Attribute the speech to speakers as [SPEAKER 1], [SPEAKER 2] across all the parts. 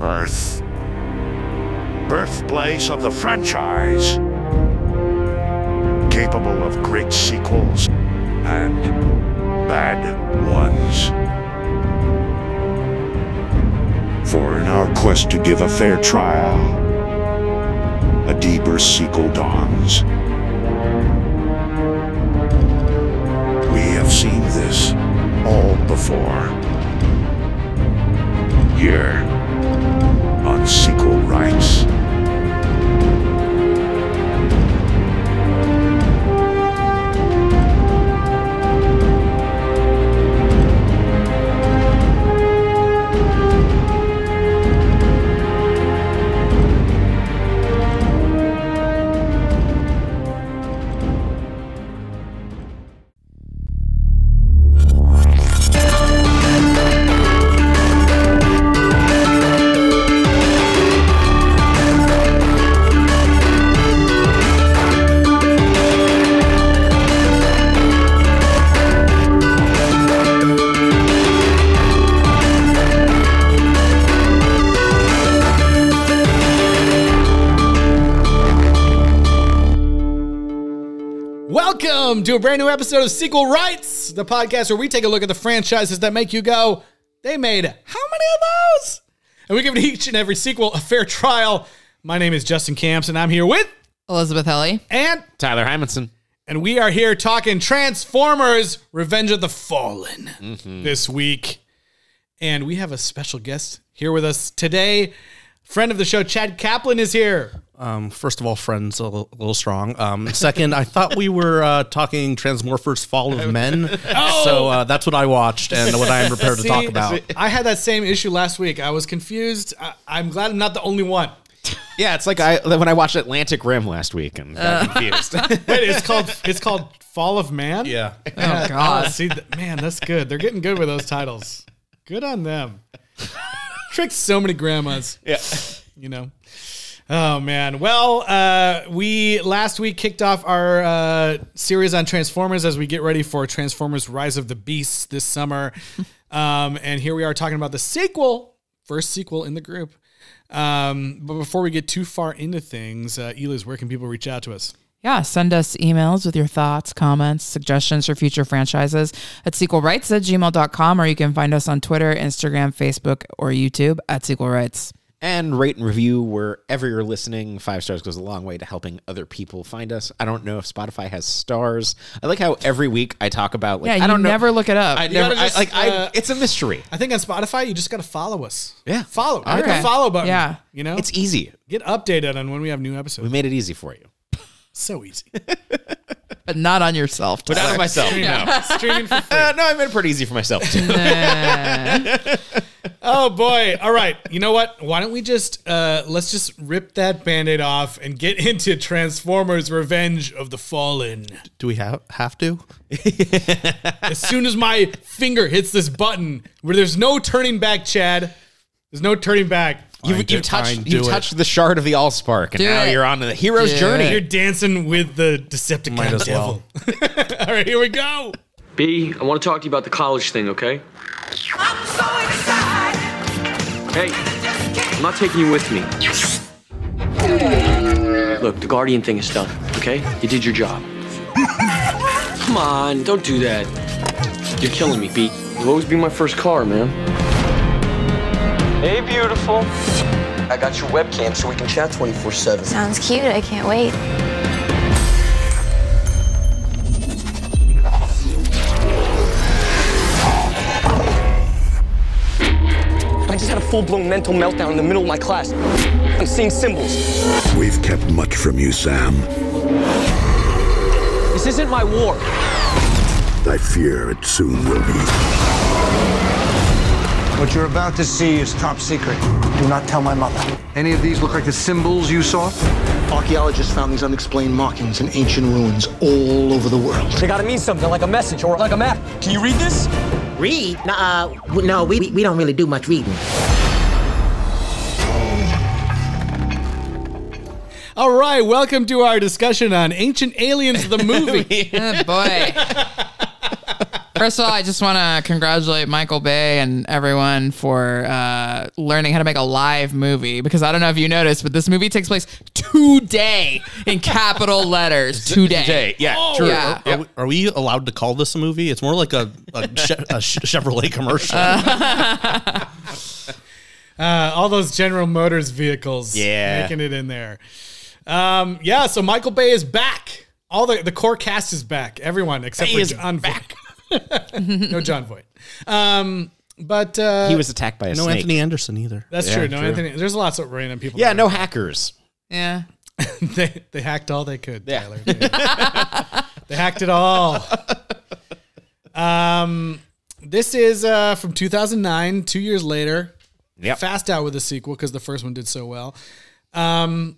[SPEAKER 1] Earth. Birthplace of the franchise. Capable of great sequels and bad ones. For in our quest to give a fair trial, a deeper sequel dawns. We have seen this all before. Here on Sequel Rights.
[SPEAKER 2] Welcome to a brand new episode of Sequel Rights, the podcast where we take a look at the franchises that make you go, they made how many of those? And we give each and every sequel a fair trial. My name is Justin Camps, and I'm here with
[SPEAKER 3] Elizabeth Helly.
[SPEAKER 2] and
[SPEAKER 4] Tyler Hymanson.
[SPEAKER 2] and we are here talking Transformers: Revenge of the Fallen
[SPEAKER 5] Mm-hmm.
[SPEAKER 2] this week, and we have a special guest here with us today. Friend of the show, Chad Kaplan is here.
[SPEAKER 5] Um, first of all, friends a little, little strong. Um, second, I thought we were uh, talking Transmorphers: Fall of Men, so uh, that's what I watched and what I am prepared to talk
[SPEAKER 2] Oh! See,
[SPEAKER 5] about.
[SPEAKER 2] I had that same issue last week. I was confused. I, I'm glad I'm not the only one.
[SPEAKER 4] Yeah, it's like I when I watched Atlantic Rim last week and got confused.
[SPEAKER 2] Wait, it's called it's called Fall of Man.
[SPEAKER 5] Yeah,
[SPEAKER 3] Oh
[SPEAKER 2] Oh,
[SPEAKER 3] God.
[SPEAKER 2] see, th- man, that's good. They're getting good with those titles. Good on them. Tricked so many grandmas. Yeah. You know. Oh man. Well, uh, we last week kicked off our uh, series on Transformers as we get ready for Transformers: Rise of the Beasts this summer, um, and here we are talking about the sequel, first sequel in the group. Um, but before we get too far into things, uh, Eliz, where can people reach out to us?
[SPEAKER 3] Yeah, send us emails with your thoughts, comments, suggestions for future franchises at sequelrights at gmail.com, or you can find us on Twitter, Instagram, Facebook, or YouTube at Sequel Rights.
[SPEAKER 4] and rate and review wherever you're listening. Five stars goes a long way to helping other people find us. I don't know if Spotify has stars. I like how every week I talk about like
[SPEAKER 3] Yeah,
[SPEAKER 4] I
[SPEAKER 3] you
[SPEAKER 4] don't know-
[SPEAKER 3] never look it up.
[SPEAKER 4] I never
[SPEAKER 2] gotta
[SPEAKER 4] I-
[SPEAKER 2] just,
[SPEAKER 4] like I
[SPEAKER 2] uh,
[SPEAKER 4] it's a mystery.
[SPEAKER 2] I think on Spotify, you just got to follow us.
[SPEAKER 4] Yeah.
[SPEAKER 2] Follow. Hit
[SPEAKER 3] Okay.
[SPEAKER 2] the follow button.
[SPEAKER 3] Yeah.
[SPEAKER 2] You know,
[SPEAKER 4] It's easy.
[SPEAKER 2] get updated on when we have new
[SPEAKER 4] We
[SPEAKER 2] episodes.
[SPEAKER 4] made it easy for you.
[SPEAKER 2] So easy.
[SPEAKER 3] but not on yourself.
[SPEAKER 4] But out of myself. No.
[SPEAKER 2] Streaming for free.
[SPEAKER 4] Uh, no, I made it pretty easy for myself too.
[SPEAKER 2] Oh, boy. All right. You know what? Why don't we just, uh, let's just rip that band aid off and get into Transformers Revenge of the Fallen.
[SPEAKER 5] do we have have to?
[SPEAKER 2] As soon as my finger hits this button where there's no turning back, Chad, there's no turning back.
[SPEAKER 4] You've,
[SPEAKER 5] Fine,
[SPEAKER 4] you've
[SPEAKER 5] fine,
[SPEAKER 4] touched
[SPEAKER 5] do
[SPEAKER 4] you've
[SPEAKER 5] it.
[SPEAKER 4] touched the shard of the Allspark, and now
[SPEAKER 3] it.
[SPEAKER 4] you're on the hero's
[SPEAKER 3] Do
[SPEAKER 4] journey.
[SPEAKER 2] You're dancing with the Decepticon
[SPEAKER 5] Might as
[SPEAKER 2] devil. All right, here we go.
[SPEAKER 6] B, I want to talk to you about the college thing, okay?
[SPEAKER 7] I'm so excited.
[SPEAKER 6] Hey,
[SPEAKER 7] Just
[SPEAKER 6] I'm
[SPEAKER 7] can't
[SPEAKER 6] not taking you with me. Look, the Guardian thing is done, okay? You did your job. Come on, don't do that. You're killing me, B. You'll always be my first car, man. Hey, beautiful. I got your webcam so we can chat 24 7.
[SPEAKER 8] Sounds cute. I can't wait.
[SPEAKER 6] I just had a full blown mental meltdown in the middle of my class. I'm seeing symbols.
[SPEAKER 1] We've kept much from you, Sam.
[SPEAKER 6] This isn't my war.
[SPEAKER 1] I fear it soon will be.
[SPEAKER 9] What you're about to see is top secret. Do not tell my mother. Any of these look like the symbols you saw? Archaeologists found these unexplained markings in ancient ruins all over the world.
[SPEAKER 6] They gotta mean something, like a message or like a map. Can you read this?
[SPEAKER 10] Read? Nah, uh, no, we, we- we don't really do much reading.
[SPEAKER 2] All right, welcome to our discussion on Ancient Aliens the movie.
[SPEAKER 3] Oh, boy. First of all, I just want to congratulate Michael Bay and everyone for uh, learning how to make a live movie because I don't know if you noticed, but this movie takes place today in capital letters. Today.
[SPEAKER 4] Today, yeah,
[SPEAKER 5] Sure.
[SPEAKER 4] true.
[SPEAKER 3] yeah.
[SPEAKER 5] Are, are we, are we allowed to call this a movie? It's more like a, a, che- a Ch- Chevrolet commercial.
[SPEAKER 2] Uh, all those General Motors vehicles,
[SPEAKER 4] Yeah.
[SPEAKER 2] making it in there. Um, yeah, so Michael Bay is back. All the the core cast is back. Everyone except
[SPEAKER 4] He
[SPEAKER 2] for
[SPEAKER 4] is
[SPEAKER 2] John Voight. no John Voight. Um, but uh,
[SPEAKER 4] He was attacked by a
[SPEAKER 5] no
[SPEAKER 4] snake.
[SPEAKER 5] Anthony Anderson either.
[SPEAKER 2] That's
[SPEAKER 4] Yeah,
[SPEAKER 2] true. No,
[SPEAKER 4] true.
[SPEAKER 2] Anthony. There's lots of random people.
[SPEAKER 4] Yeah,
[SPEAKER 2] that-
[SPEAKER 4] no hackers.
[SPEAKER 3] Yeah.
[SPEAKER 2] they they hacked all they could.
[SPEAKER 4] Yeah.
[SPEAKER 2] Tyler. They, they hacked it all. Um, this is uh from 2009. Two years later.
[SPEAKER 4] Yep.
[SPEAKER 2] Fast out with a sequel because the first one did so well. Um,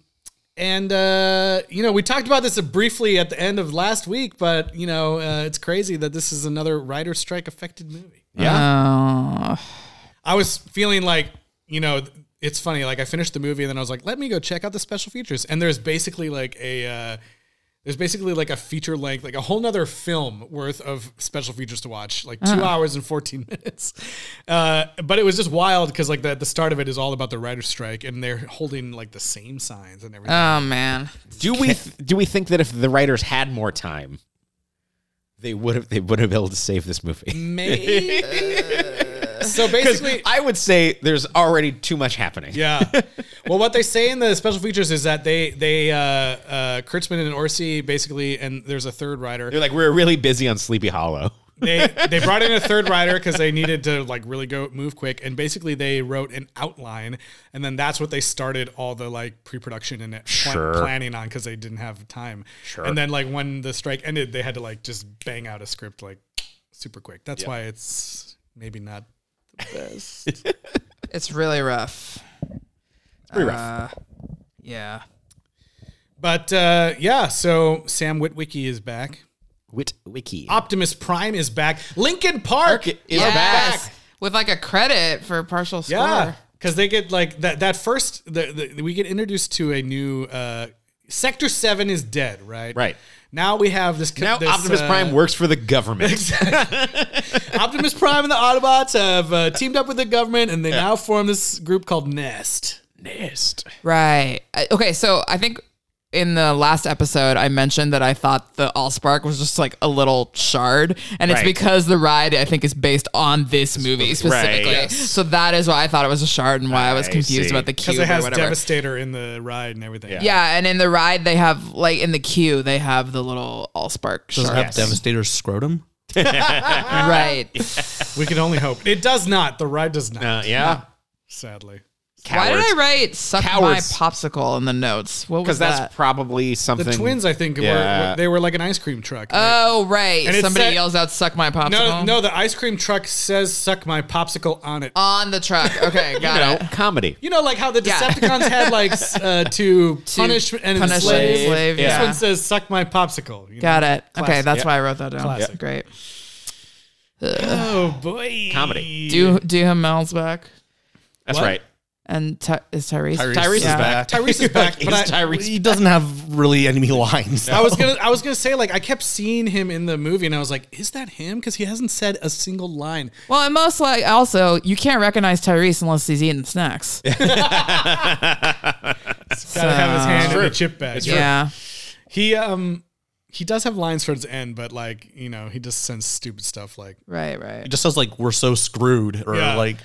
[SPEAKER 2] and uh, you know, we talked about this briefly at the end of last week, but you know, uh, it's crazy that this is another writer strike affected movie.
[SPEAKER 4] Yeah.
[SPEAKER 3] Oh.
[SPEAKER 2] I was feeling like, you know, it's funny. Like I finished the movie and then I was like, let me go check out the special features. And there's basically like a, uh, there's basically like a feature length, like a whole nother film worth of special features to watch, like 2 hours and 14 minutes. Uh, but it was just wild because like the, the start of it is all about the writer's strike and they're holding like the same signs and everything.
[SPEAKER 3] Oh man.
[SPEAKER 4] Do we do we think that if the writers had more time, they would have they would have been able to save this movie?
[SPEAKER 2] Maybe. so Mm. basically,
[SPEAKER 4] I would say there's already too much happening.
[SPEAKER 2] Yeah. well, what they say in the special features is that they they uh, uh, Kurtzman and Orsi basically, and there's a third writer.
[SPEAKER 4] They're like we're really busy on Sleepy Hollow.
[SPEAKER 2] They they brought in a third writer because they needed to like really go move quick, and basically they wrote an outline, and then that's what they started all the like pre production and plan-
[SPEAKER 4] Sure.
[SPEAKER 2] planning on because they didn't have time. Sure. And then like when the strike ended, they had to like just bang out a script like super quick. That's why it's maybe not
[SPEAKER 3] It's really rough. It's
[SPEAKER 4] pretty
[SPEAKER 3] rough. Yeah.
[SPEAKER 2] but uh, yeah so sam witwicky is back
[SPEAKER 4] Wit Wiki.
[SPEAKER 2] Optimus Prime is back. Lincoln Park
[SPEAKER 4] Park
[SPEAKER 2] is
[SPEAKER 4] is Yes.
[SPEAKER 2] back.
[SPEAKER 3] With like a credit for partial score.
[SPEAKER 2] Yeah, because they get like that. That first, the, the, we get introduced to a new uh, Sector Seven is dead, right?
[SPEAKER 4] Right.
[SPEAKER 2] Now we have this.
[SPEAKER 4] Now
[SPEAKER 2] this,
[SPEAKER 4] Optimus
[SPEAKER 2] uh,
[SPEAKER 4] Prime works for the government.
[SPEAKER 2] Optimus Prime and the Autobots have uh, teamed up with the government, and they now form this group called Nest.
[SPEAKER 4] Nest.
[SPEAKER 3] Right. I- Okay. So I think in the last episode, I mentioned that I thought the Allspark was just like a little shard. And it's
[SPEAKER 4] Right.
[SPEAKER 3] because the ride, I think, is based on this movie specifically.
[SPEAKER 4] yes.
[SPEAKER 3] So that is why I thought it was a shard and why I was
[SPEAKER 4] I
[SPEAKER 3] confused
[SPEAKER 4] see.
[SPEAKER 3] about the cube
[SPEAKER 2] Because it
[SPEAKER 3] or
[SPEAKER 2] has
[SPEAKER 3] whatever.
[SPEAKER 2] Devastator in the ride and everything.
[SPEAKER 4] Yeah.
[SPEAKER 3] yeah. And in the ride, they have, like, in the queue, they have the little Allspark
[SPEAKER 5] Does it
[SPEAKER 3] shard.
[SPEAKER 5] have Devastator's scrotum?
[SPEAKER 3] Right.
[SPEAKER 2] We can only hope it does not. The ride does not.
[SPEAKER 4] Uh, yeah.
[SPEAKER 2] Sadly,
[SPEAKER 3] Why did I
[SPEAKER 4] Cowards.
[SPEAKER 3] write suck
[SPEAKER 4] Cowards.
[SPEAKER 3] my popsicle in the notes? What was
[SPEAKER 4] Because that's
[SPEAKER 3] that?
[SPEAKER 4] probably
[SPEAKER 2] the
[SPEAKER 4] something.
[SPEAKER 2] twins, I think, were,
[SPEAKER 4] Yeah. Uh,
[SPEAKER 2] they were like an ice cream truck.
[SPEAKER 3] oh, right.
[SPEAKER 2] And it
[SPEAKER 3] Somebody
[SPEAKER 2] said-
[SPEAKER 3] yells out suck my popsicle.
[SPEAKER 2] No, no, the ice cream truck says "suck my popsicle" on it.
[SPEAKER 3] On the truck. Okay. Got
[SPEAKER 4] you know,
[SPEAKER 3] it.
[SPEAKER 4] comedy.
[SPEAKER 2] you know, like how the
[SPEAKER 3] Yeah.
[SPEAKER 2] Decepticons had like s- uh, to, punish and
[SPEAKER 3] punish
[SPEAKER 2] enslave.
[SPEAKER 3] and enslave,
[SPEAKER 2] This
[SPEAKER 3] yeah.
[SPEAKER 2] one says "suck my popsicle." you know?
[SPEAKER 3] Got it. Okay, that's
[SPEAKER 4] Yeah.
[SPEAKER 3] why I wrote that down.
[SPEAKER 2] Classic.
[SPEAKER 3] Great.
[SPEAKER 2] Oh boy,
[SPEAKER 4] Comedy.
[SPEAKER 3] Do do you have Mel's back?
[SPEAKER 4] That's
[SPEAKER 2] What?
[SPEAKER 4] right.
[SPEAKER 3] And Ty- is Tyrese?
[SPEAKER 5] Tyrese is
[SPEAKER 3] Yeah.
[SPEAKER 5] back.
[SPEAKER 2] Tyrese is back, but I,
[SPEAKER 5] He doesn't have really any lines.
[SPEAKER 2] I was gonna, I was gonna say like I kept seeing him in the movie, and I was like, "Is that him?" Because he hasn't said a single line.
[SPEAKER 3] Well, and most like also you can't recognize Tyrese unless he's eating snacks.
[SPEAKER 2] Gotta have his hand in
[SPEAKER 4] True.
[SPEAKER 2] the chip bag.
[SPEAKER 3] yeah.
[SPEAKER 2] He um he does have lines towards the end, but like you know, he just sends stupid stuff like
[SPEAKER 3] Right. Right.
[SPEAKER 5] It just sounds like we're so screwed, or
[SPEAKER 2] Yeah.
[SPEAKER 5] like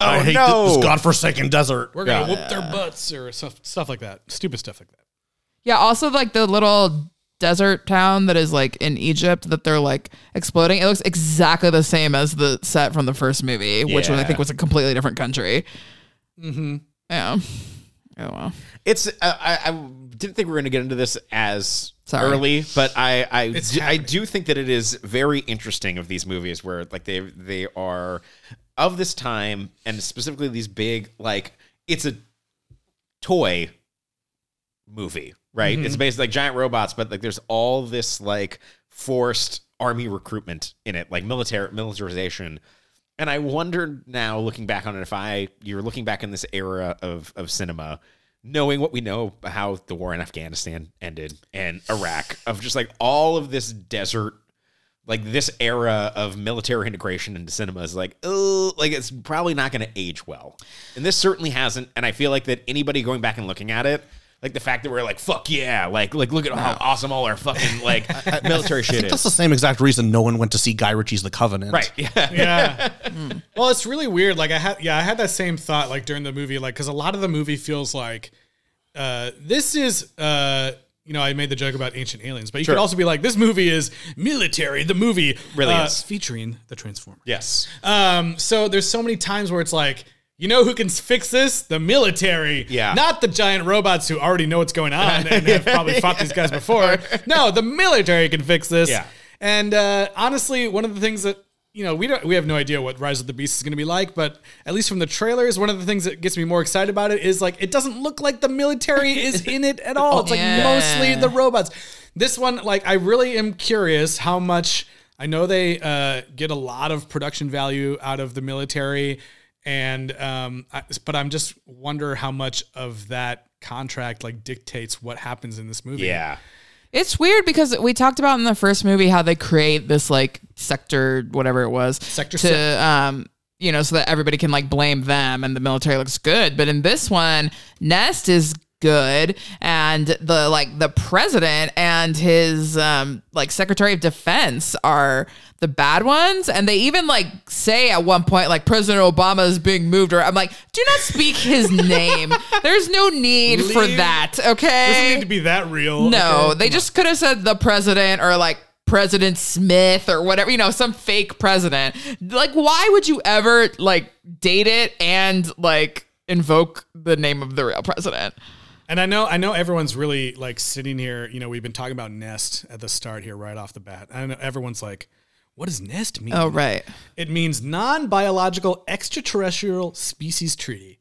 [SPEAKER 5] I
[SPEAKER 4] Oh,
[SPEAKER 5] hate
[SPEAKER 4] no.
[SPEAKER 5] this godforsaken desert.
[SPEAKER 2] "We're gonna whoop their butts" or stuff, stuff like that. Stupid stuff like that.
[SPEAKER 3] Yeah. Also, like the little desert town that is like in Egypt that they're like exploding. It looks exactly the same as the set from the first movie, which was, I
[SPEAKER 4] Yeah.
[SPEAKER 3] think was a completely different country. Mm-hmm. Yeah. Oh well.
[SPEAKER 4] It's. Uh, I, I didn't think we were going to get into this as
[SPEAKER 3] Sorry.
[SPEAKER 4] early, but I I, do, I
[SPEAKER 2] happening.
[SPEAKER 4] do think that it is very interesting of these movies where like they they are of this time and specifically these big like it's a toy movie, right? It's basically like giant robots, but like there's all this like forced army recruitment in it, like military militarization. And I wonder now, looking back on it, if I you're looking back in this era of of cinema, knowing what we know how the war in Afghanistan ended and Iraq, of just like all of this desert like this era of military integration into cinema is like, oh, like it's probably not going to age well. And this certainly hasn't. And I feel like that anybody going back and looking at it, like the fact that we're like, fuck yeah, like like look at how awesome all our fucking like military
[SPEAKER 5] I
[SPEAKER 4] shit
[SPEAKER 5] think that's
[SPEAKER 4] is.
[SPEAKER 5] the same exact reason no one went to see Guy Ritchie's The Covenant.
[SPEAKER 4] Right. Yeah.
[SPEAKER 2] yeah. Well, it's really weird. Like I had, yeah, I had that same thought like during the movie, like because a lot of the movie feels like uh, this is, uh, you know, I made the joke about ancient aliens, but you could also be like, this movie is military. The movie
[SPEAKER 4] Really
[SPEAKER 2] uh,
[SPEAKER 4] is.
[SPEAKER 2] featuring the Transformers.
[SPEAKER 4] Yes.
[SPEAKER 2] Um, so there's so many times where it's like. You know who can fix this? The military.
[SPEAKER 4] Yeah.
[SPEAKER 2] Not the giant robots who already know what's going on and have probably fought these guys before. No, the military can fix this.
[SPEAKER 4] Yeah.
[SPEAKER 2] And uh, honestly, one of the things that you know we don't we have no idea what Rise of the Beast is going to be like, but at least from the trailers, one of the things that gets me more excited about it is like it doesn't look like the military is in it at all. It's like
[SPEAKER 3] Yeah.
[SPEAKER 2] mostly the robots. This one, like, I really am curious how much. I know they uh, get a lot of production value out of the military, and um, I, but I'm just wonder how much of that contract like dictates what happens in this movie.
[SPEAKER 4] Yeah.
[SPEAKER 3] It's weird because we talked about in the first movie how they create this like sector, whatever it was,
[SPEAKER 2] Sector six.
[SPEAKER 3] to um, you know, so that everybody can like blame them, and the military looks good. But in this one, Nest is good, and the like the president and his um like secretary of defense are the bad ones, and they even like say at one point like President Obama is being moved, or I'm like, do not speak his name. There's no need for
[SPEAKER 2] Leave-
[SPEAKER 3] that. Okay,
[SPEAKER 2] doesn't need to be that real.
[SPEAKER 3] no,
[SPEAKER 2] okay?
[SPEAKER 3] they just could have said the president or like President Smith or whatever, you know, some fake president. Like, why would you ever like date it and like invoke the name of the real president?
[SPEAKER 2] And I know, I know everyone's really like sitting here. You know, we've been talking about Nest at the start here, right off the bat. I know everyone's like, "What does Nest mean?"
[SPEAKER 3] Oh, right.
[SPEAKER 2] It means non-biological extraterrestrial species treaty.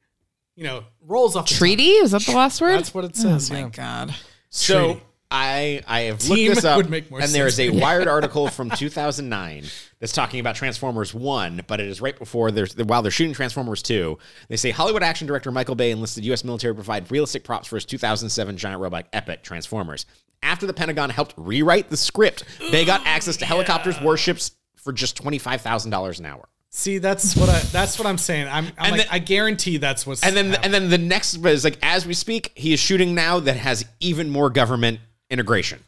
[SPEAKER 2] You know, rolls off the
[SPEAKER 3] Treaty? Is that the last word?
[SPEAKER 2] That's what it says,
[SPEAKER 3] Oh, my
[SPEAKER 2] yeah.
[SPEAKER 3] God.
[SPEAKER 4] So
[SPEAKER 2] Treaty.
[SPEAKER 4] I I have
[SPEAKER 2] Team
[SPEAKER 4] looked this up,
[SPEAKER 2] would make more
[SPEAKER 4] and there is a
[SPEAKER 2] sense.
[SPEAKER 4] Wired article from 2009 that's talking about Transformers One, but it is right before there's while they're shooting Transformers Two. They say Hollywood action director Michael Bay enlisted U.S. military to provide realistic props for his 2007 giant robot epic Transformers. After the Pentagon helped rewrite the script, they got access to helicopters, warships for just twenty five thousand dollars an hour.
[SPEAKER 2] See, that's what I. That's what I'm saying. I'm. I'm like,
[SPEAKER 4] then-
[SPEAKER 2] I guarantee that's what's.
[SPEAKER 4] And then and then the next is like as we speak, he is shooting now that has even more government integration.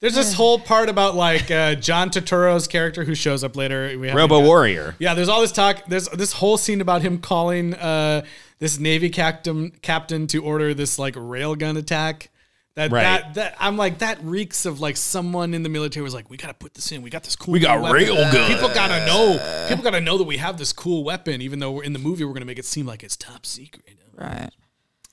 [SPEAKER 2] there's this whole part about like uh, John Turturro's character who shows up later. We haven't
[SPEAKER 4] Robo
[SPEAKER 2] got-
[SPEAKER 4] Warrior.
[SPEAKER 2] Yeah, there's all this talk. There's this whole scene about him calling uh, this Navy captain captain to order this like railgun attack. That,
[SPEAKER 4] Right.
[SPEAKER 2] that that I'm like that reeks of like someone in the military was like we gotta put this in we got this cool we
[SPEAKER 1] got railguns.
[SPEAKER 2] people gotta know people gotta know that we have this cool weapon even though we're in the movie we're gonna make it seem like it's top secret
[SPEAKER 3] Right.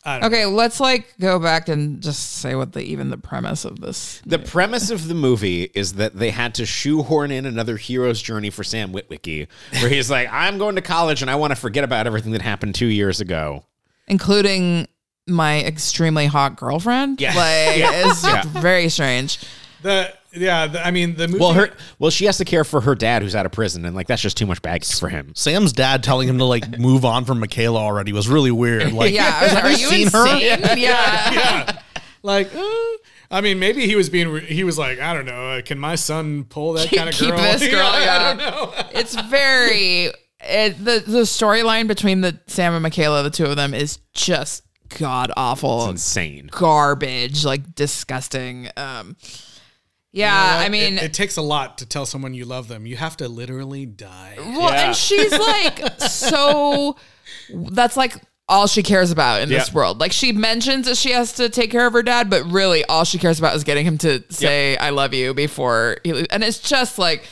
[SPEAKER 2] I don't
[SPEAKER 3] Okay, let's like go back and just say what the even the premise of this.
[SPEAKER 4] The premise of the movie is that they had to shoehorn in another hero's journey for Sam Witwicky, where he's like, I'm going to college and I want to forget about everything that happened two years ago.
[SPEAKER 3] including my extremely hot girlfriend.
[SPEAKER 4] Yeah.
[SPEAKER 3] Like, it's
[SPEAKER 4] Yeah.
[SPEAKER 3] very strange.
[SPEAKER 2] the yeah the, I mean the movie
[SPEAKER 4] Well, her well, she has to care for her dad who's out of prison, and like that's just too much baggage for him.
[SPEAKER 5] Sam's dad telling him to like move on from Michaela already was really weird. Like,
[SPEAKER 3] Yeah. I was like,
[SPEAKER 5] have
[SPEAKER 3] Are
[SPEAKER 5] you
[SPEAKER 3] you
[SPEAKER 5] seen her?
[SPEAKER 3] insane? yeah.
[SPEAKER 2] yeah like uh, I mean maybe he was being re- he was like I don't know uh, can my son pull that kind of
[SPEAKER 3] Keep
[SPEAKER 2] girl
[SPEAKER 3] this girl,
[SPEAKER 2] I
[SPEAKER 3] yeah.
[SPEAKER 2] don't know
[SPEAKER 3] it's very it, the the storyline between the Sam and Michaela, the two of them, is just god awful,
[SPEAKER 4] Insane.
[SPEAKER 3] garbage, like disgusting. Um, yeah, I mean,
[SPEAKER 2] it, it takes a lot to tell someone you love them. You have to literally die.
[SPEAKER 3] well, and she's like so. That's like all she cares about in this
[SPEAKER 4] Yeah.
[SPEAKER 3] world. Like she mentions that she has to take care of her dad, but really all she cares about is getting him to say "I love you" before he. leaves. And it's just like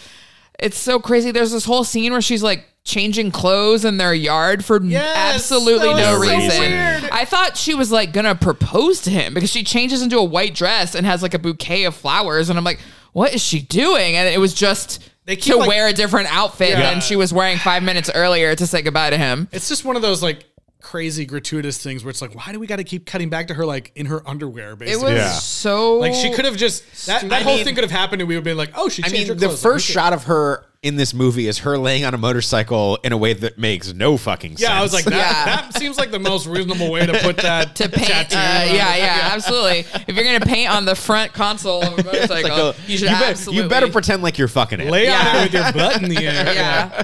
[SPEAKER 3] it's so crazy. There's this whole scene where she's like changing clothes in their yard for n-
[SPEAKER 2] Yes,
[SPEAKER 3] absolutely
[SPEAKER 2] that
[SPEAKER 3] no
[SPEAKER 2] was so
[SPEAKER 3] reason.
[SPEAKER 2] weird.
[SPEAKER 3] I thought she was like gonna propose to him because she changes into a white dress and has like a bouquet of flowers, and I'm like, what is she doing? And it was just.
[SPEAKER 2] They keep,
[SPEAKER 3] to
[SPEAKER 2] like-
[SPEAKER 3] wear a different outfit
[SPEAKER 2] Yeah.
[SPEAKER 3] than she was wearing five minutes earlier to say goodbye to him.
[SPEAKER 2] It's just one of those like crazy gratuitous things where it's like, why do we got to keep cutting back to her like in her underwear?
[SPEAKER 3] It
[SPEAKER 2] Basically,
[SPEAKER 3] was
[SPEAKER 4] Yeah.
[SPEAKER 3] so
[SPEAKER 2] like she could have just that, that
[SPEAKER 4] I
[SPEAKER 2] whole
[SPEAKER 4] mean-
[SPEAKER 2] thing could have happened, and we would have been like, oh, she
[SPEAKER 4] I
[SPEAKER 2] changed
[SPEAKER 4] mean,
[SPEAKER 2] her
[SPEAKER 4] the
[SPEAKER 2] clothes. Like,
[SPEAKER 4] first
[SPEAKER 2] we could-
[SPEAKER 4] shot of her in this movie is her laying on a motorcycle in a way that makes no fucking sense.
[SPEAKER 2] Yeah, I was like, that,
[SPEAKER 3] Yeah.
[SPEAKER 2] that seems like the most reasonable way to put that
[SPEAKER 3] to paint.
[SPEAKER 2] tattoo
[SPEAKER 3] Uh,
[SPEAKER 2] on.
[SPEAKER 3] yeah, yeah, absolutely. If you're gonna paint on the front console of a motorcycle,
[SPEAKER 2] uh,
[SPEAKER 4] Go,
[SPEAKER 3] you should
[SPEAKER 4] bet-
[SPEAKER 3] absolutely.
[SPEAKER 4] you better pretend like you're fucking it.
[SPEAKER 2] Lay on
[SPEAKER 3] Yeah.
[SPEAKER 2] it with your butt in the air.
[SPEAKER 3] Yeah,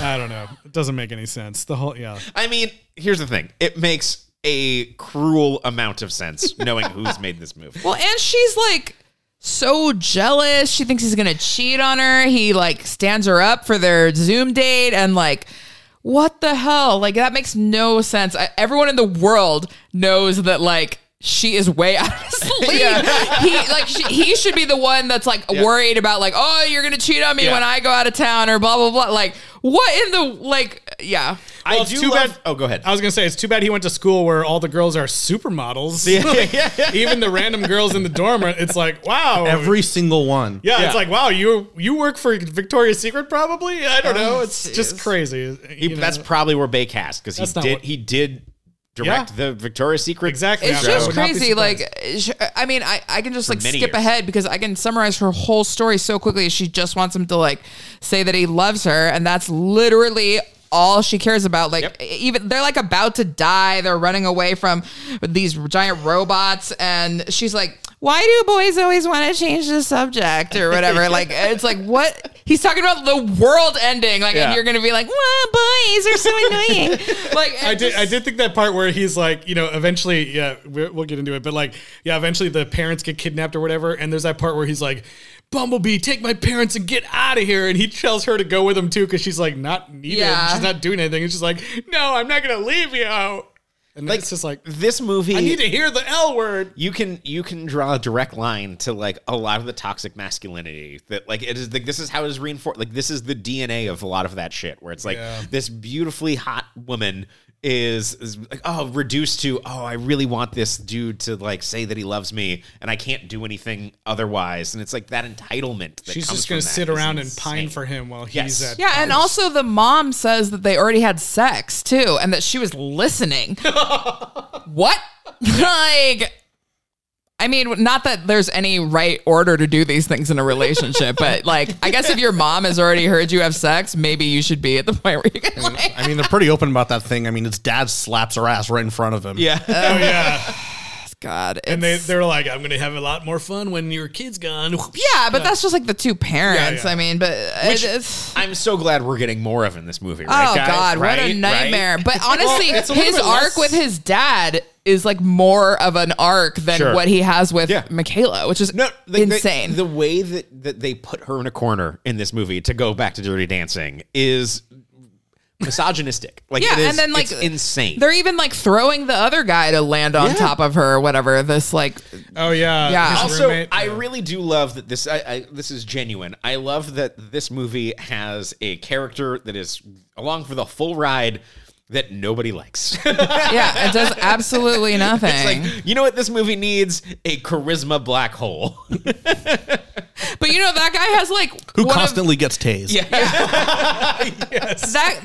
[SPEAKER 2] I don't know. It doesn't make any sense. The whole yeah.
[SPEAKER 4] I mean, here's the thing. It makes a cruel amount of sense knowing who's made this movie.
[SPEAKER 3] Well, and she's like so jealous. She thinks he's gonna cheat on her. He like stands her up for their Zoom date and like. What the hell? Like that makes no sense. I, everyone in the world knows that like she is way out of his league. He like she, he should be the one that's like worried about like oh you're gonna cheat on me
[SPEAKER 4] Yeah.
[SPEAKER 3] when I go out of town or blah blah blah. Like what in the like yeah.
[SPEAKER 4] I
[SPEAKER 2] it's
[SPEAKER 4] do
[SPEAKER 2] too
[SPEAKER 4] love.
[SPEAKER 2] bad-
[SPEAKER 4] Oh, go ahead.
[SPEAKER 2] I was gonna say it's too bad he went to school where all the girls are supermodels. Like, Even the random girls in the dorm, are- it's like wow.
[SPEAKER 5] Every single one.
[SPEAKER 2] yeah,
[SPEAKER 4] Yeah.
[SPEAKER 2] it's like wow. You you work for Victoria's Secret probably. I don't know.
[SPEAKER 3] Oh,
[SPEAKER 2] It's
[SPEAKER 3] jeez.
[SPEAKER 2] just crazy.
[SPEAKER 4] Uh, He-
[SPEAKER 2] you know?
[SPEAKER 4] that's probably where Bay cast because he
[SPEAKER 2] That's not
[SPEAKER 4] did
[SPEAKER 2] what-
[SPEAKER 4] he did direct the Victoria's Secret
[SPEAKER 2] Exactly.
[SPEAKER 3] It's
[SPEAKER 2] Yeah, I
[SPEAKER 3] just
[SPEAKER 2] would not be
[SPEAKER 3] crazy.
[SPEAKER 2] surprised.
[SPEAKER 3] Like, sh- I mean, I, I can just like skip
[SPEAKER 4] many years.
[SPEAKER 3] ahead because I can summarize her whole story so quickly. She just wants him to like say that he loves her, and that's literally all she cares about. Like, e,
[SPEAKER 4] Yep.
[SPEAKER 3] even they're like about to die. They're running away from these giant robots, and she's like. Why do boys always want to change the subject or whatever? Like it's like what he's talking about the world ending. Like
[SPEAKER 4] Yeah.
[SPEAKER 3] and you're gonna be like, "Wow, boys are so annoying." Like
[SPEAKER 2] I
[SPEAKER 3] it
[SPEAKER 2] did. I
[SPEAKER 3] just-
[SPEAKER 2] did think that part where he's like, you know, eventually, yeah, we- we'll get into it, but like, yeah, eventually the parents get kidnapped or whatever, and there's that part where he's like, "Bumblebee, take my parents and get out of here," and he tells her to go with him too because she's like not needed,
[SPEAKER 3] Yeah.
[SPEAKER 2] she's not doing anything, and she's like, "No, I'm not gonna leave you." And
[SPEAKER 4] Like,
[SPEAKER 2] it's just like,
[SPEAKER 4] this movie.
[SPEAKER 2] I need to hear the L word.
[SPEAKER 4] you can you can draw a direct line to like a lot of the toxic masculinity that like it is like this is how it is reinforced like this is the DNA of a lot of that shit where it's like this beautifully hot woman is, is like oh reduced to oh I really want this dude to like say that he loves me and I can't do anything otherwise and it's like that entitlement that
[SPEAKER 2] She's
[SPEAKER 4] comes
[SPEAKER 2] just
[SPEAKER 4] from
[SPEAKER 2] gonna
[SPEAKER 4] that
[SPEAKER 2] sit
[SPEAKER 4] is
[SPEAKER 2] around and
[SPEAKER 4] insane.
[SPEAKER 2] pine for him while
[SPEAKER 4] Yes.
[SPEAKER 2] he's at.
[SPEAKER 3] Yeah, and also the mom says that they already had sex too, and that she was listening. what? like, I mean, not that there's any right order to do these things in a relationship, but like, I guess if your mom has already heard you have sex, maybe you should be at the point where you can like.
[SPEAKER 5] I mean, they're pretty open about that thing. I mean, his dad slaps her ass right in front of him.
[SPEAKER 4] yeah
[SPEAKER 2] Oh yeah,
[SPEAKER 3] God, it's,
[SPEAKER 2] and they they're like, "I'm gonna have a lot more fun when your kid's gone."
[SPEAKER 3] yeah, but that's just like the two parents.
[SPEAKER 2] Yeah, yeah.
[SPEAKER 3] I mean, but
[SPEAKER 4] Which-
[SPEAKER 3] it is.
[SPEAKER 4] I'm so glad we're getting more of in this movie right
[SPEAKER 3] Oh
[SPEAKER 4] guys?
[SPEAKER 3] God, what
[SPEAKER 4] right?
[SPEAKER 3] a
[SPEAKER 4] Right?
[SPEAKER 3] nightmare! But honestly,
[SPEAKER 2] it's a little
[SPEAKER 3] his
[SPEAKER 2] bit
[SPEAKER 3] arc
[SPEAKER 2] less-
[SPEAKER 3] with his dad is like more of an arc than
[SPEAKER 4] Sure.
[SPEAKER 3] what he has with
[SPEAKER 4] Yeah.
[SPEAKER 3] Michaela, which is
[SPEAKER 4] No, the,
[SPEAKER 3] insane.
[SPEAKER 4] The, the way that, that they put her in a corner in this movie to go back to Dirty Dancing is misogynistic. Like,
[SPEAKER 3] yeah,
[SPEAKER 4] it is,
[SPEAKER 3] and then like
[SPEAKER 4] it's insane.
[SPEAKER 3] They're even like throwing the other guy to land on top of her, or whatever. This like,
[SPEAKER 2] Oh yeah,
[SPEAKER 3] Yeah.
[SPEAKER 2] his
[SPEAKER 4] also,
[SPEAKER 2] roommate-
[SPEAKER 4] I really do love that this. I, I this is genuine. I love that this movie has a character that is along for the full ride that nobody likes.
[SPEAKER 3] yeah, it does absolutely nothing.
[SPEAKER 4] it's like you know what this movie needs a charisma black hole.
[SPEAKER 3] but you know that guy has like
[SPEAKER 5] Who
[SPEAKER 3] one of-
[SPEAKER 5] constantly gets tased. Yeah.
[SPEAKER 3] that
[SPEAKER 2] Even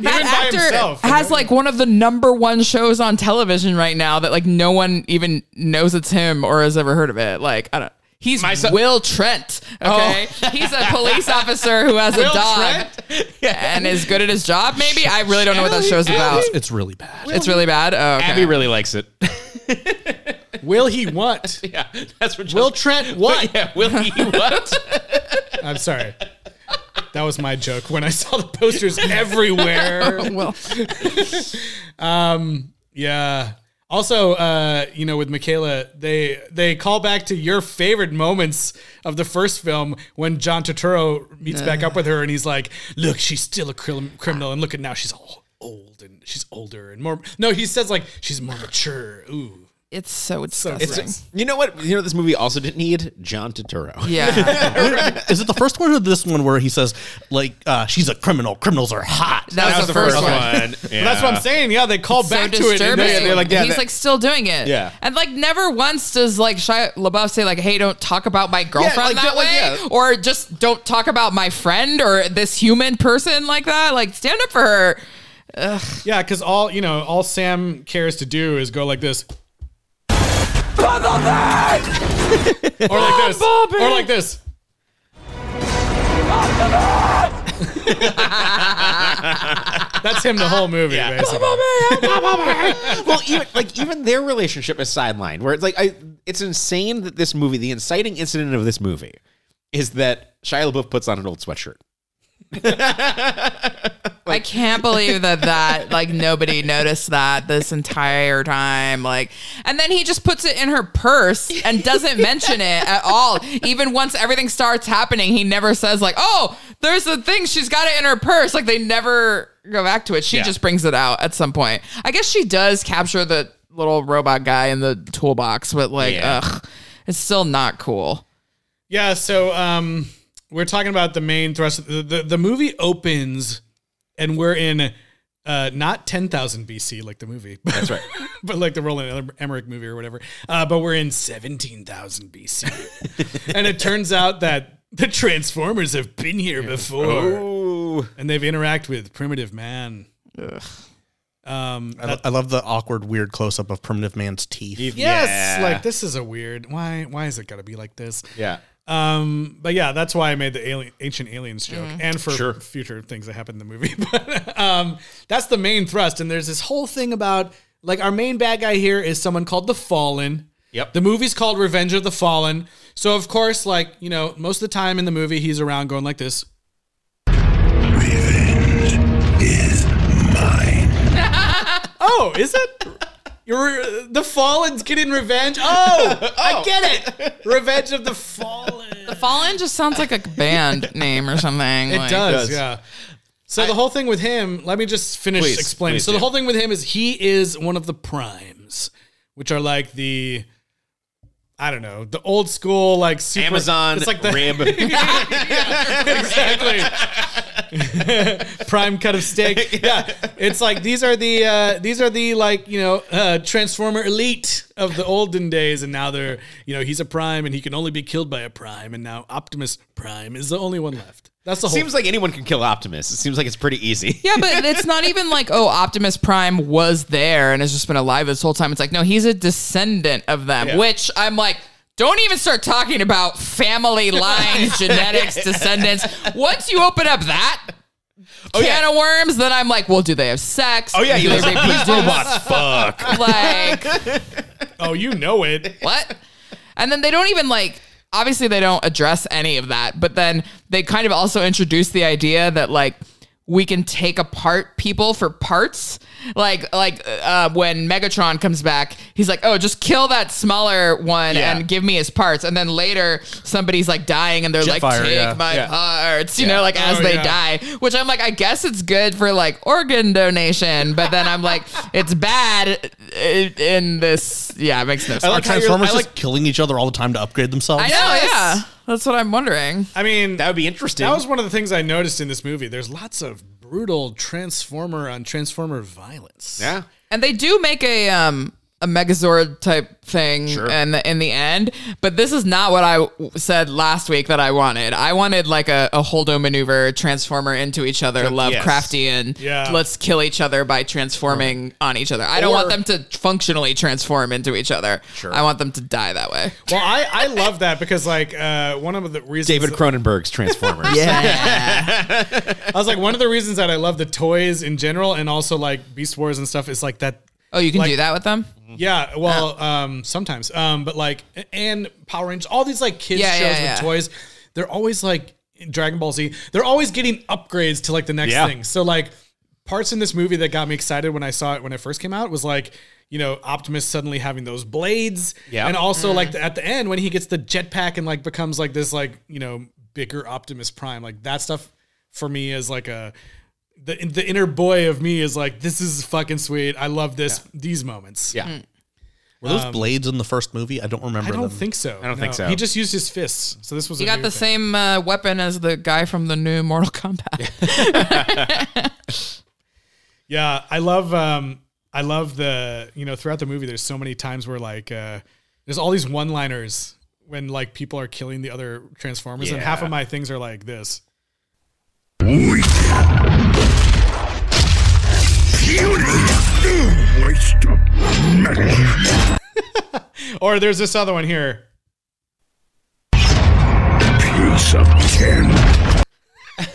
[SPEAKER 2] by
[SPEAKER 3] that actor
[SPEAKER 2] himself, you
[SPEAKER 3] has
[SPEAKER 2] know?
[SPEAKER 3] like one of the number one shows on television right now that like no one even knows it's him or has ever heard of it. Like I don't. He's
[SPEAKER 4] son-
[SPEAKER 3] Will Trent. Okay, he's a police officer who has a dog and is good at his job. Maybe I really don't know what that show's about.
[SPEAKER 5] It's really bad.
[SPEAKER 3] It's really bad. Oh, okay.
[SPEAKER 4] Abby really likes it.
[SPEAKER 2] will he want?
[SPEAKER 4] yeah, that's what
[SPEAKER 2] Will Trent what?
[SPEAKER 4] Yeah, will he what?
[SPEAKER 2] I'm sorry. That was my joke. When I saw the posters everywhere.
[SPEAKER 3] well.
[SPEAKER 2] Yeah. Also, uh, you know, with Michaela, they they call back to your favorite moments of the first film when John Turturro meets back up with her, and he's like, "Look, she's still a crim- criminal, and look at now, she's all old and she's older and more." No, he says like she's more mature. Ooh,
[SPEAKER 3] It's so disgusting.
[SPEAKER 2] it's-
[SPEAKER 4] You know what? You know this movie also didn't need John Turturro.
[SPEAKER 3] yeah,
[SPEAKER 5] Is it the first one or this one where he says, like, uh, she's a criminal? Criminals are hot.
[SPEAKER 3] that, was, the first, one.
[SPEAKER 4] Yeah.
[SPEAKER 2] that's what I'm saying. Yeah, they call
[SPEAKER 3] So
[SPEAKER 2] back to it,
[SPEAKER 3] disturbing.
[SPEAKER 2] and they, are like, "Yeah,
[SPEAKER 3] he's
[SPEAKER 2] that-
[SPEAKER 3] like still doing it.
[SPEAKER 4] Yeah.
[SPEAKER 3] and like never once does like Shia LaBeouf say like, "Hey, don't talk about my girlfriend
[SPEAKER 4] like,
[SPEAKER 3] that
[SPEAKER 4] don't- like,
[SPEAKER 3] way,"
[SPEAKER 4] yeah.
[SPEAKER 3] or just don't talk about my friend or this human person like that. Like, stand up for her.
[SPEAKER 2] yeah," because all you know, all Sam cares to do is go like this, or like this, or like this. That's him the whole movie, basically.
[SPEAKER 4] well, even like even their relationship is sidelined. Where it's like I, it's insane that this movie, the inciting incident of this movie, is that Shia LaBeouf puts on an old sweatshirt.
[SPEAKER 3] I can't believe that that like nobody noticed that this entire time like and then he just puts it in her purse and doesn't mention it at all even once everything starts happening he never says like oh there's a thing she's got it in her purse like they never go back to it she just brings it out at some point I guess she does capture the little robot guy in the toolbox but like
[SPEAKER 4] Yeah.
[SPEAKER 3] ugh it's still not cool
[SPEAKER 2] Yeah, so um, we're talking about the main thrust. The, the, the movie opens, and we're in uh, not 10,000 BC like the movie. That's right. but like the Roland Emmerich movie or whatever. Uh, but we're in 17,000 BC. and it turns out that the Transformers have been here before, and they've interact with primitive man. Um,
[SPEAKER 5] I, lo- I love the awkward, weird close up of Primitive Man's teeth.
[SPEAKER 2] yes,
[SPEAKER 4] Yeah.
[SPEAKER 2] like this is a weird. Why? Why is it got to be like this?
[SPEAKER 4] Yeah.
[SPEAKER 2] Um, but yeah, that's why I made the alien, ancient aliens joke, and for
[SPEAKER 4] Sure.
[SPEAKER 2] future things that happen in the movie. But um, that's the main thrust, and there's this whole thing about like our main bad guy here is someone called the Fallen.
[SPEAKER 4] Yep.
[SPEAKER 2] The movie's called Revenge of the Fallen, so of course, like you know, most of the time in the movie, he's around going like this. Revenge is mine. oh, is it? You're the Fallen's getting revenge. Oh, I get it. Revenge of the Fallen.
[SPEAKER 3] The Fallen just sounds like a band name or something
[SPEAKER 2] It
[SPEAKER 3] like-
[SPEAKER 2] does,
[SPEAKER 4] does.
[SPEAKER 2] yeah. So the whole thing with him, let me just finish
[SPEAKER 4] Please,
[SPEAKER 2] explaining.
[SPEAKER 4] please
[SPEAKER 2] So the
[SPEAKER 4] do.
[SPEAKER 2] whole thing with him is he is one of the primes, which are like the I don't know, the old school like super,
[SPEAKER 4] Amazon
[SPEAKER 2] It's like the
[SPEAKER 4] rib.
[SPEAKER 2] exactly prime cut of steak. Yeah, it's like these are the uh, these are the like you know uh, transformer elite of the olden days, and now they're you know he's a prime and he can only be killed by a prime, and now Optimus Prime is the only one left. That's the whole.
[SPEAKER 4] seems like anyone can kill Optimus. It seems like it's pretty easy.
[SPEAKER 3] Yeah, but it's not even like, oh, Optimus Prime was there and has just been alive this whole time. It's like, no, he's a descendant of them, which I'm like, don't even start talking about family lines, genetics, descendants. Once you open up that
[SPEAKER 4] Oh
[SPEAKER 3] can of worms, then I'm like, well, do they have sex?
[SPEAKER 4] Oh yeah,
[SPEAKER 3] Do
[SPEAKER 4] you
[SPEAKER 3] they
[SPEAKER 4] like these
[SPEAKER 3] reproduce?
[SPEAKER 4] robots. Fuck.
[SPEAKER 3] Like,
[SPEAKER 2] oh, you know it.
[SPEAKER 3] what? And then they don't even like obviously they don't address any of that, but then they kind of also introduce the idea that like we can take apart people for parts. Like like uh, when Megatron comes back, he's like, "Oh, just kill that smaller one
[SPEAKER 4] Yeah.
[SPEAKER 3] and give me his parts." And then later somebody's like dying and they're like,
[SPEAKER 5] Jetfire,
[SPEAKER 3] "Take
[SPEAKER 5] yeah.
[SPEAKER 3] my
[SPEAKER 4] Yeah.
[SPEAKER 3] parts," you know, like as
[SPEAKER 2] Oh,
[SPEAKER 3] they
[SPEAKER 2] yeah.
[SPEAKER 3] die. Which I'm like, I guess it's good for like organ donation, but then I'm like, it's bad i- in this. Yeah, it makes no sense.
[SPEAKER 5] Are
[SPEAKER 4] like how you're-
[SPEAKER 5] Transformers
[SPEAKER 4] I
[SPEAKER 5] just
[SPEAKER 4] like-
[SPEAKER 5] killing each other all the time to upgrade themselves?
[SPEAKER 3] I know, yeah. That's what I'm wondering.
[SPEAKER 2] I mean,
[SPEAKER 4] That would be interesting.
[SPEAKER 2] That was one of the things I noticed in this movie. There's lots of brutal transformer on transformer violence.
[SPEAKER 4] yeah.
[SPEAKER 3] And they do make a um a Megazord type thing
[SPEAKER 4] Sure.
[SPEAKER 3] in the, in the end, but this is not what I w- said last week that I wanted. I wanted like a, a Holdo maneuver, transformer into each other, Lovecraftian.
[SPEAKER 2] Yeah.
[SPEAKER 3] Let's kill each other by transforming on each other. I don't want them to functionally transform into each other. Sure. I want them to die that way.
[SPEAKER 2] Well, I, I love that because like uh, one of the reasons
[SPEAKER 4] David Cronenberg's Transformers.
[SPEAKER 2] I was like one of the reasons that I love the toys in general and also like Beast Wars and stuff is like that.
[SPEAKER 3] Oh, you can
[SPEAKER 2] Like-
[SPEAKER 3] do that with them? Mm-hmm. Uh.
[SPEAKER 2] Yeah, well, um, sometimes, um, but like and Power Rangers, all these like kids
[SPEAKER 3] Yeah,
[SPEAKER 2] shows
[SPEAKER 3] yeah,
[SPEAKER 2] with
[SPEAKER 3] yeah.
[SPEAKER 2] toys, they're always like Dragon Ball Z. They're always getting upgrades to like the next
[SPEAKER 4] Yeah.
[SPEAKER 2] thing. So like parts in this movie that got me excited when I saw it when it first came out was like you know Optimus suddenly having those blades,
[SPEAKER 4] Yeah.
[SPEAKER 2] and also like
[SPEAKER 3] Mm.
[SPEAKER 2] the, at the end when he gets the jetpack and like becomes like this like you know bigger Optimus Prime. Like that stuff for me is like a the the inner boy of me is like this is fucking sweet. I love this these moments.
[SPEAKER 4] Yeah.
[SPEAKER 5] Mm. Were
[SPEAKER 4] Um,
[SPEAKER 5] those blades in the first movie? I don't remember
[SPEAKER 2] I don't
[SPEAKER 5] them.
[SPEAKER 2] think so. I
[SPEAKER 4] don't think so.
[SPEAKER 2] He just used his fists. So this was
[SPEAKER 3] You
[SPEAKER 2] a
[SPEAKER 3] got
[SPEAKER 2] new
[SPEAKER 3] the
[SPEAKER 2] thing.
[SPEAKER 3] same uh, weapon as the guy from the new Mortal Kombat.
[SPEAKER 2] Yeah, I love um I love the you know throughout the movie there's so many times where like uh there's all these one-liners when like people are killing the other transformers and half of my things are like this. or there's this other one here.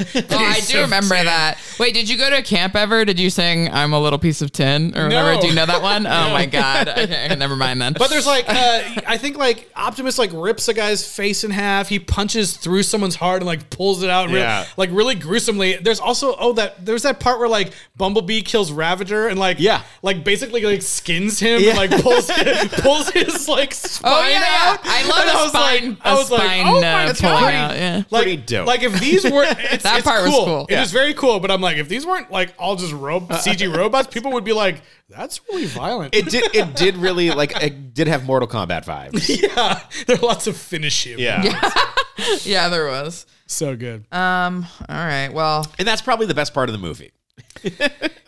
[SPEAKER 3] Oh, I do remember that. Wait, did you go to a camp ever? Did you sing "I'm a Little Piece of Tin" or whatever?
[SPEAKER 2] No.
[SPEAKER 3] Do you know that one? Oh my god! Okay, never mind then.
[SPEAKER 2] But there's like, uh, I think like Optimus like rips a guy's face in half. He punches through someone's heart and like pulls it out, real-
[SPEAKER 4] Yeah.
[SPEAKER 2] like really gruesomely. There's also oh that there's that part where like Bumblebee kills Ravager and like
[SPEAKER 4] Yeah.
[SPEAKER 2] like basically like skins him and like pulls pulls his like
[SPEAKER 4] Oh,
[SPEAKER 2] spine
[SPEAKER 3] yeah, Oh, yeah.
[SPEAKER 2] out.
[SPEAKER 3] I love
[SPEAKER 2] And
[SPEAKER 3] a spine-
[SPEAKER 2] I
[SPEAKER 3] a
[SPEAKER 2] was like,
[SPEAKER 3] spine,
[SPEAKER 2] oh my
[SPEAKER 3] uh,
[SPEAKER 2] God.
[SPEAKER 3] pulling out, yeah.
[SPEAKER 2] Like,
[SPEAKER 4] Pretty dope.
[SPEAKER 2] Like if these were it's,
[SPEAKER 3] That
[SPEAKER 2] it's
[SPEAKER 3] part was
[SPEAKER 2] cool.
[SPEAKER 3] cool.
[SPEAKER 2] It
[SPEAKER 4] Yeah. Uh,
[SPEAKER 2] was very cool, but I'm like if these weren't like all just ro- CG robots, people would be like that's really violent.
[SPEAKER 4] It did. It did really like. It did have Mortal Kombat vibes.
[SPEAKER 2] Yeah, there are lots of finish him.
[SPEAKER 4] Yeah.
[SPEAKER 3] yeah, there was. Um,
[SPEAKER 2] so good.
[SPEAKER 3] Uh, All right. Well,
[SPEAKER 4] and that's probably the best part of the movie.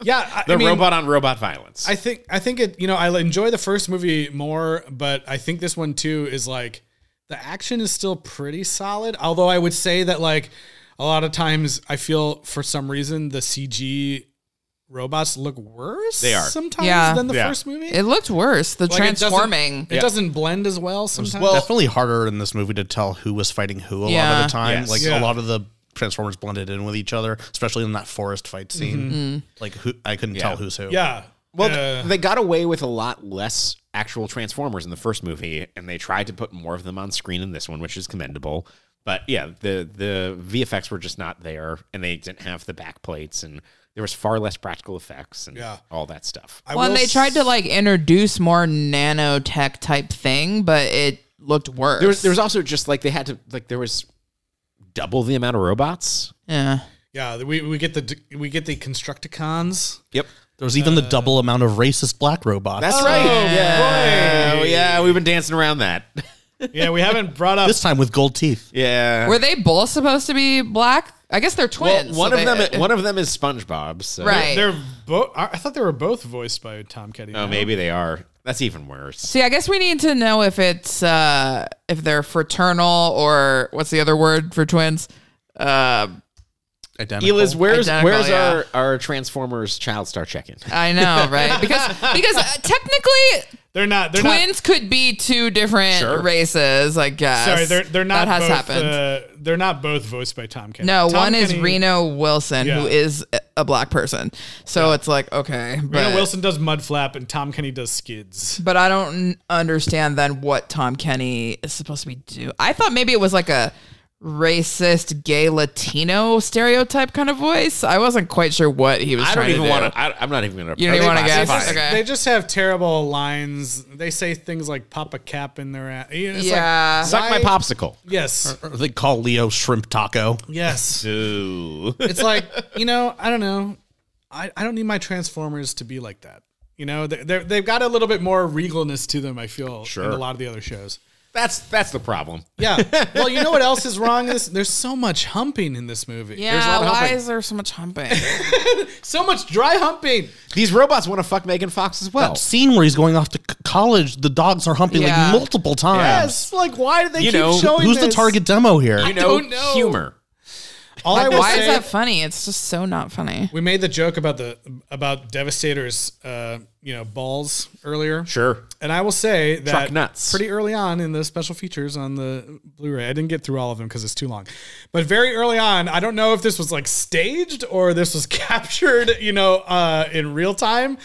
[SPEAKER 2] yeah, I,
[SPEAKER 4] The
[SPEAKER 2] I mean,
[SPEAKER 4] robot on robot violence.
[SPEAKER 2] I think I think it. You know, I enjoy the first movie more, but I think this one too is like the action is still pretty solid. Although I would say that like a lot of times I feel for some reason the CG robots look worse.
[SPEAKER 4] They are.
[SPEAKER 2] sometimes
[SPEAKER 3] Yeah.
[SPEAKER 2] than the
[SPEAKER 4] Yeah.
[SPEAKER 2] first movie.
[SPEAKER 3] it looked worse. The
[SPEAKER 2] Like, it doesn't-
[SPEAKER 3] transforming.
[SPEAKER 2] It doesn't blend as well sometimes.
[SPEAKER 5] definitely harder in this movie to tell who was fighting who a lot
[SPEAKER 3] Yeah.
[SPEAKER 5] of the time.
[SPEAKER 4] Yes.
[SPEAKER 5] Like
[SPEAKER 2] Yeah.
[SPEAKER 5] a lot of the Transformers blended in with each other, especially in that forest fight scene.
[SPEAKER 4] Mm-hmm. Mm.
[SPEAKER 5] Like who I couldn't tell who's who.
[SPEAKER 2] yeah.
[SPEAKER 4] Well,
[SPEAKER 2] Uh,
[SPEAKER 4] th- they got away with a lot less actual Transformers in the first movie, and they tried to put more of them on screen in this one, which is commendable. But yeah, the the VFX were just not there, and they didn't have the back plates, and there was far less practical effects and
[SPEAKER 2] Yeah.
[SPEAKER 4] all that stuff.
[SPEAKER 2] I
[SPEAKER 3] Well, and
[SPEAKER 2] will
[SPEAKER 3] they tried to like introduce more nanotech type thing, but it looked worse.
[SPEAKER 4] There was there was also just like they had to like there was double the amount of robots.
[SPEAKER 3] yeah.
[SPEAKER 2] Yeah, we, we get the we get the Constructicons. Uh,
[SPEAKER 4] Yep, Oh,
[SPEAKER 5] There was even the double amount of racist black robots.
[SPEAKER 4] that's right. Yeah, Oh, yeah, we've been dancing around that.
[SPEAKER 2] Yeah, we haven't brought up
[SPEAKER 5] this time with gold teeth.
[SPEAKER 4] Yeah,
[SPEAKER 3] Were they both supposed to be black? I guess they're
[SPEAKER 4] well,
[SPEAKER 3] twins. so
[SPEAKER 4] one
[SPEAKER 3] they- uh,
[SPEAKER 4] of them one of them is SpongeBob. So.
[SPEAKER 3] right?
[SPEAKER 2] They're both. I thought they were both voiced by Tom Petty.
[SPEAKER 4] Oh, maybe they are. That's even worse.
[SPEAKER 3] See, I guess we need to know if it's uh if they're fraternal or what's the other word for twins? Uh,
[SPEAKER 5] Identical.
[SPEAKER 4] Eliz, where's
[SPEAKER 3] Identical,
[SPEAKER 4] where's
[SPEAKER 3] yeah.
[SPEAKER 4] our, our Transformers child star check-in?
[SPEAKER 3] I know, right? Because because uh, technically
[SPEAKER 2] They're not. They're
[SPEAKER 3] twins could be two different
[SPEAKER 4] Sure.
[SPEAKER 3] races, I guess.
[SPEAKER 2] Not, sorry, they're they're not.
[SPEAKER 3] That has
[SPEAKER 2] both,
[SPEAKER 3] happened.
[SPEAKER 2] Uh, they're not both voiced by Tom Kenny.
[SPEAKER 3] no,
[SPEAKER 2] Tom
[SPEAKER 3] one is
[SPEAKER 2] Kenny-
[SPEAKER 3] Reno Wilson, who
[SPEAKER 2] Yeah.
[SPEAKER 3] is a- a black person. So it's like okay, but
[SPEAKER 2] Reno Wilson does Mudflap, and Tom Kenny does Skids.
[SPEAKER 3] But I don't n- understand then what Tom Kenny is supposed to be do. I thought maybe it was like a racist gay Latino stereotype kind of voice. I wasn't quite sure what he was
[SPEAKER 4] I don't
[SPEAKER 3] trying
[SPEAKER 4] even
[SPEAKER 3] to do.
[SPEAKER 4] want to. I'm not even going to.
[SPEAKER 3] You don't even wanna guess? Okay.
[SPEAKER 2] They just have terrible lines. They say things like "Papa Cap" in their ass. It's
[SPEAKER 3] Yeah.
[SPEAKER 2] Like,
[SPEAKER 4] Suck my
[SPEAKER 2] why-
[SPEAKER 4] popsicle.
[SPEAKER 2] Yes.
[SPEAKER 5] Or they call Leo shrimp taco.
[SPEAKER 2] Yes.
[SPEAKER 4] Ooh.
[SPEAKER 2] it's like you know i don't know i, I don't need my transformers to be like that you know they they're- they've got a little bit more regalness to them i feel
[SPEAKER 4] Sure.
[SPEAKER 2] in a lot of the other shows
[SPEAKER 4] that's that's the problem.
[SPEAKER 2] yeah well you know what else is wrong is there's so much humping in this movie
[SPEAKER 4] a lot
[SPEAKER 3] Yeah,
[SPEAKER 4] of
[SPEAKER 3] why
[SPEAKER 4] humping.
[SPEAKER 3] is there so much humping?
[SPEAKER 2] so much dry humping
[SPEAKER 4] These robots want to fuck Megan Fox as well.
[SPEAKER 5] That scene where he's going off to c- college, the dogs are humping
[SPEAKER 3] Yeah.
[SPEAKER 5] like multiple times.
[SPEAKER 2] yes like why do they
[SPEAKER 4] You
[SPEAKER 2] keep
[SPEAKER 4] know,
[SPEAKER 2] showing
[SPEAKER 5] Who's the
[SPEAKER 2] this?
[SPEAKER 5] target demo here?
[SPEAKER 4] you know,
[SPEAKER 2] don't know.
[SPEAKER 4] humor.
[SPEAKER 2] all i
[SPEAKER 3] Like,
[SPEAKER 2] will
[SPEAKER 3] why
[SPEAKER 2] say
[SPEAKER 3] is that funny? It's just so not funny.
[SPEAKER 2] we made the joke about the about devastator's uh you know balls earlier
[SPEAKER 4] Sure.
[SPEAKER 2] And I will say that
[SPEAKER 4] Truck nuts.
[SPEAKER 2] pretty early on in the special features on the Blu-ray, I didn't get through all of them because it's too long. But very early on, I don't know if this was like staged or this was captured, you know, uh, in real time.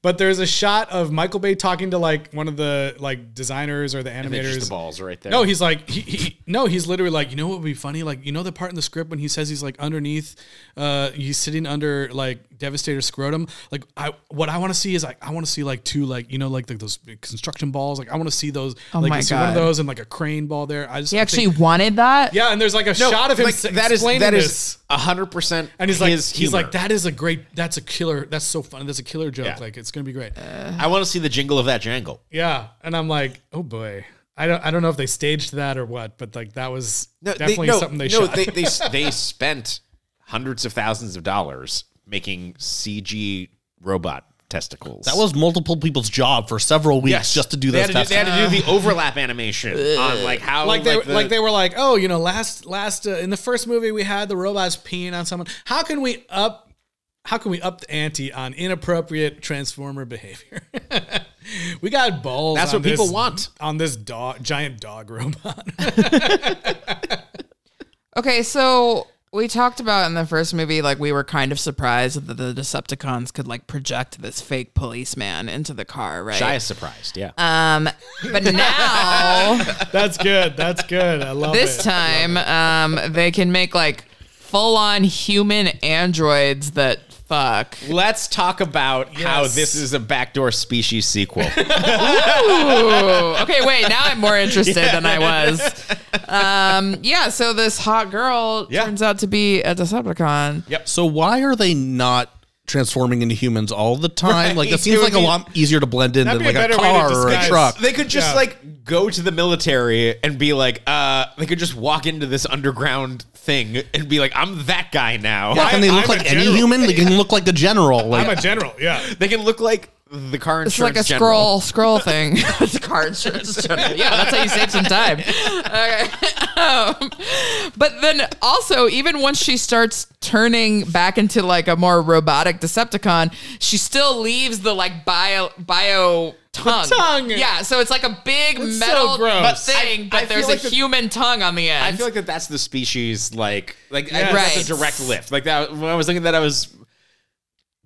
[SPEAKER 2] But there's a shot of Michael Bay talking to like one of the like designers or the
[SPEAKER 4] They're Just
[SPEAKER 2] animators.
[SPEAKER 4] the balls right there.
[SPEAKER 2] No, he's like he, he no, he's literally like, you know what would be funny? Like, you know the part in the script when he says he's like underneath uh he's sitting under like Devastator scrotum. Like I what I want to see is like I want to see like two like you know like the, those construction balls. Like I want to see those
[SPEAKER 3] Oh
[SPEAKER 2] like
[SPEAKER 3] my
[SPEAKER 2] you see one of
[SPEAKER 3] God.
[SPEAKER 2] those and like a crane ball there. I just
[SPEAKER 3] He
[SPEAKER 2] I
[SPEAKER 3] actually
[SPEAKER 2] think-
[SPEAKER 3] wanted that.
[SPEAKER 2] Yeah, and there's like a
[SPEAKER 4] No,
[SPEAKER 2] shot of him
[SPEAKER 4] like,
[SPEAKER 2] s-
[SPEAKER 4] that is
[SPEAKER 2] explaining
[SPEAKER 4] that
[SPEAKER 2] this.
[SPEAKER 4] is hundred percent.
[SPEAKER 2] and he's like,
[SPEAKER 4] his
[SPEAKER 2] he's like,
[SPEAKER 4] humor.
[SPEAKER 2] that is a great, that's a killer, that's so funny, that's a killer joke.
[SPEAKER 4] Yeah.
[SPEAKER 2] Like, it's gonna be great.
[SPEAKER 4] I want to see the jingle of that jangle.
[SPEAKER 2] Yeah, and I'm like, oh boy, I don't, I don't know if they staged that or what, but like that was
[SPEAKER 4] No,
[SPEAKER 2] definitely
[SPEAKER 4] they, no,
[SPEAKER 2] something they
[SPEAKER 4] no,
[SPEAKER 2] shot.
[SPEAKER 4] They, they they spent hundreds of thousands of dollars making CG robot testicles.
[SPEAKER 5] That was multiple people's job for several weeks
[SPEAKER 4] Yes.
[SPEAKER 5] just to do
[SPEAKER 4] They had
[SPEAKER 5] those
[SPEAKER 4] to
[SPEAKER 5] tests.
[SPEAKER 4] do, they had to do the overlap animation on like how
[SPEAKER 2] like they, like,
[SPEAKER 4] the-
[SPEAKER 2] they were like, oh, you know, last, last uh, in the first movie we had the robots peeing on someone. How can we up? How can we up the ante on inappropriate transformer behavior? we got balls.
[SPEAKER 4] That's
[SPEAKER 2] on
[SPEAKER 4] what people
[SPEAKER 2] this-
[SPEAKER 4] want.
[SPEAKER 2] on this dog, giant dog robot.
[SPEAKER 3] Okay, so we talked about in the first movie, like we were kind of surprised that the Decepticons could like project this fake policeman into the car, right?
[SPEAKER 4] Shia's surprised. Yeah.
[SPEAKER 3] Um, but now
[SPEAKER 2] That's good. That's good. I love
[SPEAKER 3] this
[SPEAKER 2] it.
[SPEAKER 3] time, um, they can make like full on human androids that fuck.
[SPEAKER 4] Let's talk about how
[SPEAKER 2] Yes.
[SPEAKER 4] this is a backdoor species sequel.
[SPEAKER 3] Ooh. Okay, wait. Now I'm more interested than I was. Um, yeah. So this hot girl
[SPEAKER 4] Yeah.
[SPEAKER 3] turns out to be a Decepticon.
[SPEAKER 5] So why are they not transforming into humans all the time? Like
[SPEAKER 4] Right.
[SPEAKER 5] that seems
[SPEAKER 4] It
[SPEAKER 5] like
[SPEAKER 4] would
[SPEAKER 5] a
[SPEAKER 4] be-
[SPEAKER 5] lot easier to blend in
[SPEAKER 2] That'd
[SPEAKER 5] than
[SPEAKER 2] be a
[SPEAKER 5] like a,
[SPEAKER 2] better way to
[SPEAKER 5] car or a
[SPEAKER 2] disguise.
[SPEAKER 5] truck.
[SPEAKER 4] they could just
[SPEAKER 2] Yeah.
[SPEAKER 4] like go to the military and be like, uh, they could just walk into this underground thing and be like, I'm that guy now.
[SPEAKER 5] Yeah, can they
[SPEAKER 2] I-
[SPEAKER 5] look
[SPEAKER 2] I'm a
[SPEAKER 5] like any
[SPEAKER 2] general.
[SPEAKER 5] human? They can look like a general. Like,
[SPEAKER 2] I'm a general. Yeah.
[SPEAKER 4] They can look like the car insurance
[SPEAKER 3] It's like a
[SPEAKER 4] general.
[SPEAKER 3] scroll, scroll thing. it's a car insurance general. Yeah, that's how you save some time. Okay. Um, but then also, even once she starts turning back into like a more robotic Decepticon, she still leaves the like bio bio tongue.
[SPEAKER 2] tongue.
[SPEAKER 3] Yeah, so it's like a big
[SPEAKER 2] It's so
[SPEAKER 3] metal
[SPEAKER 2] gross.
[SPEAKER 3] thing, but
[SPEAKER 4] I feel
[SPEAKER 3] there's
[SPEAKER 4] like
[SPEAKER 3] a
[SPEAKER 4] the-
[SPEAKER 3] human tongue on the end.
[SPEAKER 4] I feel like that that's the species like like I
[SPEAKER 2] Yes.
[SPEAKER 4] think that's a
[SPEAKER 3] Right.
[SPEAKER 4] direct lift. Like that when I was looking at that I was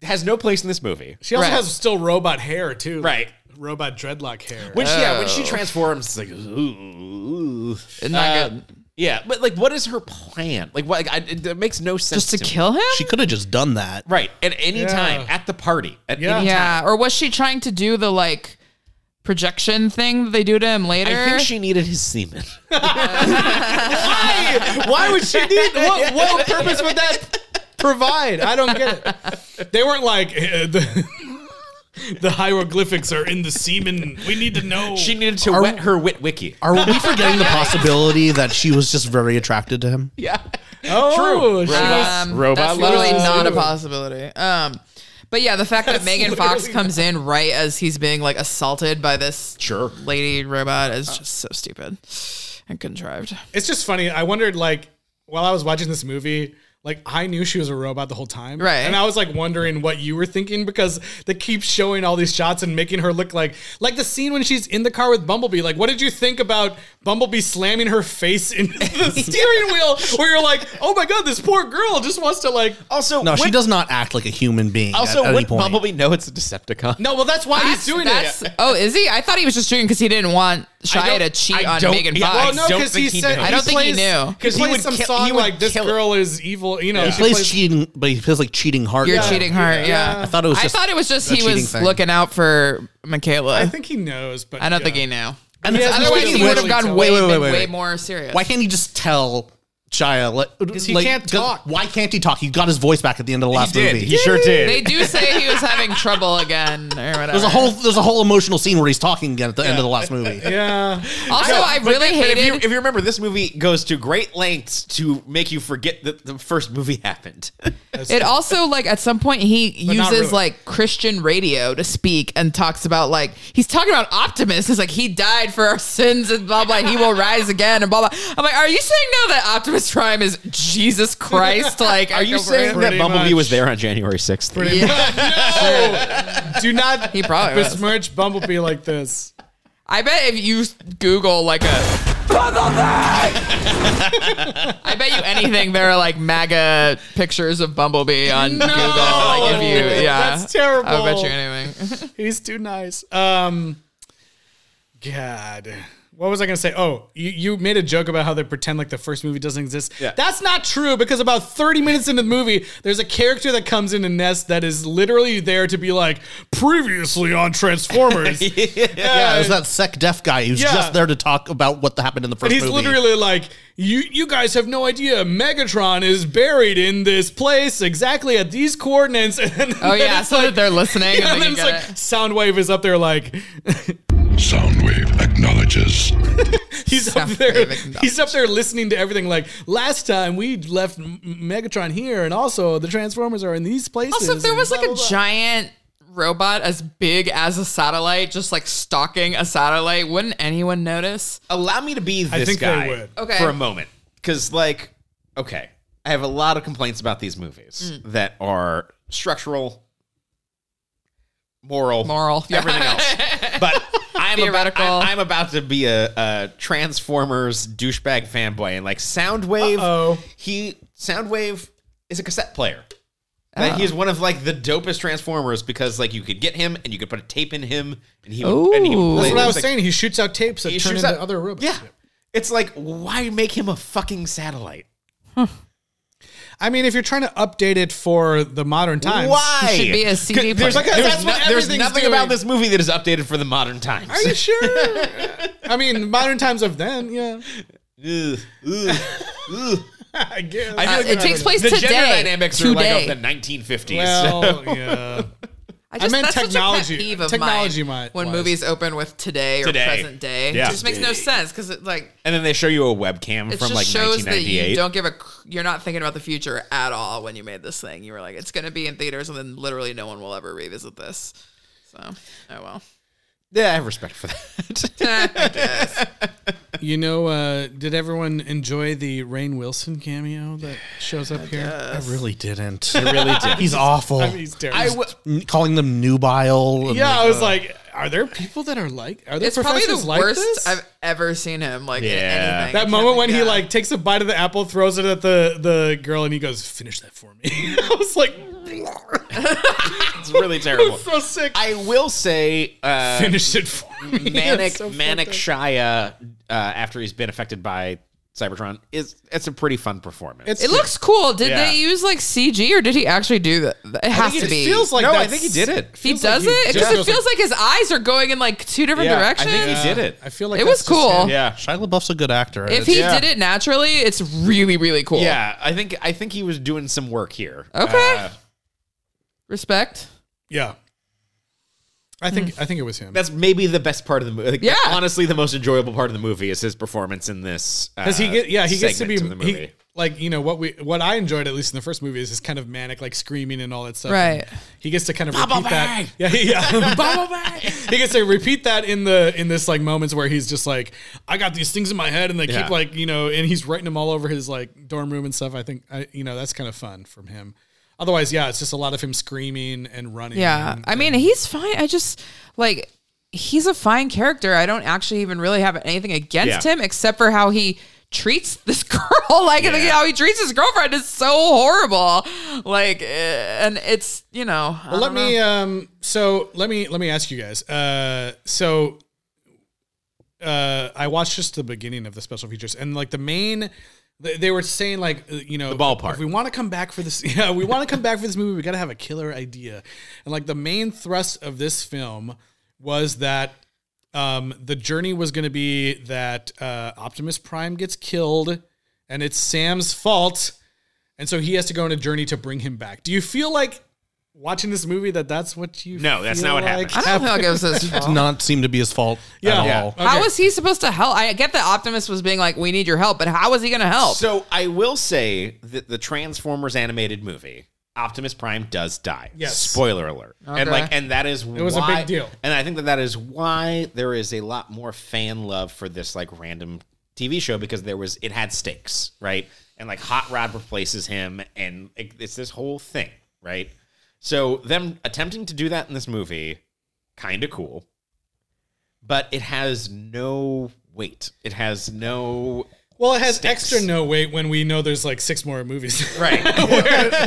[SPEAKER 4] has no place in this movie.
[SPEAKER 2] She also
[SPEAKER 3] Right.
[SPEAKER 2] has still robot hair too.
[SPEAKER 4] Right.
[SPEAKER 2] Robot dreadlock hair.
[SPEAKER 4] When she, yeah,
[SPEAKER 5] Oh.
[SPEAKER 4] when she transforms, it's like ooh,
[SPEAKER 3] Not
[SPEAKER 4] Uh,
[SPEAKER 3] good.
[SPEAKER 4] Yeah, but like, what is her plan? Like, what? Like, I, it, it makes no sense.
[SPEAKER 3] just to
[SPEAKER 4] me.
[SPEAKER 3] kill him.
[SPEAKER 5] she could have just done that.
[SPEAKER 4] right? At any
[SPEAKER 2] Yeah.
[SPEAKER 4] time, at the party, at
[SPEAKER 2] Yeah.
[SPEAKER 4] any
[SPEAKER 3] yeah, or was she trying to do the like projection thing that they do to him later?
[SPEAKER 4] I think she needed his semen. Why? Why would she need? What, what purpose would that?
[SPEAKER 2] provide. I don't get it. They weren't like uh, the, the hieroglyphics are in the semen. We need to know.
[SPEAKER 4] She needed to wet her wit wiki.
[SPEAKER 5] Are we forgetting the possibility that she was just very attracted to him?
[SPEAKER 4] Yeah,
[SPEAKER 2] oh, She was,
[SPEAKER 3] Um,
[SPEAKER 4] Robot
[SPEAKER 3] that's literally
[SPEAKER 4] love.
[SPEAKER 3] not a possibility. Um, but yeah, the fact that Megan Fox comes in right as he's being like assaulted by this
[SPEAKER 4] Sure.
[SPEAKER 3] lady robot is just so stupid and contrived.
[SPEAKER 2] it's just funny. I wondered like while I was watching this movie. Like I knew she was a robot the whole time,
[SPEAKER 3] Right.
[SPEAKER 2] And I was like wondering what you were thinking because they keep showing all these shots and making her look like, like the scene when she's in the car with Bumblebee. Like, what did you think about Bumblebee slamming her face into the steering wheel? Where you're like, oh my god, this poor girl just wants to like
[SPEAKER 4] Also,
[SPEAKER 5] No, she
[SPEAKER 4] would-
[SPEAKER 5] does not act like a human being.
[SPEAKER 4] Also,
[SPEAKER 5] at, any
[SPEAKER 4] would
[SPEAKER 5] point.
[SPEAKER 4] Bumblebee know it's a Decepticon?
[SPEAKER 2] No, well, that's why
[SPEAKER 3] That's-
[SPEAKER 2] he's doing
[SPEAKER 3] that's-
[SPEAKER 2] it.
[SPEAKER 3] Oh, is he? I thought he was just doing because he didn't want Shia
[SPEAKER 4] don't-
[SPEAKER 3] to cheat
[SPEAKER 4] I
[SPEAKER 3] on
[SPEAKER 4] don't-
[SPEAKER 3] Megan
[SPEAKER 4] yeah,
[SPEAKER 3] Fox.
[SPEAKER 2] Well, no,
[SPEAKER 4] don't
[SPEAKER 2] because he
[SPEAKER 4] think he
[SPEAKER 2] said
[SPEAKER 4] knows. I
[SPEAKER 3] don't think he
[SPEAKER 2] plays-
[SPEAKER 3] knew.
[SPEAKER 2] He
[SPEAKER 4] He would
[SPEAKER 2] plays some
[SPEAKER 4] kill- he
[SPEAKER 2] song
[SPEAKER 4] would
[SPEAKER 2] like "This
[SPEAKER 4] kill
[SPEAKER 2] girl is evil." You know,
[SPEAKER 5] he
[SPEAKER 2] she
[SPEAKER 5] plays cheating, but he plays like cheating hard.
[SPEAKER 3] You're
[SPEAKER 5] though.
[SPEAKER 3] cheating her. Yeah.
[SPEAKER 5] I thought it was.
[SPEAKER 3] I
[SPEAKER 5] Just,
[SPEAKER 3] thought it was just
[SPEAKER 5] a
[SPEAKER 3] he
[SPEAKER 5] cheating
[SPEAKER 3] was
[SPEAKER 5] thing.
[SPEAKER 3] looking out for Michaela. I,
[SPEAKER 2] I think he knows, but
[SPEAKER 3] don't
[SPEAKER 2] yeah.
[SPEAKER 3] think he knew.
[SPEAKER 5] And it's-
[SPEAKER 2] has
[SPEAKER 3] Otherwise,
[SPEAKER 2] He
[SPEAKER 3] he
[SPEAKER 2] doesn't
[SPEAKER 3] would have
[SPEAKER 2] really
[SPEAKER 3] gotten
[SPEAKER 2] tell.
[SPEAKER 3] way,
[SPEAKER 5] Wait, wait,
[SPEAKER 3] been
[SPEAKER 5] wait,
[SPEAKER 3] way
[SPEAKER 5] wait.
[SPEAKER 3] more serious.
[SPEAKER 5] Why can't he just tell Shia? Because
[SPEAKER 2] he can't talk.
[SPEAKER 5] Why can't he talk? He got his voice back at the end of the last movie.
[SPEAKER 4] He sure did.
[SPEAKER 3] they do say he was having trouble again or whatever.
[SPEAKER 5] there's a whole there's a whole emotional scene where he's talking again at the end of the last movie.
[SPEAKER 2] Yeah,
[SPEAKER 3] Also, I really
[SPEAKER 4] But if you,
[SPEAKER 3] hated.
[SPEAKER 4] if you remember, this movie goes to great lengths to make you forget that the first movie happened.
[SPEAKER 3] It also like at some point he
[SPEAKER 2] not
[SPEAKER 3] uses
[SPEAKER 2] really.
[SPEAKER 3] like Christian radio to speak and talks about like he's talking about Optimus. He's like he died for our sins and blah blah. and he will rise again and blah blah. I'm like, are you saying now that Optimus Prime is Jesus Christ? Like,
[SPEAKER 4] Are you saying that
[SPEAKER 2] Pretty
[SPEAKER 4] Bumblebee
[SPEAKER 2] much.
[SPEAKER 4] was there on January sixth?
[SPEAKER 3] Yeah.
[SPEAKER 2] no, do not.
[SPEAKER 3] He probably was.
[SPEAKER 2] besmirch Bumblebee like this.
[SPEAKER 3] I bet if you Google like a. I bet you anything there are like MAGA pictures of Bumblebee on Google. Like if you, yeah,
[SPEAKER 2] That's terrible.
[SPEAKER 3] I bet you anything.
[SPEAKER 2] He's too nice. Um, God. What was I going to say? Oh, you, you made a joke about how they pretend like the first movie doesn't exist.
[SPEAKER 4] Yeah.
[SPEAKER 2] That's not true because about 30 minutes into the movie, there's a character that comes in a nest that is literally there to be like, previously on Transformers.
[SPEAKER 5] Yeah, it was that sec deaf guy who's
[SPEAKER 2] Yeah.
[SPEAKER 5] just there to talk about what the happened in the first
[SPEAKER 2] He's
[SPEAKER 5] movie.
[SPEAKER 2] literally like, you you guys have no idea. Megatron is buried in this place exactly at these coordinates. And
[SPEAKER 3] Oh yeah, so that they're listening.
[SPEAKER 2] Yeah,
[SPEAKER 3] and
[SPEAKER 2] and then
[SPEAKER 3] they can
[SPEAKER 2] it's
[SPEAKER 3] get
[SPEAKER 2] like
[SPEAKER 3] it.
[SPEAKER 2] Soundwave is up there like
[SPEAKER 1] Soundwave acknowledges.
[SPEAKER 2] he's up
[SPEAKER 3] Soundwave
[SPEAKER 2] there
[SPEAKER 3] acknowledged.
[SPEAKER 2] he's up there listening to everything like last time we left M- Megatron here and also the Transformers are in these places.
[SPEAKER 3] Also, if there
[SPEAKER 2] and
[SPEAKER 3] was
[SPEAKER 2] blah,
[SPEAKER 3] like a
[SPEAKER 2] blah, blah.
[SPEAKER 3] giant robot as big as a satellite, just like stalking a satellite, wouldn't anyone notice?
[SPEAKER 4] Allow me to be this
[SPEAKER 2] I think they
[SPEAKER 4] guy
[SPEAKER 2] would.
[SPEAKER 3] Okay.
[SPEAKER 4] for a moment, because like, okay, I have a lot of complaints about these movies
[SPEAKER 3] Mm.
[SPEAKER 4] that are structural, moral,
[SPEAKER 3] Moral.
[SPEAKER 4] everything else. But I I'm about,
[SPEAKER 3] theoretical.
[SPEAKER 4] I'm, I'm about to be a, a Transformers douchebag fanboy, and like Soundwave,
[SPEAKER 2] Uh-oh.
[SPEAKER 4] he Soundwave is a cassette player.
[SPEAKER 3] Oh.
[SPEAKER 4] And he's one of like the dopest Transformers because like you could get him and you could put a tape in him and he would, and he
[SPEAKER 3] Ooh.
[SPEAKER 4] would
[SPEAKER 2] That's
[SPEAKER 4] play.
[SPEAKER 2] what I
[SPEAKER 4] It
[SPEAKER 2] was
[SPEAKER 4] like-
[SPEAKER 2] saying. He shoots out tapes that
[SPEAKER 4] he
[SPEAKER 2] turn
[SPEAKER 4] shoots
[SPEAKER 2] into
[SPEAKER 4] out-
[SPEAKER 2] other robots.
[SPEAKER 4] Yeah, it's like why make him a fucking satellite?
[SPEAKER 2] I mean, if you're trying to update it for the modern times,
[SPEAKER 4] Why
[SPEAKER 3] He should be a CD
[SPEAKER 4] C. There's,
[SPEAKER 3] player.
[SPEAKER 4] like a,
[SPEAKER 2] That's
[SPEAKER 4] there's,
[SPEAKER 2] what
[SPEAKER 4] no- there's
[SPEAKER 2] everything's
[SPEAKER 4] nothing
[SPEAKER 2] doing.
[SPEAKER 4] about this movie that is updated for the modern times.
[SPEAKER 2] Are you sure? I mean, modern times of then, yeah.
[SPEAKER 4] Ugh, ugh, ugh.
[SPEAKER 2] I guess.
[SPEAKER 4] I feel
[SPEAKER 3] Uh, it
[SPEAKER 4] like the-
[SPEAKER 3] takes place
[SPEAKER 4] the
[SPEAKER 3] today.
[SPEAKER 4] gender dynamics are like
[SPEAKER 3] Today.
[SPEAKER 4] of the 1950s.
[SPEAKER 2] well, yeah.
[SPEAKER 3] I,
[SPEAKER 2] meant
[SPEAKER 3] that's such a pet
[SPEAKER 2] technology-
[SPEAKER 3] peeve of
[SPEAKER 2] technology
[SPEAKER 3] mine
[SPEAKER 2] mi-
[SPEAKER 3] when
[SPEAKER 2] wise.
[SPEAKER 3] movies open with today or
[SPEAKER 4] Today.
[SPEAKER 3] present day.
[SPEAKER 4] Yeah.
[SPEAKER 3] It just makes no sense because it like
[SPEAKER 4] and then they show you a webcam
[SPEAKER 3] it
[SPEAKER 4] from
[SPEAKER 3] just
[SPEAKER 4] like
[SPEAKER 3] shows that you
[SPEAKER 4] 1998.
[SPEAKER 3] don't give a cr- you're not thinking about the future at all when you made this thing. You were like it's going to be in theaters and then literally no one will ever revisit this. So, oh well.
[SPEAKER 4] yeah, I have respect for that.
[SPEAKER 2] You know, uh, did everyone enjoy the Rain Wilson cameo that shows up here?
[SPEAKER 5] I really didn't. I really did. He's awful.
[SPEAKER 2] I mean, he's terrible.
[SPEAKER 4] I w-
[SPEAKER 5] N- calling them nubile. and
[SPEAKER 2] yeah,
[SPEAKER 5] like,
[SPEAKER 2] I was
[SPEAKER 5] uh,
[SPEAKER 2] like, are there people that are like? Are there
[SPEAKER 3] It's probably the
[SPEAKER 2] professors like
[SPEAKER 3] worst
[SPEAKER 2] this?
[SPEAKER 3] I've ever seen him like in
[SPEAKER 4] Yeah.
[SPEAKER 3] anything.
[SPEAKER 2] that
[SPEAKER 3] Except-
[SPEAKER 2] moment when he
[SPEAKER 3] yeah.
[SPEAKER 2] like takes a bite of the apple, throws it at the the girl, and he goes, "Finish that for me." I was like,
[SPEAKER 4] it's really terrible.
[SPEAKER 2] so sick.
[SPEAKER 4] I will say, uh,
[SPEAKER 2] Finish it for me.
[SPEAKER 4] manic
[SPEAKER 2] It's so fucked
[SPEAKER 4] manic
[SPEAKER 2] up.
[SPEAKER 4] Shia, uh, after he's been affected by Cybertron, is it's a pretty fun performance.
[SPEAKER 2] It's-
[SPEAKER 3] It looks cool. Did
[SPEAKER 4] Yeah.
[SPEAKER 3] they use like CG or did he actually do that? It has to be.
[SPEAKER 2] feels like
[SPEAKER 4] no, I
[SPEAKER 2] that's-
[SPEAKER 4] think he did it.
[SPEAKER 3] he
[SPEAKER 2] feels like
[SPEAKER 3] does
[SPEAKER 2] he
[SPEAKER 3] it
[SPEAKER 2] just
[SPEAKER 3] because it
[SPEAKER 2] feels like-
[SPEAKER 3] feels like his eyes are going in like two different
[SPEAKER 4] Yeah, I
[SPEAKER 3] directions.
[SPEAKER 4] think he did it.
[SPEAKER 2] I feel like
[SPEAKER 3] It
[SPEAKER 2] that's
[SPEAKER 3] was
[SPEAKER 2] just
[SPEAKER 3] cool.
[SPEAKER 2] him.
[SPEAKER 4] Yeah,
[SPEAKER 5] Shia LaBeouf's a good actor.
[SPEAKER 3] If
[SPEAKER 5] It's-
[SPEAKER 3] he
[SPEAKER 4] Yeah.
[SPEAKER 3] did it naturally, it's really really cool.
[SPEAKER 4] yeah. I think I think he was doing some work here.
[SPEAKER 3] Okay.
[SPEAKER 4] Uh,
[SPEAKER 3] Respect.
[SPEAKER 2] Yeah. I think I think it was him.
[SPEAKER 4] that's maybe the best part of the movie. Like,
[SPEAKER 3] Yeah.
[SPEAKER 4] honestly, the most enjoyable part of the movie is his performance in this.
[SPEAKER 2] Because he
[SPEAKER 4] uh,
[SPEAKER 2] get yeah he gets to be
[SPEAKER 4] segment of the
[SPEAKER 2] he-
[SPEAKER 4] movie.
[SPEAKER 2] like you know what we what I enjoyed at least in the first movie is his kind of manic like screaming and all that stuff.
[SPEAKER 3] Right.
[SPEAKER 2] And he gets to kind of repeat that. Yeah, he- yeah. he gets to repeat that in the in this like moments where he's just like, I got these things in my head, and they
[SPEAKER 4] Yeah.
[SPEAKER 2] keep like you know, and he's writing them all over his like dorm room and stuff. I think I you know that's kind of fun from him. Otherwise, yeah, it's just a lot of him screaming and running.
[SPEAKER 3] Yeah.
[SPEAKER 2] and-
[SPEAKER 3] I mean, he's fine. I just like he's a fine character. I don't actually even really have anything against
[SPEAKER 4] Yeah.
[SPEAKER 3] him except for how he treats this girl. Like and
[SPEAKER 4] Yeah.
[SPEAKER 3] how he treats his girlfriend is so horrible. Like, eh, and it's you know. I
[SPEAKER 2] Well, let
[SPEAKER 3] don't know.
[SPEAKER 2] me um so let me let me ask you guys. Uh so uh I watched just the beginning of the special features and like the main they they were saying like uh, you know the
[SPEAKER 4] ballpark.
[SPEAKER 2] If we want to come back for this, yeah, we want to come back for this movie. We got to have a killer idea, and like the main thrust of this film was that um, the journey was going to be that uh, Optimus Prime gets killed, and it's Sam's fault, and so he has to go on a journey to bring him back. Do you feel like watching this movie that that's what you?
[SPEAKER 4] No, that's
[SPEAKER 2] feel
[SPEAKER 4] not what
[SPEAKER 2] like?
[SPEAKER 4] happened.
[SPEAKER 3] I don't know if it was his fault.
[SPEAKER 5] did not seem to be his fault
[SPEAKER 2] Yeah.
[SPEAKER 5] at
[SPEAKER 2] Yeah.
[SPEAKER 5] all.
[SPEAKER 3] How
[SPEAKER 2] Okay.
[SPEAKER 3] was he supposed to help? I get that Optimus was being like, "We need your help," but how was he going to help?
[SPEAKER 4] So I will say that the Transformers animated movie, Optimus Prime does die.
[SPEAKER 2] Yes.
[SPEAKER 4] Spoiler alert. And
[SPEAKER 3] Okay.
[SPEAKER 4] like, and that is it
[SPEAKER 2] was a big deal.
[SPEAKER 4] And I think that that is why there is a lot more fan love for this like random TV show because there was it had stakes, right? And like Hot Rod replaces him, and it- it's this whole thing, right? So them attempting to do that in this movie, kind of cool, but it has no weight. It has no
[SPEAKER 2] Well, it has
[SPEAKER 4] Sticks.
[SPEAKER 2] extra no weight when we know there's like six more movies
[SPEAKER 4] right.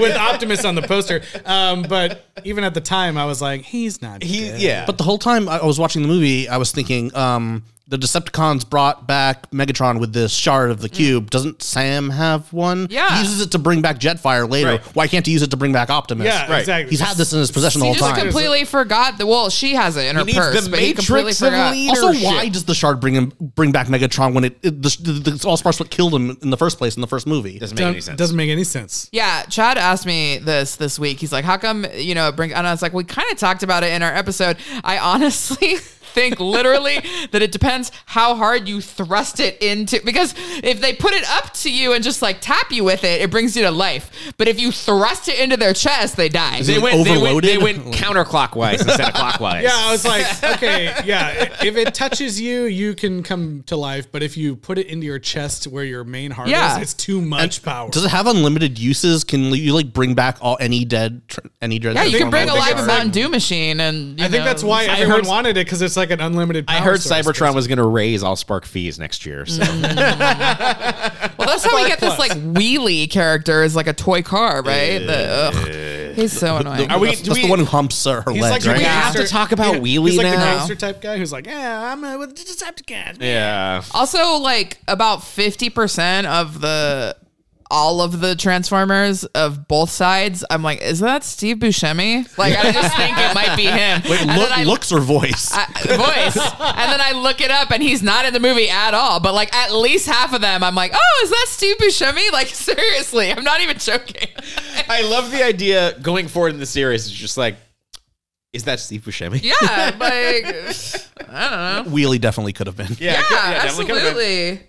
[SPEAKER 2] with Optimus on the poster. Um, but even at the time, I was like, he's not.
[SPEAKER 4] He
[SPEAKER 2] good.
[SPEAKER 4] yeah.
[SPEAKER 5] But the whole time I I was watching the movie, I was thinking, um, the Decepticons brought back Megatron with this shard of the cube. Doesn't Sam have one?
[SPEAKER 3] Yeah.
[SPEAKER 5] He uses it to bring back Jetfire later.
[SPEAKER 4] Right.
[SPEAKER 5] Why can't he use it to bring back Optimus?
[SPEAKER 2] Yeah,
[SPEAKER 4] Right.
[SPEAKER 2] exactly.
[SPEAKER 5] He's had this in his possession the
[SPEAKER 3] He
[SPEAKER 5] whole
[SPEAKER 3] just
[SPEAKER 5] time.
[SPEAKER 3] completely forgot that. Well, she has it in her
[SPEAKER 4] needs
[SPEAKER 3] purse,
[SPEAKER 4] the
[SPEAKER 3] but he completely
[SPEAKER 4] matrix of
[SPEAKER 3] forgot.
[SPEAKER 4] lead-
[SPEAKER 5] Also,
[SPEAKER 4] leadership.
[SPEAKER 5] why does the shard bring him bring back Megatron when it, it the, the, the all sparks what killed him in the first place in the first movie?
[SPEAKER 4] doesn't make
[SPEAKER 2] Don't-
[SPEAKER 4] any sense.
[SPEAKER 2] doesn't make any sense.
[SPEAKER 3] Yeah, Chad asked me this this week. He's like, "How come you know?" it Bring and I was like, "We kind of talked about it in our episode." I honestly think literally that it depends how hard you thrust it into because if they put it up to you and just like tap you with it, it brings you to life. But if you thrust it into their chest, they die.
[SPEAKER 4] they
[SPEAKER 5] Like
[SPEAKER 4] went, they went
[SPEAKER 5] overloaded?
[SPEAKER 4] they went counterclockwise instead of clockwise.
[SPEAKER 2] Yeah, I was like, okay, yeah. If it touches you, you can come to life, but if you put it into your chest where your main heart
[SPEAKER 3] Yeah.
[SPEAKER 2] is, it's too much power.
[SPEAKER 5] Does it have unlimited uses? Can you like bring back all any dead tr- any dead?
[SPEAKER 3] yeah, you
[SPEAKER 5] Transformer?
[SPEAKER 3] can bring
[SPEAKER 2] I think
[SPEAKER 3] alive a
[SPEAKER 2] it's
[SPEAKER 3] Mountain Dew machine, and you
[SPEAKER 2] I think
[SPEAKER 3] know,
[SPEAKER 2] that's why everyone wanted it because it's like an unlimited. Power
[SPEAKER 4] I heard
[SPEAKER 2] source,
[SPEAKER 4] Cybertron was going to raise all Spark fees next year. So
[SPEAKER 3] Well, that's how we get this like wheelie character is like a toy car, right? The, ugh. He's so annoying.
[SPEAKER 4] Are we-
[SPEAKER 5] that's,
[SPEAKER 4] do
[SPEAKER 5] that's
[SPEAKER 4] we-
[SPEAKER 5] the one who humps her, her
[SPEAKER 2] He's
[SPEAKER 5] legs,
[SPEAKER 2] like
[SPEAKER 5] right?
[SPEAKER 2] the
[SPEAKER 3] Yeah.
[SPEAKER 2] gangster-
[SPEAKER 3] Have to talk about
[SPEAKER 2] he's
[SPEAKER 3] wheelie
[SPEAKER 2] like the
[SPEAKER 3] now?
[SPEAKER 2] gangster type guy who's like, yeah, I'm uh, with the Decepticons. man."
[SPEAKER 4] yeah,
[SPEAKER 3] Also, like about fifty percent of the all of the Transformers of both sides, I'm like, is that Steve Buscemi? Like, I just think it might be him.
[SPEAKER 5] Wait,
[SPEAKER 3] And then
[SPEAKER 5] look,
[SPEAKER 3] I-
[SPEAKER 5] looks or voice?
[SPEAKER 3] I- voice, and then I look it up, and he's not in the movie at all. But like at least half of them, I'm like, oh, is that Steve Buscemi? Like seriously, I'm not even joking.
[SPEAKER 4] I love the idea going forward in the series. It's just like, is that Steve Buscemi?
[SPEAKER 3] yeah, like
[SPEAKER 5] Wheelie definitely could have been.
[SPEAKER 4] yeah,
[SPEAKER 3] yeah,
[SPEAKER 4] definitely could've been.
[SPEAKER 3] absolutely.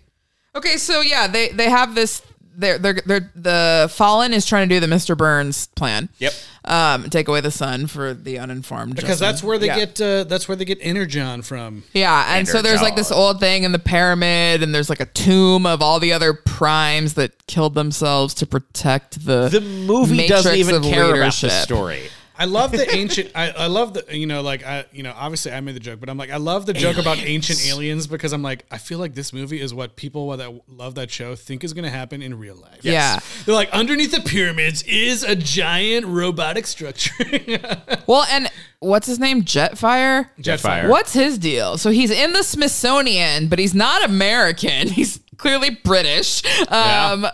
[SPEAKER 3] Okay, so yeah, they they have this. They're they're they're the fallen is trying to do the Mr. Burns plan.
[SPEAKER 4] Yep.
[SPEAKER 3] Um, take away the sun for the uninformed.
[SPEAKER 2] because
[SPEAKER 3] Justin.
[SPEAKER 2] that's where they
[SPEAKER 3] Yeah.
[SPEAKER 2] get uh, that's where they get Energon from.
[SPEAKER 3] Yeah, and so there's like this old thing in the pyramid, and there's like a tomb of all the other primes that killed themselves to protect the
[SPEAKER 4] The movie
[SPEAKER 3] matrix
[SPEAKER 4] doesn't even
[SPEAKER 3] of
[SPEAKER 4] care about
[SPEAKER 3] leadership.
[SPEAKER 4] the story.
[SPEAKER 2] I love the ancient. I, I love the you know like I you know obviously I made the joke, but I'm like I love the joke about ancient aliens because I'm like I feel like this movie is what people that love that show think is going to happen in real life.
[SPEAKER 3] Yeah.
[SPEAKER 2] they're like underneath the pyramids is a giant robotic structure.
[SPEAKER 3] Well, and what's his name? Jetfire.
[SPEAKER 4] Jetfire.
[SPEAKER 3] What's his deal? So he's in the Smithsonian, but he's not American. He's clearly British. Um,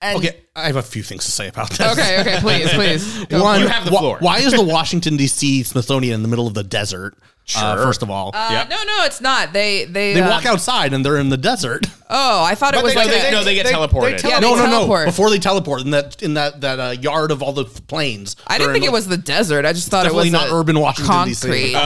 [SPEAKER 3] and
[SPEAKER 5] Okay, I have a few things to say about this.
[SPEAKER 3] okay, okay, please, please. Go.
[SPEAKER 5] One,
[SPEAKER 4] You have the
[SPEAKER 5] wh-
[SPEAKER 4] floor.
[SPEAKER 5] why is the Washington D.C. Smithsonian in the middle of the desert? Uh, first of all,
[SPEAKER 3] Uh, No, no, it's not. They they,
[SPEAKER 5] they
[SPEAKER 3] um,
[SPEAKER 5] walk outside and they're in the desert.
[SPEAKER 3] Oh, I thought it was
[SPEAKER 4] they-
[SPEAKER 3] like
[SPEAKER 4] no, they-
[SPEAKER 3] a-
[SPEAKER 4] no, they get teleported.
[SPEAKER 3] Yeah,
[SPEAKER 5] no,
[SPEAKER 3] they
[SPEAKER 5] no,
[SPEAKER 3] teleport.
[SPEAKER 5] no. Before they teleport in that in that that uh, yard of all the f- planes.
[SPEAKER 3] I didn't
[SPEAKER 5] They're
[SPEAKER 3] think
[SPEAKER 5] in,
[SPEAKER 3] it was the desert. I just thought it was
[SPEAKER 5] Definitely not
[SPEAKER 3] a
[SPEAKER 5] urban Washington, D.C.
[SPEAKER 3] concrete.
[SPEAKER 4] Uh,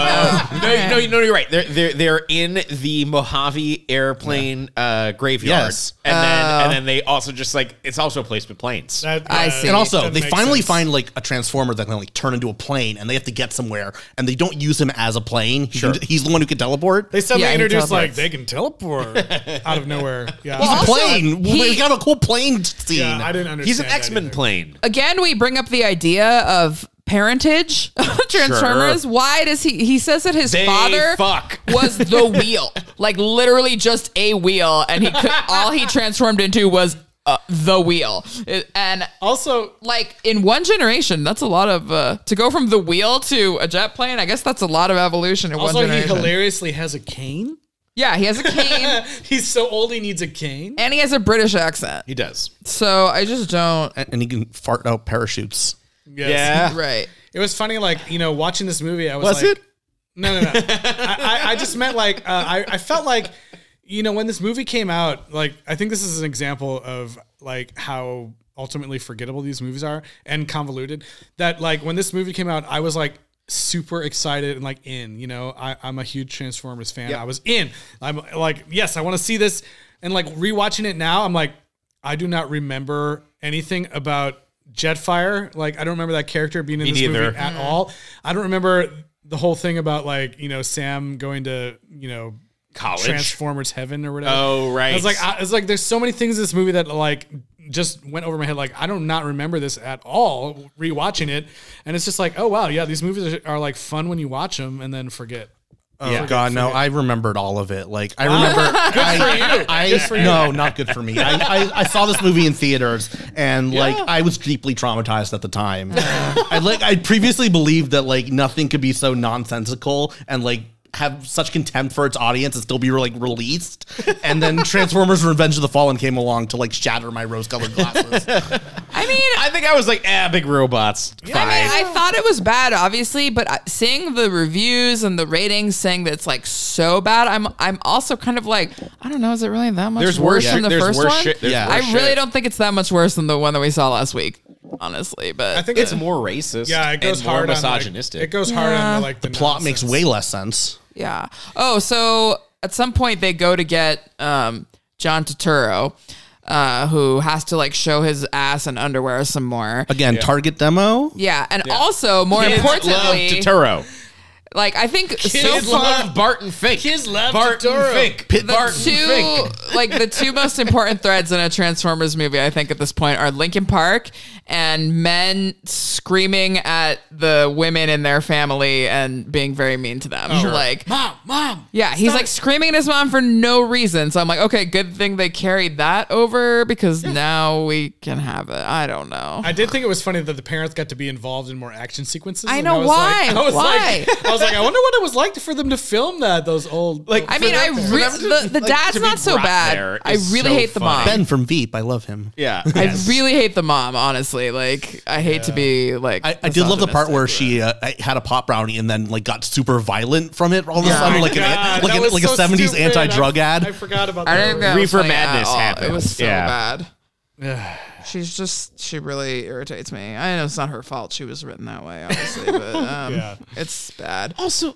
[SPEAKER 3] Oh,
[SPEAKER 4] no, you-
[SPEAKER 3] okay.
[SPEAKER 4] no, you- no, you're right. They're they're they're in the Mojave airplane uh, graveyard,
[SPEAKER 5] Yes.
[SPEAKER 4] and then
[SPEAKER 3] Oh.
[SPEAKER 4] and then they also just like it's also a place with planes.
[SPEAKER 3] I see.
[SPEAKER 5] And also,
[SPEAKER 2] That
[SPEAKER 5] they
[SPEAKER 2] makes
[SPEAKER 5] finally
[SPEAKER 2] sense.
[SPEAKER 5] find like a transformer that can like turn into a plane, and they have to get somewhere, and they don't use him as a plane. He can- he's the one who can teleport.
[SPEAKER 2] They suddenly
[SPEAKER 3] Yeah, he
[SPEAKER 2] introduced like
[SPEAKER 3] teleports.
[SPEAKER 2] they can teleport out of nowhere. Yeah,
[SPEAKER 3] Well,
[SPEAKER 5] He's
[SPEAKER 3] also,
[SPEAKER 5] a plane.
[SPEAKER 3] he-
[SPEAKER 5] we gotta have a cool plane scene.
[SPEAKER 2] yeah I didn't understand.
[SPEAKER 4] He's an
[SPEAKER 2] that
[SPEAKER 4] X Men
[SPEAKER 2] either.
[SPEAKER 4] plane.
[SPEAKER 3] Again, we bring up the idea of parentage of Transformers. Why does he? He says that his
[SPEAKER 4] They
[SPEAKER 3] father
[SPEAKER 4] fuck.
[SPEAKER 3] was the wheel, like literally just a wheel, and he could, all he transformed into was uh, the wheel. It- and
[SPEAKER 2] Also,
[SPEAKER 3] like in one generation, that's a lot of uh, to go from the wheel to a jet plane. I guess that's a lot of evolution in
[SPEAKER 2] also
[SPEAKER 3] one
[SPEAKER 2] he
[SPEAKER 3] generation.
[SPEAKER 2] hilariously has a cane.
[SPEAKER 3] yeah, he has a cane
[SPEAKER 2] He's so old he needs a cane.
[SPEAKER 3] and he has a British accent.
[SPEAKER 4] He does.
[SPEAKER 3] So I just don't.
[SPEAKER 5] And, and he can fart out parachutes.
[SPEAKER 2] Yes.
[SPEAKER 4] Yeah.
[SPEAKER 3] Right.
[SPEAKER 2] It was funny, like you know, watching this movie. I was,
[SPEAKER 4] Was
[SPEAKER 2] like,
[SPEAKER 4] it?
[SPEAKER 2] No, no, no. I, I, I just meant like uh, I, I felt like you know when this movie came out. Like I think this is an example of like how ultimately forgettable these movies are and convoluted. That like when this movie came out, I was like super excited and like in. You know, I, I'm a huge Transformers fan. I was in. I'm like, yes, I want to see this. And like rewatching it now, I'm like, I do not remember anything about Jetfire. Like I don't remember that character being in this
[SPEAKER 4] neither.
[SPEAKER 2] movie at all. I don't remember the whole thing about like you know Sam going to you know
[SPEAKER 4] College.
[SPEAKER 2] Transformers Heaven or whatever.
[SPEAKER 4] Oh, right.
[SPEAKER 2] I was like I I was like there's so many things in this movie that like just went over my head. Like I don't not remember this at all. Rewatching it, and it's just like oh wow yeah these movies are, are like fun when you watch them and then forget.
[SPEAKER 5] Oh God, no! I remembered all of it. Like I remember. I, I, no, not good for me. I, I, I saw this movie in theaters, and like I was deeply traumatized at the time. I like I previously believed that like nothing could be so nonsensical and like have such contempt for its audience and still be like released. And then Transformers: Revenge of the Fallen came along to like shatter my rose-colored glasses.
[SPEAKER 3] I mean,
[SPEAKER 4] I think I was like, ah, big robots.
[SPEAKER 3] I mean,
[SPEAKER 4] Fine.
[SPEAKER 3] I thought it was bad, obviously, but I- seeing the reviews and the ratings saying that it's like so bad, I'm I'm also kind of like, I don't know, is it really that much
[SPEAKER 4] There's
[SPEAKER 3] worse
[SPEAKER 4] worse
[SPEAKER 3] than
[SPEAKER 4] shit-
[SPEAKER 3] the
[SPEAKER 4] there's
[SPEAKER 3] first
[SPEAKER 4] worse
[SPEAKER 3] one?
[SPEAKER 4] shit- there's
[SPEAKER 5] Yeah.
[SPEAKER 3] I
[SPEAKER 5] worse
[SPEAKER 3] really
[SPEAKER 4] shit.
[SPEAKER 3] don't think it's that much worse than the one that we saw last week, honestly. But
[SPEAKER 2] I think
[SPEAKER 4] it's
[SPEAKER 2] that-
[SPEAKER 4] more racist.
[SPEAKER 2] yeah it goes
[SPEAKER 4] and
[SPEAKER 2] hard
[SPEAKER 4] more
[SPEAKER 2] on, like-
[SPEAKER 4] misogynistic.
[SPEAKER 2] it goes hard on the, like the,
[SPEAKER 5] Plot makes
[SPEAKER 2] nonsense.
[SPEAKER 5] way less sense.
[SPEAKER 3] Yeah. Oh, so at some point they go to get um, John Turturro, uh, who has to like show his ass and underwear some more.
[SPEAKER 5] Again, target demo.
[SPEAKER 3] Yeah, and also more
[SPEAKER 4] Uh, Kids
[SPEAKER 3] importantly,
[SPEAKER 4] love Totoro.
[SPEAKER 3] Like I think so
[SPEAKER 4] Kids
[SPEAKER 3] far
[SPEAKER 4] love Barton Fink.
[SPEAKER 2] Kids love
[SPEAKER 4] Barton
[SPEAKER 2] Totoro.
[SPEAKER 4] Fink.
[SPEAKER 3] the
[SPEAKER 4] Barton
[SPEAKER 3] two
[SPEAKER 4] Fink.
[SPEAKER 3] like the two most important threads in a Transformers movie, I think at this point, are Linkin Park and men screaming at the women in their family and being very mean to them. Like
[SPEAKER 2] Mom, mom.
[SPEAKER 3] yeah, he's like screaming at his mom for no reason. So I'm like, okay, good thing they carried that over because now we can have it. I don't know.
[SPEAKER 2] I did think it was funny that the parents got to be involved in more action sequences.
[SPEAKER 3] I
[SPEAKER 2] and
[SPEAKER 3] know,
[SPEAKER 2] was
[SPEAKER 3] why?
[SPEAKER 2] Like, I was
[SPEAKER 3] Why?
[SPEAKER 2] Like, I was like, I wonder what it was like for them to film that. Those old like.
[SPEAKER 3] I mean, I re- the, the dad's
[SPEAKER 4] to be
[SPEAKER 3] not so
[SPEAKER 4] brought
[SPEAKER 3] bad.
[SPEAKER 4] there
[SPEAKER 3] I
[SPEAKER 4] is
[SPEAKER 3] really
[SPEAKER 4] so
[SPEAKER 3] hate the mom.
[SPEAKER 2] Um,
[SPEAKER 4] funny.
[SPEAKER 5] Ben from Veep, I love him.
[SPEAKER 4] Yeah.
[SPEAKER 3] I
[SPEAKER 4] yes.
[SPEAKER 3] really hate the mom, honestly. Like, I hate to be like.
[SPEAKER 5] I, I did love the part
[SPEAKER 3] misogynistic.
[SPEAKER 5] where she uh, had a pop brownie and then like got super violent from it all of a sudden, like
[SPEAKER 2] Oh God,
[SPEAKER 5] an, like,
[SPEAKER 2] that
[SPEAKER 5] an-
[SPEAKER 2] was
[SPEAKER 5] like
[SPEAKER 2] so
[SPEAKER 5] a '70s
[SPEAKER 2] stupid. I-
[SPEAKER 5] anti-drug ad.
[SPEAKER 2] I forgot about
[SPEAKER 3] I didn't think
[SPEAKER 2] that.
[SPEAKER 3] that was
[SPEAKER 4] Reefer
[SPEAKER 3] funny at
[SPEAKER 4] madness
[SPEAKER 3] all. It
[SPEAKER 4] happened.
[SPEAKER 3] was so
[SPEAKER 4] Yeah.
[SPEAKER 3] bad. She's just she really irritates me. I know it's not her fault. She was written that way, obviously, but um,
[SPEAKER 2] Yeah.
[SPEAKER 3] it's bad.
[SPEAKER 4] Also,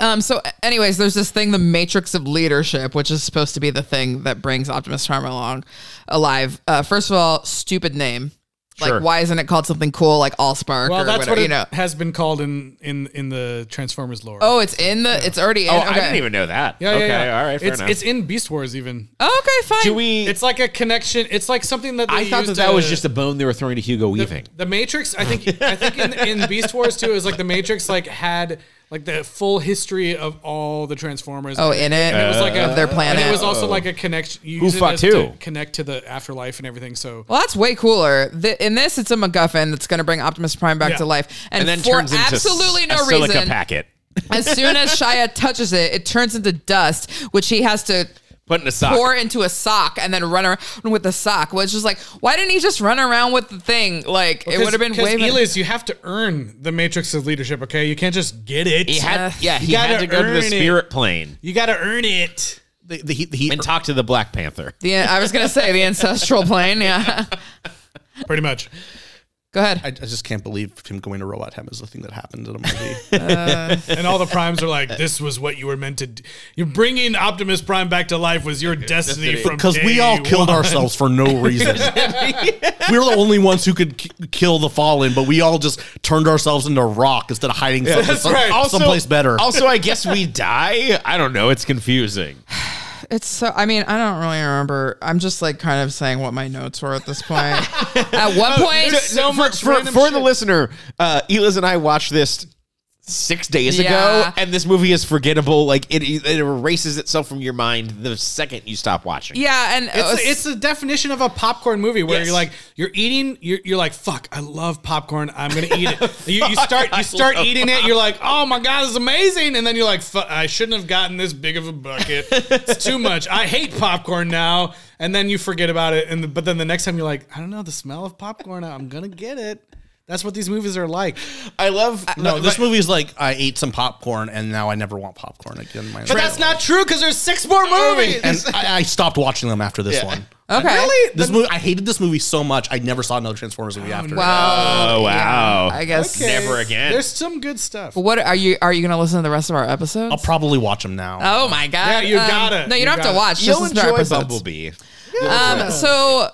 [SPEAKER 3] Um. So, anyways, there's this thing, the Matrix of Leadership, which is supposed to be the thing that brings Optimus Prime along alive. Uh, first of all, stupid name.
[SPEAKER 4] Sure.
[SPEAKER 3] Like, why isn't it called something cool like AllSpark
[SPEAKER 2] Well,
[SPEAKER 3] or
[SPEAKER 2] that's
[SPEAKER 3] whatever?
[SPEAKER 2] what it
[SPEAKER 3] you know.
[SPEAKER 2] has been called in in in the Transformers lore.
[SPEAKER 3] Oh, it's in the. It's already in.
[SPEAKER 4] oh,
[SPEAKER 3] okay.
[SPEAKER 4] I didn't even know that.
[SPEAKER 2] yeah, yeah,
[SPEAKER 4] okay,
[SPEAKER 2] yeah.
[SPEAKER 4] all right, fair
[SPEAKER 2] it's
[SPEAKER 4] enough.
[SPEAKER 2] it's in Beast Wars even.
[SPEAKER 3] Oh, okay, fine.
[SPEAKER 4] Do we?
[SPEAKER 2] It's like a connection. It's like something that they
[SPEAKER 4] I thought
[SPEAKER 2] used
[SPEAKER 4] that that was
[SPEAKER 2] to-
[SPEAKER 4] just a bone they were throwing to Hugo Weaving.
[SPEAKER 2] The Matrix, I think, I think in, in Beast Wars too, is like the Matrix like had like the full history of all the Transformers.
[SPEAKER 3] Oh, in it.
[SPEAKER 2] it was like a,
[SPEAKER 3] of their
[SPEAKER 2] Uh, and
[SPEAKER 3] planet.
[SPEAKER 2] it was also like a connection. you
[SPEAKER 4] Who
[SPEAKER 2] use it
[SPEAKER 4] fucked
[SPEAKER 2] as
[SPEAKER 4] who?
[SPEAKER 2] To connect to the afterlife and everything. So
[SPEAKER 3] Well, that's way cooler. Th in this, it's a MacGuffin that's going to bring Optimus Prime back
[SPEAKER 2] Yeah.
[SPEAKER 3] to life, and,
[SPEAKER 4] and then
[SPEAKER 3] for
[SPEAKER 4] turns into
[SPEAKER 3] absolutely
[SPEAKER 4] s-
[SPEAKER 3] no
[SPEAKER 4] a silica
[SPEAKER 3] reason,
[SPEAKER 4] packet.
[SPEAKER 3] as soon as Shia touches it, it turns into dust, which he has to
[SPEAKER 4] Put in a sock.
[SPEAKER 3] pour into a sock and then run around with the sock. Which is like, why didn't he just run around with the thing? Like it would have been way. better.
[SPEAKER 2] Elias, you have to earn the Matrix of leadership. Okay, you can't just get it.
[SPEAKER 4] he had,
[SPEAKER 3] Uh,
[SPEAKER 4] yeah,
[SPEAKER 2] you
[SPEAKER 4] he had
[SPEAKER 2] gotta
[SPEAKER 4] to go to
[SPEAKER 2] earn
[SPEAKER 4] the
[SPEAKER 2] it.
[SPEAKER 4] spirit plane
[SPEAKER 2] You got to earn it.
[SPEAKER 5] The, the, he, he,
[SPEAKER 4] and talk to the Black Panther.
[SPEAKER 3] The, I was gonna say the ancestral plane. Yeah,
[SPEAKER 2] Pretty much.
[SPEAKER 3] go ahead.
[SPEAKER 5] I, I just can't believe him going to Robot Hem is the thing that happened in a movie.
[SPEAKER 2] And all the primes are like, "This was what you were meant to. Do. You're bringing Optimus Prime back to life was your destiny from
[SPEAKER 5] Because we
[SPEAKER 2] day
[SPEAKER 5] all killed
[SPEAKER 2] one."
[SPEAKER 5] ourselves for no reason. we were the only ones who could k- kill the fallen, but we all just turned ourselves into rock instead of hiding some-
[SPEAKER 2] that's
[SPEAKER 5] some-
[SPEAKER 2] right.
[SPEAKER 4] Also-
[SPEAKER 5] someplace better.
[SPEAKER 4] Also, I guess we die. I don't know. It's confusing.
[SPEAKER 3] It's so. I mean, I don't really remember. I'm just like kind of saying what my notes were at this point. at one point,
[SPEAKER 2] so much
[SPEAKER 4] for,
[SPEAKER 2] random
[SPEAKER 4] for
[SPEAKER 2] shit.
[SPEAKER 4] the listener. Uh, Eliz and I watched this six days
[SPEAKER 3] Yeah.
[SPEAKER 4] ago, and this movie is forgettable. Like it, it erases itself from your mind the second you stop watching.
[SPEAKER 3] yeah, and uh,
[SPEAKER 2] It's, it's the definition of a popcorn movie where
[SPEAKER 4] Yes.
[SPEAKER 2] you're like you're eating you're, you're like fuck I love popcorn I'm gonna eat it you, you start
[SPEAKER 4] I
[SPEAKER 2] you start
[SPEAKER 4] love
[SPEAKER 2] eating it you're like oh my god it's amazing and then you're like "Fu- I shouldn't have gotten this big of a bucket it's too much I hate popcorn now and then you forget about it and the, but then the next time you're like I don't know the smell of popcorn I'm gonna get it that's what these movies are like
[SPEAKER 4] I love
[SPEAKER 5] no, this movie is like I ate some popcorn and now I never want popcorn again. in My
[SPEAKER 2] but that's not true because there's six more movies
[SPEAKER 5] And I, I stopped watching them after this
[SPEAKER 4] Yeah.
[SPEAKER 5] one.
[SPEAKER 3] okay.
[SPEAKER 5] This movie, I hated this movie so much. I never saw another Transformers movie after.
[SPEAKER 3] Wow.
[SPEAKER 5] Uh,
[SPEAKER 4] Oh, wow.
[SPEAKER 3] I guess.
[SPEAKER 2] Okay.
[SPEAKER 4] Never again.
[SPEAKER 2] there's some good stuff
[SPEAKER 3] What are you? Are you going to listen to the rest of our episodes?
[SPEAKER 5] I'll probably watch them now.
[SPEAKER 3] oh my
[SPEAKER 2] Yeah,
[SPEAKER 3] god!
[SPEAKER 2] you gotta.
[SPEAKER 3] No, you,
[SPEAKER 2] You
[SPEAKER 3] don't have to
[SPEAKER 2] gotta.
[SPEAKER 3] watch.
[SPEAKER 4] You'll
[SPEAKER 3] just listen to our
[SPEAKER 4] enjoy
[SPEAKER 3] episodes.
[SPEAKER 4] Bumblebee.
[SPEAKER 3] Um, so.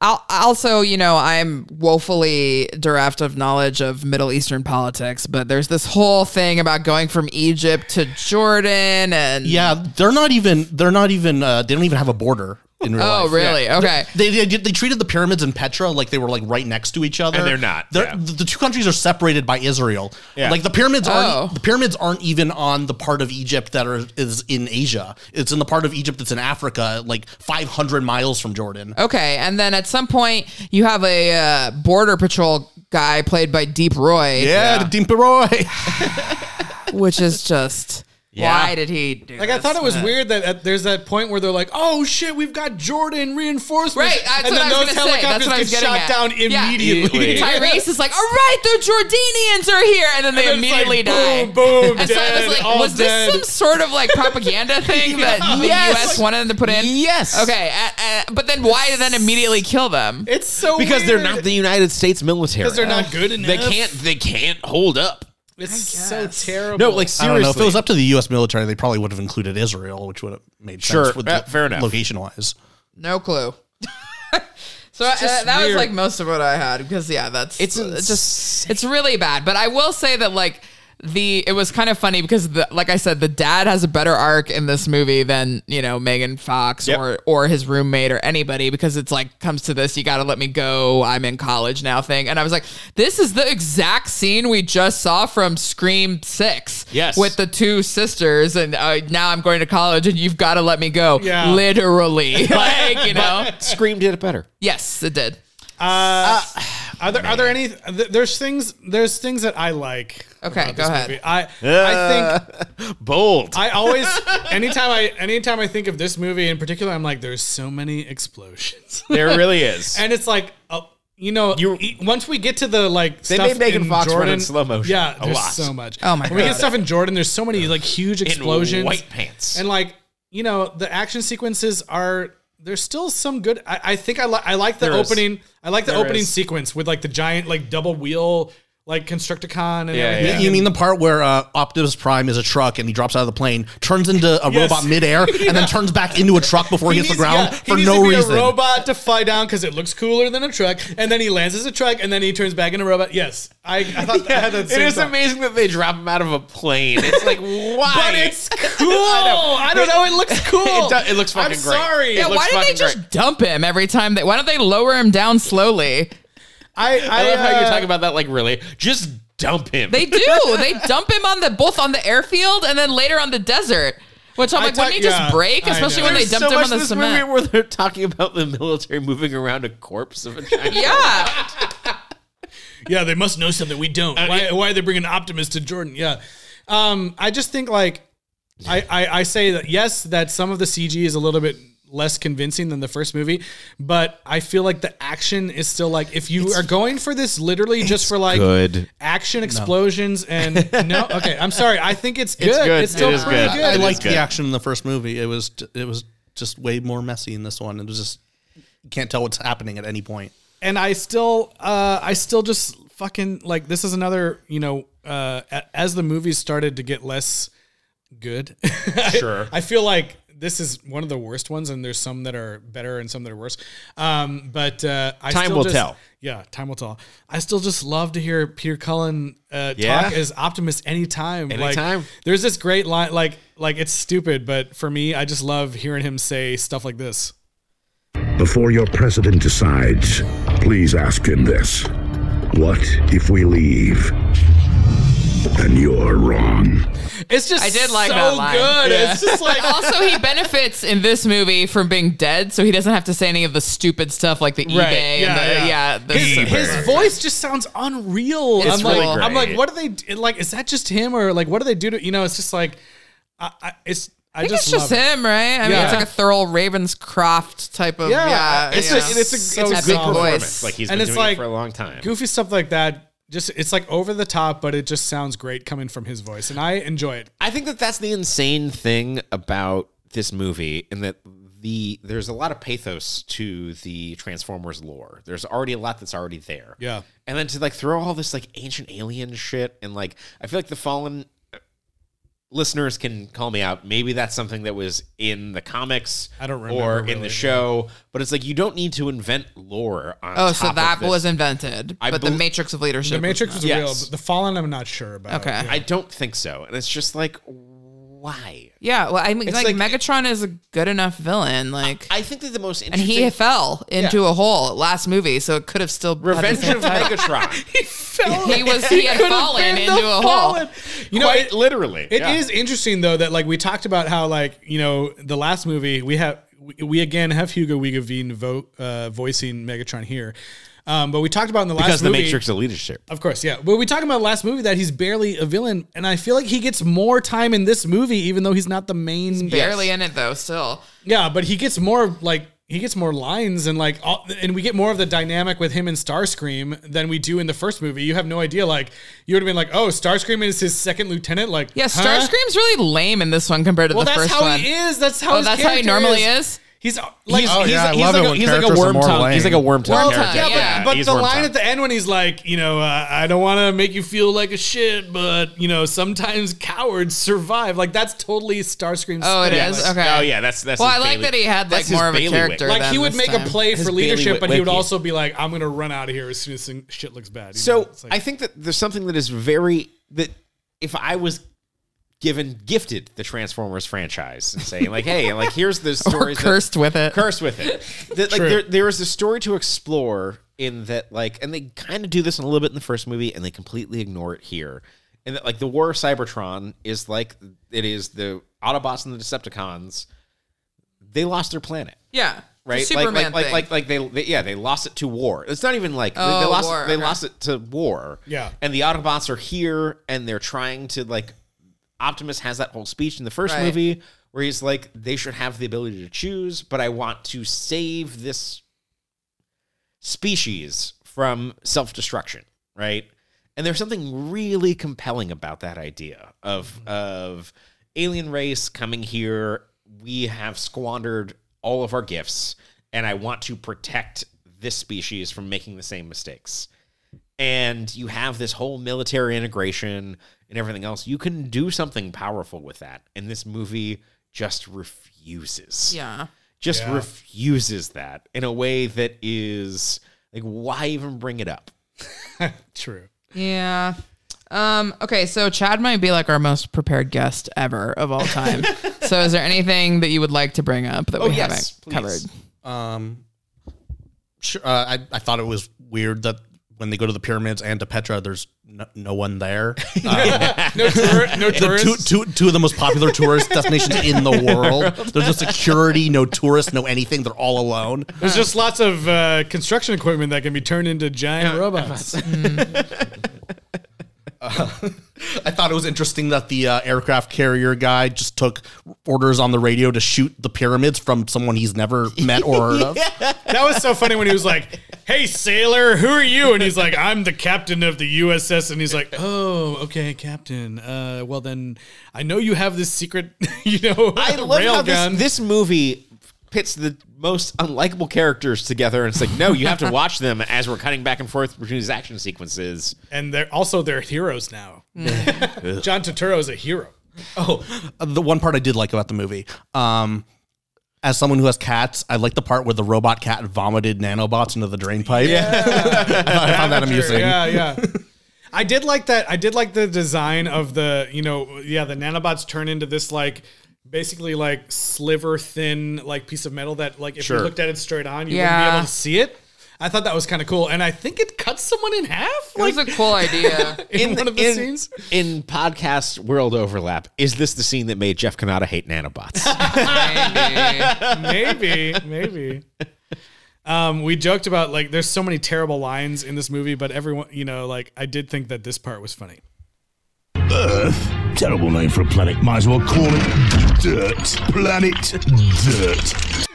[SPEAKER 3] I'll, also, you know, I'm woefully bereft of knowledge of Middle Eastern politics, but there's this whole thing about going from Egypt to Jordan, and
[SPEAKER 5] Yeah, they're not even. They're not even. Uh, they don't even have a border in real life.
[SPEAKER 3] oh, really? Okay,
[SPEAKER 5] They, they they treated the pyramids and Petra like they were like right next to each other.
[SPEAKER 4] And they're not, yeah.
[SPEAKER 5] The, the two countries are separated by Israel.
[SPEAKER 4] Yeah.
[SPEAKER 5] Like the pyramids
[SPEAKER 3] Oh.
[SPEAKER 5] aren't the pyramids aren't even on the part of Egypt that are, is in Asia. It's in the part of Egypt that's in Africa, like 500 miles from Jordan.
[SPEAKER 3] Okay, and then at some point you have a uh, border patrol guy played by Deep Roy,
[SPEAKER 5] Yeah, the Dimperoy.
[SPEAKER 3] which is just
[SPEAKER 4] Yeah.
[SPEAKER 3] why did he do?
[SPEAKER 2] Like I
[SPEAKER 3] this?
[SPEAKER 2] thought it was weird that at, there's that point where they're like, "Oh shit, we've got Jordan reinforcements,"
[SPEAKER 3] Right, that's
[SPEAKER 2] and then
[SPEAKER 3] what I was
[SPEAKER 2] those
[SPEAKER 3] gonna say.
[SPEAKER 2] helicopters
[SPEAKER 3] That's what I was
[SPEAKER 2] get
[SPEAKER 3] getting
[SPEAKER 2] shot
[SPEAKER 3] at.
[SPEAKER 2] down
[SPEAKER 3] Yeah.
[SPEAKER 2] immediately.
[SPEAKER 3] Tyrese is like, all right, the Jordanians are here, and then they
[SPEAKER 2] And it's like,
[SPEAKER 3] immediately die.
[SPEAKER 2] boom, boom,
[SPEAKER 3] and so I
[SPEAKER 2] dead,
[SPEAKER 3] was like,
[SPEAKER 2] all
[SPEAKER 3] was
[SPEAKER 2] dead.
[SPEAKER 3] this some sort of like propaganda thing that the
[SPEAKER 4] Yes.
[SPEAKER 3] U.S. wanted them to put in?
[SPEAKER 4] Yes.
[SPEAKER 3] Okay, uh, uh, but then why then immediately kill them?
[SPEAKER 2] It's so
[SPEAKER 4] Because they're not the
[SPEAKER 2] because
[SPEAKER 4] United States military.
[SPEAKER 2] they're not good enough.
[SPEAKER 4] They can't. They can't hold up.
[SPEAKER 2] It's so terrible.
[SPEAKER 4] No, like
[SPEAKER 5] I
[SPEAKER 4] seriously.
[SPEAKER 5] don't know. If it was up to the U.S. military, they probably would have included Israel, which would have made
[SPEAKER 4] Sure,
[SPEAKER 5] sense. with
[SPEAKER 4] uh, fair enough.
[SPEAKER 5] Location wise,
[SPEAKER 3] No clue. so I,
[SPEAKER 2] just
[SPEAKER 3] that that was
[SPEAKER 2] weird.
[SPEAKER 3] like most of what I had because yeah, that's
[SPEAKER 4] It's
[SPEAKER 3] it's just it's really bad. But I will say that like the it was kind of funny because the like I said, the dad has a better arc in this movie than you know Megan Fox
[SPEAKER 4] Yep.
[SPEAKER 3] or or his roommate or anybody because it's like comes to this, you got to let me go. I'm in college now thing, and I was like, this is the exact scene we just saw from Scream Six.
[SPEAKER 4] Yes.
[SPEAKER 3] with the two sisters, and uh, now I'm going to college, and you've got to let me go.
[SPEAKER 2] Yeah.
[SPEAKER 3] literally, like you know.
[SPEAKER 4] Scream did it better.
[SPEAKER 3] Yes, it did.
[SPEAKER 2] Uh,
[SPEAKER 3] uh,
[SPEAKER 2] Are there are there any? th- There's things there's things that I like.
[SPEAKER 3] Okay,
[SPEAKER 2] about
[SPEAKER 3] go
[SPEAKER 2] this
[SPEAKER 3] ahead.
[SPEAKER 2] movie. I I think
[SPEAKER 4] Bold.
[SPEAKER 2] I always anytime I anytime I think of this movie in particular, I'm like, there's so many explosions,
[SPEAKER 4] there really is.
[SPEAKER 2] and it's like, oh, you know, you once we get to the like they stuff
[SPEAKER 4] made Megan
[SPEAKER 2] in
[SPEAKER 4] Fox run in
[SPEAKER 2] Jordan,
[SPEAKER 4] slow motion
[SPEAKER 2] Yeah,
[SPEAKER 4] a
[SPEAKER 2] there's
[SPEAKER 4] lot.
[SPEAKER 2] so much.
[SPEAKER 3] Oh my
[SPEAKER 2] when we
[SPEAKER 3] God.
[SPEAKER 2] get stuff in Jordan, there's so many like huge explosions,
[SPEAKER 4] white pants.
[SPEAKER 2] and like you know, the action sequences are. There's still some good. I, I think I like. I like the
[SPEAKER 4] There is.
[SPEAKER 2] opening. I like the
[SPEAKER 4] There
[SPEAKER 2] opening
[SPEAKER 4] is.
[SPEAKER 2] sequence with like the giant like double wheel like Constructicon and
[SPEAKER 4] Yeah,
[SPEAKER 2] everything.
[SPEAKER 4] yeah.
[SPEAKER 5] You mean the part where uh, Optimus Prime is a truck and he drops out of the plane, turns into a
[SPEAKER 2] Yes.
[SPEAKER 5] robot midair, and then turns back into a truck before he, hits the
[SPEAKER 2] yeah,
[SPEAKER 5] ground
[SPEAKER 2] he
[SPEAKER 5] for
[SPEAKER 2] needs
[SPEAKER 5] no
[SPEAKER 2] to be
[SPEAKER 5] reason?
[SPEAKER 2] A robot to fly down because it looks cooler than a truck, and then he lands as a truck, and then he turns back into a robot. Yes, I, I thought I had that
[SPEAKER 4] it
[SPEAKER 2] same
[SPEAKER 4] is
[SPEAKER 2] thought.
[SPEAKER 4] amazing that they drop him out of a plane. It's like why?
[SPEAKER 2] But it's cool. I, don't know. It looks cool.
[SPEAKER 4] It do- it looks
[SPEAKER 2] I'm
[SPEAKER 4] fucking great.
[SPEAKER 2] Sorry.
[SPEAKER 4] Yeah,
[SPEAKER 3] Yeah,
[SPEAKER 4] looks
[SPEAKER 3] why did they
[SPEAKER 4] fucking
[SPEAKER 3] just
[SPEAKER 4] great.
[SPEAKER 3] dump him every time? They why don't they lower him down slowly?
[SPEAKER 2] I, I,
[SPEAKER 4] I love how
[SPEAKER 2] uh,
[SPEAKER 4] you're talking about that. Like really, just dump him.
[SPEAKER 3] They do. they dump him on the both on the airfield and then later on the desert. Which I'm
[SPEAKER 2] I
[SPEAKER 3] like, wouldn't he
[SPEAKER 2] thought-
[SPEAKER 3] just
[SPEAKER 2] yeah,
[SPEAKER 3] break?
[SPEAKER 2] I
[SPEAKER 3] Especially
[SPEAKER 2] know.
[SPEAKER 3] when they
[SPEAKER 4] There's
[SPEAKER 3] dumped
[SPEAKER 4] so
[SPEAKER 3] him
[SPEAKER 4] much
[SPEAKER 3] on the
[SPEAKER 4] this
[SPEAKER 3] cement.
[SPEAKER 4] movie where they're talking about the military moving around a corpse of a giant.
[SPEAKER 3] Yeah.
[SPEAKER 2] Yeah, they must know something we don't. why, why are they bringing Optimus to Jordan? Yeah. Uh, Um, I just think like I, I I say that yes, that some of the CG is a little bit less convincing than the first movie, but I feel like the action is still like if you are going for this literally just for like
[SPEAKER 4] good.
[SPEAKER 2] action explosions and no okay I'm sorry I think it's good it's,
[SPEAKER 4] good.
[SPEAKER 2] still
[SPEAKER 4] It is
[SPEAKER 2] pretty
[SPEAKER 4] good.
[SPEAKER 2] good,
[SPEAKER 5] I
[SPEAKER 4] It is
[SPEAKER 5] liked
[SPEAKER 4] good.
[SPEAKER 5] the action in the first movie. It was it was just way more messy in this one. It was just you can't tell what's happening at any point.
[SPEAKER 2] and I still uh I still just fucking like this is another you know uh a- as the movies started to get less good.
[SPEAKER 4] Sure.
[SPEAKER 2] I feel like this is one of the worst ones, and there's some that are better and some that are worse. Um, but uh, I
[SPEAKER 4] Time
[SPEAKER 2] still
[SPEAKER 4] will
[SPEAKER 2] just-
[SPEAKER 4] tell.
[SPEAKER 2] Yeah, time will tell. I still just love to hear Peter Cullen uh,
[SPEAKER 4] Yeah.
[SPEAKER 2] talk as Optimus anytime.
[SPEAKER 4] Anytime.
[SPEAKER 2] Like, there's this great line, like like it's stupid, but for me, I just love hearing him say stuff like this.
[SPEAKER 8] Before your president decides, please ask him this. What if we leave? And you're wrong.
[SPEAKER 2] It's just
[SPEAKER 3] I did like
[SPEAKER 2] so
[SPEAKER 3] that line.
[SPEAKER 2] good.
[SPEAKER 3] Yeah.
[SPEAKER 2] It's just like
[SPEAKER 3] also, he benefits in this movie from being dead, so he doesn't have to say any of the stupid stuff like the eBay and the, yeah. the,
[SPEAKER 2] his, his voice just sounds unreal.
[SPEAKER 3] It's
[SPEAKER 2] I'm like,
[SPEAKER 3] really
[SPEAKER 2] I'm like,
[SPEAKER 4] great.
[SPEAKER 2] what do they do? like? Is that just him or like what do they do to you know? It's just like, I, I it's I,
[SPEAKER 3] I think
[SPEAKER 2] just
[SPEAKER 3] it's just
[SPEAKER 2] love it.
[SPEAKER 3] him, right? I mean,
[SPEAKER 2] Yeah.
[SPEAKER 3] it's like a Thurl Ravenscroft type of
[SPEAKER 2] Yeah,
[SPEAKER 3] yeah.
[SPEAKER 2] it's
[SPEAKER 3] you
[SPEAKER 2] a-
[SPEAKER 3] know.
[SPEAKER 2] it's a- it's a
[SPEAKER 3] Epic
[SPEAKER 2] good performance.
[SPEAKER 3] voice.
[SPEAKER 4] Like he's
[SPEAKER 2] And
[SPEAKER 4] been
[SPEAKER 2] it's
[SPEAKER 4] doing
[SPEAKER 2] like
[SPEAKER 4] it for a long time.
[SPEAKER 2] Goofy stuff like that. Just it's like over the top, but it just sounds great coming from his voice, and I enjoy it.
[SPEAKER 4] I think that that's the insane thing about this movie, in that the there's a lot of pathos to the Transformers lore. There's already a lot that's already there.
[SPEAKER 2] Yeah.
[SPEAKER 4] and then to like throw all this like ancient alien shit, and like I feel like the fallen uh, listeners can call me out. Maybe that's something that was in the comics.
[SPEAKER 2] I don't remember
[SPEAKER 4] or in
[SPEAKER 2] really,
[SPEAKER 4] the show, but it's like you don't need to invent lore on.
[SPEAKER 3] Oh, so
[SPEAKER 4] top of
[SPEAKER 3] that
[SPEAKER 4] this.
[SPEAKER 3] was invented,
[SPEAKER 4] I
[SPEAKER 3] but the
[SPEAKER 4] bel-
[SPEAKER 3] Matrix of leadership.
[SPEAKER 2] The Matrix was
[SPEAKER 3] not.
[SPEAKER 2] real,
[SPEAKER 4] Yes.
[SPEAKER 2] but the Fallen, I'm not sure about.
[SPEAKER 3] Okay.
[SPEAKER 4] I don't think so, and it's just like why.
[SPEAKER 3] Yeah, well, I mean,
[SPEAKER 4] It's
[SPEAKER 3] like,
[SPEAKER 4] like-
[SPEAKER 3] Megatron is a good enough villain, like,
[SPEAKER 4] I think that the most
[SPEAKER 3] and
[SPEAKER 4] interesting
[SPEAKER 3] he fell into a hole last movie, so it could have still had the
[SPEAKER 4] Revenge
[SPEAKER 3] same
[SPEAKER 4] of
[SPEAKER 3] title.
[SPEAKER 4] Megatron.
[SPEAKER 3] He was he had
[SPEAKER 2] could've
[SPEAKER 3] fallen
[SPEAKER 2] been
[SPEAKER 3] into
[SPEAKER 2] the
[SPEAKER 3] a
[SPEAKER 2] Fallen.
[SPEAKER 3] hole.
[SPEAKER 2] You know,
[SPEAKER 4] Quite
[SPEAKER 2] it-
[SPEAKER 4] literally.
[SPEAKER 2] It is
[SPEAKER 4] yeah.
[SPEAKER 2] interesting though that like we talked about how like you know the last movie we have we, we again have Hugo Weaving vo- uh, voicing Megatron here, um, but we talked about in the last
[SPEAKER 4] because the
[SPEAKER 2] movie-
[SPEAKER 4] Matrix of leadership.
[SPEAKER 2] Of course, yeah. But we talked about last movie that he's barely a villain, and I feel like he gets more time in this movie, even though he's not the main.
[SPEAKER 3] Barely in it though, still.
[SPEAKER 2] Yeah, but he gets more like he gets more lines and like all, and we get more of the dynamic with him and Starscream than we do in the first movie. You have no idea. Like you would have been like, oh, Starscream is his second lieutenant. Like
[SPEAKER 3] Yeah,
[SPEAKER 2] huh?
[SPEAKER 3] Starscream's really lame in this one compared to
[SPEAKER 2] Well,
[SPEAKER 3] the
[SPEAKER 2] that's
[SPEAKER 3] first
[SPEAKER 2] how
[SPEAKER 3] one.
[SPEAKER 2] he is. That's how.
[SPEAKER 3] Oh,
[SPEAKER 2] his
[SPEAKER 3] that's how he
[SPEAKER 2] character
[SPEAKER 3] normally is?
[SPEAKER 2] He's like
[SPEAKER 5] Oh,
[SPEAKER 4] he's,
[SPEAKER 5] yeah, I
[SPEAKER 4] he's
[SPEAKER 5] love
[SPEAKER 4] like
[SPEAKER 5] it
[SPEAKER 4] a,
[SPEAKER 5] when
[SPEAKER 4] he's like a
[SPEAKER 5] characters are
[SPEAKER 4] worm
[SPEAKER 5] more
[SPEAKER 4] tongue.
[SPEAKER 5] lame.
[SPEAKER 4] He's like a worm tongue
[SPEAKER 3] Worm
[SPEAKER 4] character.
[SPEAKER 3] tongue, yeah,
[SPEAKER 2] Yeah, but, but
[SPEAKER 4] he's
[SPEAKER 2] the
[SPEAKER 4] worm
[SPEAKER 2] line
[SPEAKER 4] tongue.
[SPEAKER 2] at the end when he's like, you know, uh, I don't want to make you feel like a shit, but you know, sometimes cowards survive. Like that's totally Starscream's.
[SPEAKER 3] Oh, it
[SPEAKER 2] thing.
[SPEAKER 3] is?
[SPEAKER 2] Like,
[SPEAKER 3] Okay.
[SPEAKER 4] Oh yeah, that's that's.
[SPEAKER 3] Well,
[SPEAKER 4] his
[SPEAKER 3] I like
[SPEAKER 4] bailiwick.
[SPEAKER 3] that he had like
[SPEAKER 4] That's his
[SPEAKER 3] more of a
[SPEAKER 4] bailiwick.
[SPEAKER 3] character.
[SPEAKER 2] Like
[SPEAKER 3] than
[SPEAKER 2] he would
[SPEAKER 3] this
[SPEAKER 2] make
[SPEAKER 3] time.
[SPEAKER 2] a play
[SPEAKER 4] His
[SPEAKER 2] for leadership,
[SPEAKER 4] bailiwick
[SPEAKER 2] but he would
[SPEAKER 4] wiki.
[SPEAKER 2] also be like, I'm going to run out of here as soon as thing- shit looks bad. you know?
[SPEAKER 4] So
[SPEAKER 2] It's like-
[SPEAKER 4] I think that there's something that is very that if I was given gifted the Transformers franchise and saying like, hey, like here's the stories that-
[SPEAKER 3] cursed with it.
[SPEAKER 4] cursed with it. That, like
[SPEAKER 2] True.
[SPEAKER 4] there, there is a story to explore in that like, and they kind of do this in a little bit in the first movie, and they completely ignore it here. And that like the War of Cybertron is like it is the Autobots and the Decepticons. They lost their planet
[SPEAKER 3] Yeah.
[SPEAKER 4] right?
[SPEAKER 3] The Superman
[SPEAKER 4] like, like,
[SPEAKER 3] thing.
[SPEAKER 4] like, like, like they, they, yeah, they lost it to war. It's not even like they- they,
[SPEAKER 3] Oh,
[SPEAKER 4] lost,
[SPEAKER 3] war,
[SPEAKER 4] they
[SPEAKER 3] okay.
[SPEAKER 4] lost it to war.
[SPEAKER 2] Yeah.
[SPEAKER 4] and the Autobots are here, and they're trying to like. Optimus has that whole speech in the first
[SPEAKER 3] Right.
[SPEAKER 4] movie where he's like, "They should have the ability to choose, but I want to save this species from self destruction." Right, and there's something really compelling about that idea of of alien race coming here. We have squandered all of our gifts, and I want to protect this species from making the same mistakes and you have this whole military integration and everything else, you can do something powerful with that. And this movie just refuses.
[SPEAKER 3] yeah.
[SPEAKER 4] Just refuses that in a way that is like, why even bring it up?
[SPEAKER 2] True.
[SPEAKER 3] Yeah. Um, okay, so Chad might be like our most prepared guest ever of all time. so is there anything that you would like to bring up that we
[SPEAKER 4] Oh, yes,
[SPEAKER 3] haven't
[SPEAKER 4] please.
[SPEAKER 3] Oh, covered?
[SPEAKER 5] Um, sure. Uh, I I thought it was weird that when they go to the pyramids and to Petra, there's no, no one there. Um,
[SPEAKER 2] No, tour- no
[SPEAKER 5] two,
[SPEAKER 2] tourists.
[SPEAKER 5] two, two of the most popular tourist destinations in the world. There's no security, no tourists, no anything. They're all alone.
[SPEAKER 2] There's just lots of uh, construction equipment that can be turned into giant robots.
[SPEAKER 5] I thought it was interesting that the uh, aircraft carrier guy just took orders on the radio to shoot the pyramids from someone he's never met or heard of.
[SPEAKER 2] That was so funny when he was like, "Hey sailor, who are you?" And he's like, "I'm the captain of the USS." And he's like, "Oh, okay, captain. Uh, well then, I know you have this secret, you know,
[SPEAKER 4] I love how
[SPEAKER 2] railgun."
[SPEAKER 4] this, this movie pits the most unlikable characters together. And it's like, no, you have to watch them as we're cutting back and forth between these action sequences.
[SPEAKER 2] and they're also they're heroes now. John Turturro is a hero.
[SPEAKER 5] Oh, uh, the one part I did like about the movie. Um, as someone who has cats, I like the part where the robot cat vomited nanobots into the drain pipe. I found that amusing.
[SPEAKER 2] Yeah, yeah. I did like that. I did like the design of the, you know, yeah, the nanobots turn into this like basically like sliver thin like piece of metal that like if you looked at it straight on, you wouldn't
[SPEAKER 3] Yeah.
[SPEAKER 2] be able to see it. I thought that was kind of cool, and I think it cuts someone in half.
[SPEAKER 3] It
[SPEAKER 2] Like
[SPEAKER 3] was a cool idea.
[SPEAKER 2] in, one of the
[SPEAKER 4] in-
[SPEAKER 2] scenes,
[SPEAKER 4] in podcast world overlap, is this the scene that made Jeff Kanata hate nanobots?
[SPEAKER 3] Maybe.
[SPEAKER 2] maybe, maybe. Um, we joked about like there's so many terrible lines in this movie, but everyone, you know, like I did think that this part was funny.
[SPEAKER 8] Earth. Terrible name for a planet. Might as well call it Dirt. Planet Dirt.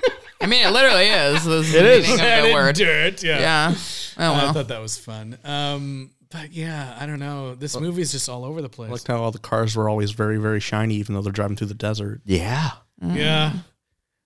[SPEAKER 3] I mean, it literally is. This is it is. Of the
[SPEAKER 2] Planet
[SPEAKER 3] word.
[SPEAKER 2] Dirt, yeah.
[SPEAKER 3] Yeah. Oh
[SPEAKER 2] I
[SPEAKER 3] well.
[SPEAKER 2] thought that was fun. Um, but yeah, I don't know. This movie's just all over the place.
[SPEAKER 5] I liked how all the cars were always very, very shiny, even though they're driving through the desert.
[SPEAKER 4] yeah.
[SPEAKER 2] yeah,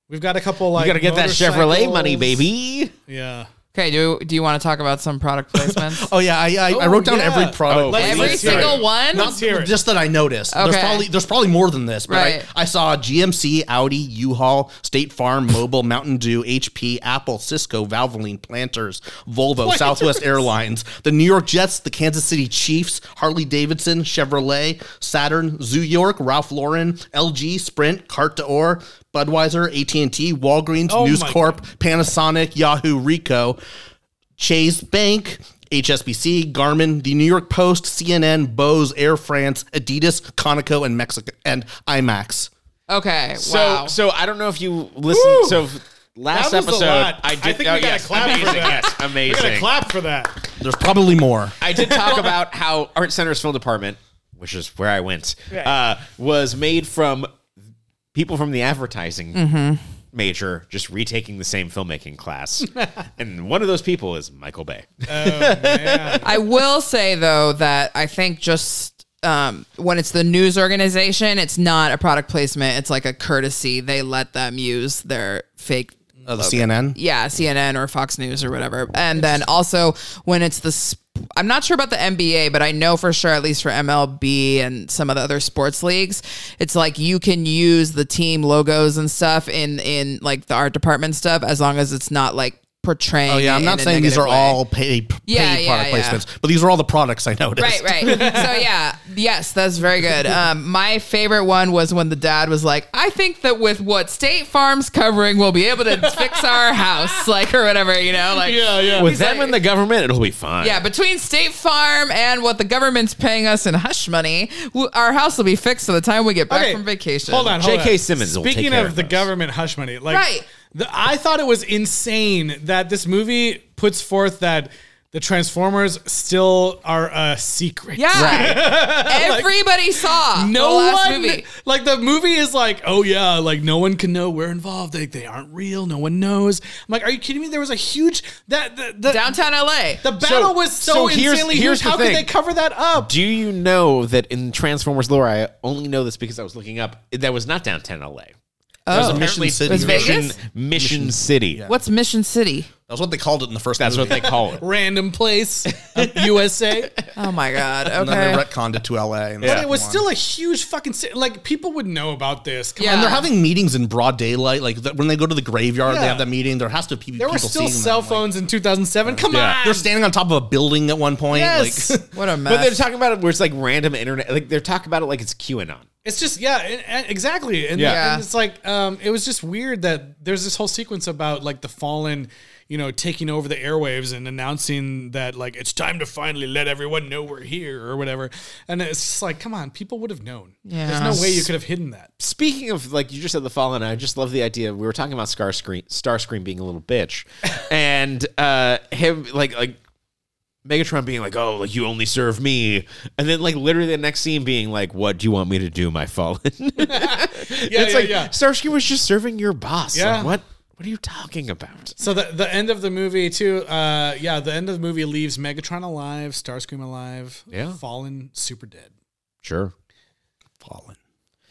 [SPEAKER 2] we've got a couple like
[SPEAKER 4] You gotta get that Chevrolet money,
[SPEAKER 2] motorcycles.
[SPEAKER 4] baby.
[SPEAKER 2] Yeah,
[SPEAKER 3] Okay. Do do you want to talk about some product placements?
[SPEAKER 5] Oh yeah, I I, I
[SPEAKER 2] Oh,
[SPEAKER 5] wrote down
[SPEAKER 2] yeah.
[SPEAKER 5] every product.
[SPEAKER 2] Let's-
[SPEAKER 3] Every
[SPEAKER 2] let's hear
[SPEAKER 3] single
[SPEAKER 2] it.
[SPEAKER 3] one.
[SPEAKER 2] Let's hear it.
[SPEAKER 5] just that I noticed. There's
[SPEAKER 3] Okay.
[SPEAKER 5] probably there's probably more than this, but
[SPEAKER 3] Right.
[SPEAKER 5] I, I saw GMC, Audi, U-Haul, State Farm, Mobile, Mountain Dew, HP, Apple, Cisco, Valvoline, Planters, Volvo, Southwest Airlines, the New York Jets, the Kansas City Chiefs, Harley Davidson, Chevrolet, Saturn, Zoo York, Ralph Lauren, LG, Sprint, Carte d'Or, Budweiser, AT&T, Walgreens,
[SPEAKER 2] Oh
[SPEAKER 5] News
[SPEAKER 2] my
[SPEAKER 5] Corp, Panasonic, Yahoo, Rico, Chase Bank, HSBC, Garmin, the New York Post, CNN, Bose, Air France, Adidas, Conoco, and Mexico and IMAX.
[SPEAKER 3] Okay.
[SPEAKER 4] So,
[SPEAKER 3] wow.
[SPEAKER 4] so I don't know if you listened.
[SPEAKER 2] Woo!
[SPEAKER 4] So f- last
[SPEAKER 2] That was a
[SPEAKER 4] episode,
[SPEAKER 2] lot.
[SPEAKER 4] I did. oh,
[SPEAKER 2] I think we gotta clap for
[SPEAKER 4] amazing,
[SPEAKER 2] that.
[SPEAKER 4] Yes,
[SPEAKER 2] we got
[SPEAKER 4] amazing.
[SPEAKER 2] to clap for that.
[SPEAKER 5] There's probably more.
[SPEAKER 4] I did talk about how Art Center's film department, which is where I went, uh, was made from people from the advertising
[SPEAKER 2] Mm-hmm.
[SPEAKER 4] major just retaking the same filmmaking class, and one of those people is Michael Bay.
[SPEAKER 3] I will say though that I think just um, when it's the news organization, it's not a product placement. It's like a courtesy. They let them use their fake.
[SPEAKER 5] Uh, the CNN.
[SPEAKER 3] Yeah, CNN or Fox News or whatever. And then also when it's the, sp- I'm not sure about the NBA, but I know for sure, at least for MLB and some of the other sports leagues, it's like you can use the team logos and stuff in in like the art department stuff as long as it's not like portraying.
[SPEAKER 5] Oh yeah, I'm
[SPEAKER 3] it
[SPEAKER 5] not
[SPEAKER 3] in a
[SPEAKER 5] saying these
[SPEAKER 3] negative
[SPEAKER 5] are
[SPEAKER 3] way.
[SPEAKER 5] all paid, paid
[SPEAKER 3] Yeah, yeah,
[SPEAKER 5] product
[SPEAKER 3] yeah.
[SPEAKER 5] placements, but these are all the products I noticed.
[SPEAKER 3] Right, right. So yeah, yes, that's very good. Um, my favorite one was when the dad was like, "I think that with what State Farm's covering, we'll be able to fix our house, like or whatever, you know, like
[SPEAKER 2] Yeah, yeah.
[SPEAKER 4] With
[SPEAKER 3] He's
[SPEAKER 4] them
[SPEAKER 3] like-
[SPEAKER 4] and the government, it'll be fine.
[SPEAKER 3] yeah." Between State Farm and what the government's paying us in hush money, w- our house will be fixed by the time we get back
[SPEAKER 2] Okay,
[SPEAKER 3] from vacation.
[SPEAKER 2] Hold on, hold
[SPEAKER 4] J.K.
[SPEAKER 2] on.
[SPEAKER 4] Simmons will take
[SPEAKER 2] Speaking
[SPEAKER 4] care
[SPEAKER 2] of,
[SPEAKER 4] of
[SPEAKER 2] the
[SPEAKER 4] those.
[SPEAKER 2] government hush money, like
[SPEAKER 3] Right.
[SPEAKER 2] the, I thought it was insane that this movie puts forth that the Transformers still are a secret.
[SPEAKER 3] Yeah, everybody saw
[SPEAKER 2] No
[SPEAKER 3] the last
[SPEAKER 2] one,
[SPEAKER 3] movie.
[SPEAKER 2] like the movie is like, oh yeah, like no one can know we're involved. They, they aren't real. No one knows. I'm like, are you kidding me? There was a huge that the, the
[SPEAKER 3] Downtown LA.
[SPEAKER 2] The battle was so,
[SPEAKER 4] so here's-
[SPEAKER 2] insanely
[SPEAKER 4] here's
[SPEAKER 2] huge.
[SPEAKER 4] the
[SPEAKER 2] How could
[SPEAKER 4] thing.
[SPEAKER 2] they cover that up?
[SPEAKER 4] Do you know that in Transformers lore, I only know this because I was looking up, that was not downtown LA. That was
[SPEAKER 3] Oh.
[SPEAKER 4] apparently
[SPEAKER 5] Mission City.
[SPEAKER 3] Was
[SPEAKER 5] right?
[SPEAKER 3] Vegas?
[SPEAKER 4] Mission, Mission City.
[SPEAKER 3] What's Mission City?
[SPEAKER 5] That's what they called it in the first.
[SPEAKER 4] That's what
[SPEAKER 5] movie.
[SPEAKER 4] they call it.
[SPEAKER 2] Random place, uh, USA.
[SPEAKER 3] Oh my God.
[SPEAKER 5] And then they
[SPEAKER 3] Okay.
[SPEAKER 5] retconned it to LA. And
[SPEAKER 2] But it was still a huge fucking city. Like people would know about this. Come
[SPEAKER 3] Yeah.
[SPEAKER 2] on.
[SPEAKER 5] And they're having meetings in broad daylight. Like th- when they go to the graveyard,
[SPEAKER 2] Yeah.
[SPEAKER 5] they have that meeting. There has to be
[SPEAKER 2] There
[SPEAKER 5] people
[SPEAKER 2] were still
[SPEAKER 5] seeing them,
[SPEAKER 2] cell
[SPEAKER 5] like-
[SPEAKER 2] phones in 2007. Come on.
[SPEAKER 5] they're standing on top of a building at one point.
[SPEAKER 2] yes.
[SPEAKER 5] Like,
[SPEAKER 3] What a mess.
[SPEAKER 4] But they're talking about it where it's like random internet. Like they're talking about it like it's QAnon.
[SPEAKER 2] it's just yeah, and, and- exactly. And,
[SPEAKER 4] Yeah.
[SPEAKER 2] and it's like um, it was just weird that there's this whole sequence about like the fallen, you know, taking over the airwaves and announcing that like it's time to finally let everyone know we're here or whatever. And it's just like, come on, people would have known.
[SPEAKER 3] Yeah.
[SPEAKER 2] There's no way you could have hidden that.
[SPEAKER 4] Speaking of like you just said the fallen, I just love the idea. We were talking about Starscream, Starscream being a little bitch, and uh, him like like Megatron being like, "Oh, like you only serve me," and then like literally the next scene being like, "What do you want me to do, my fallen?"
[SPEAKER 2] Yeah,
[SPEAKER 4] it's
[SPEAKER 2] yeah,
[SPEAKER 4] like
[SPEAKER 2] yeah.
[SPEAKER 4] Starscream was just serving your boss. Like,
[SPEAKER 2] Yeah.
[SPEAKER 4] what? What are you talking about?
[SPEAKER 2] So the the end of the movie too, uh, yeah, the end of the movie leaves Megatron alive, Starscream alive,
[SPEAKER 4] Yeah.
[SPEAKER 2] fallen, super dead.
[SPEAKER 4] Sure,
[SPEAKER 5] fallen,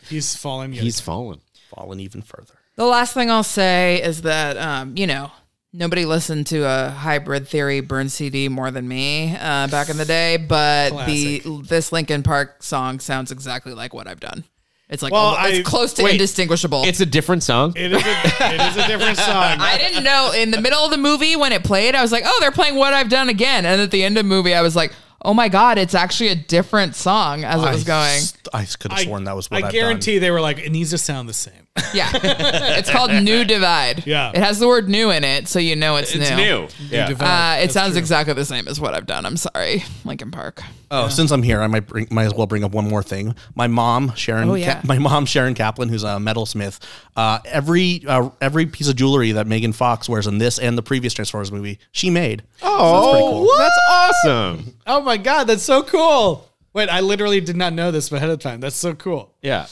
[SPEAKER 2] He's fallen. Yet
[SPEAKER 4] he's fallen.
[SPEAKER 5] fallen even further.
[SPEAKER 3] The last thing I'll say is that, um, you know, nobody listened to a hybrid theory burn CD more than me uh, back in the day, but the this Linkin Park song sounds exactly like what I've done. It's like
[SPEAKER 2] Well,
[SPEAKER 3] almo- it's
[SPEAKER 2] I-
[SPEAKER 3] close to
[SPEAKER 4] wait,
[SPEAKER 3] indistinguishable.
[SPEAKER 4] It's a different song.
[SPEAKER 2] It is, a, it is a different song.
[SPEAKER 3] I didn't know in the middle of the movie when it played, I was like, oh, they're playing what I've done again. And at the end of the movie, I was like, oh my God, it's actually a different song as it was going.
[SPEAKER 5] st- I could have sworn that was what
[SPEAKER 2] I
[SPEAKER 5] I've
[SPEAKER 2] guarantee they were like, it needs to sound the same.
[SPEAKER 3] Yeah. it's called New Divide.
[SPEAKER 2] Yeah.
[SPEAKER 3] It has the word new in it, so you know it's,
[SPEAKER 4] It's new. Yeah.
[SPEAKER 3] Uh, it sounds exactly the same as what I've done. I'm sorry, Lincoln Park.
[SPEAKER 5] Oh, since I'm here, I might bring, might as well bring up one more thing. My mom, Sharon,
[SPEAKER 3] Oh, yeah.
[SPEAKER 5] Ka- my mom, Sharon Kaplan, who's a metalsmith. Uh, every uh, every piece of jewelry that Megan Fox wears in this and the previous Transformers movie, she made.
[SPEAKER 4] Oh, that's awesome.
[SPEAKER 2] Oh my god, that's so cool. Wait, I literally did not know this ahead of time. That's so cool.
[SPEAKER 4] Yeah.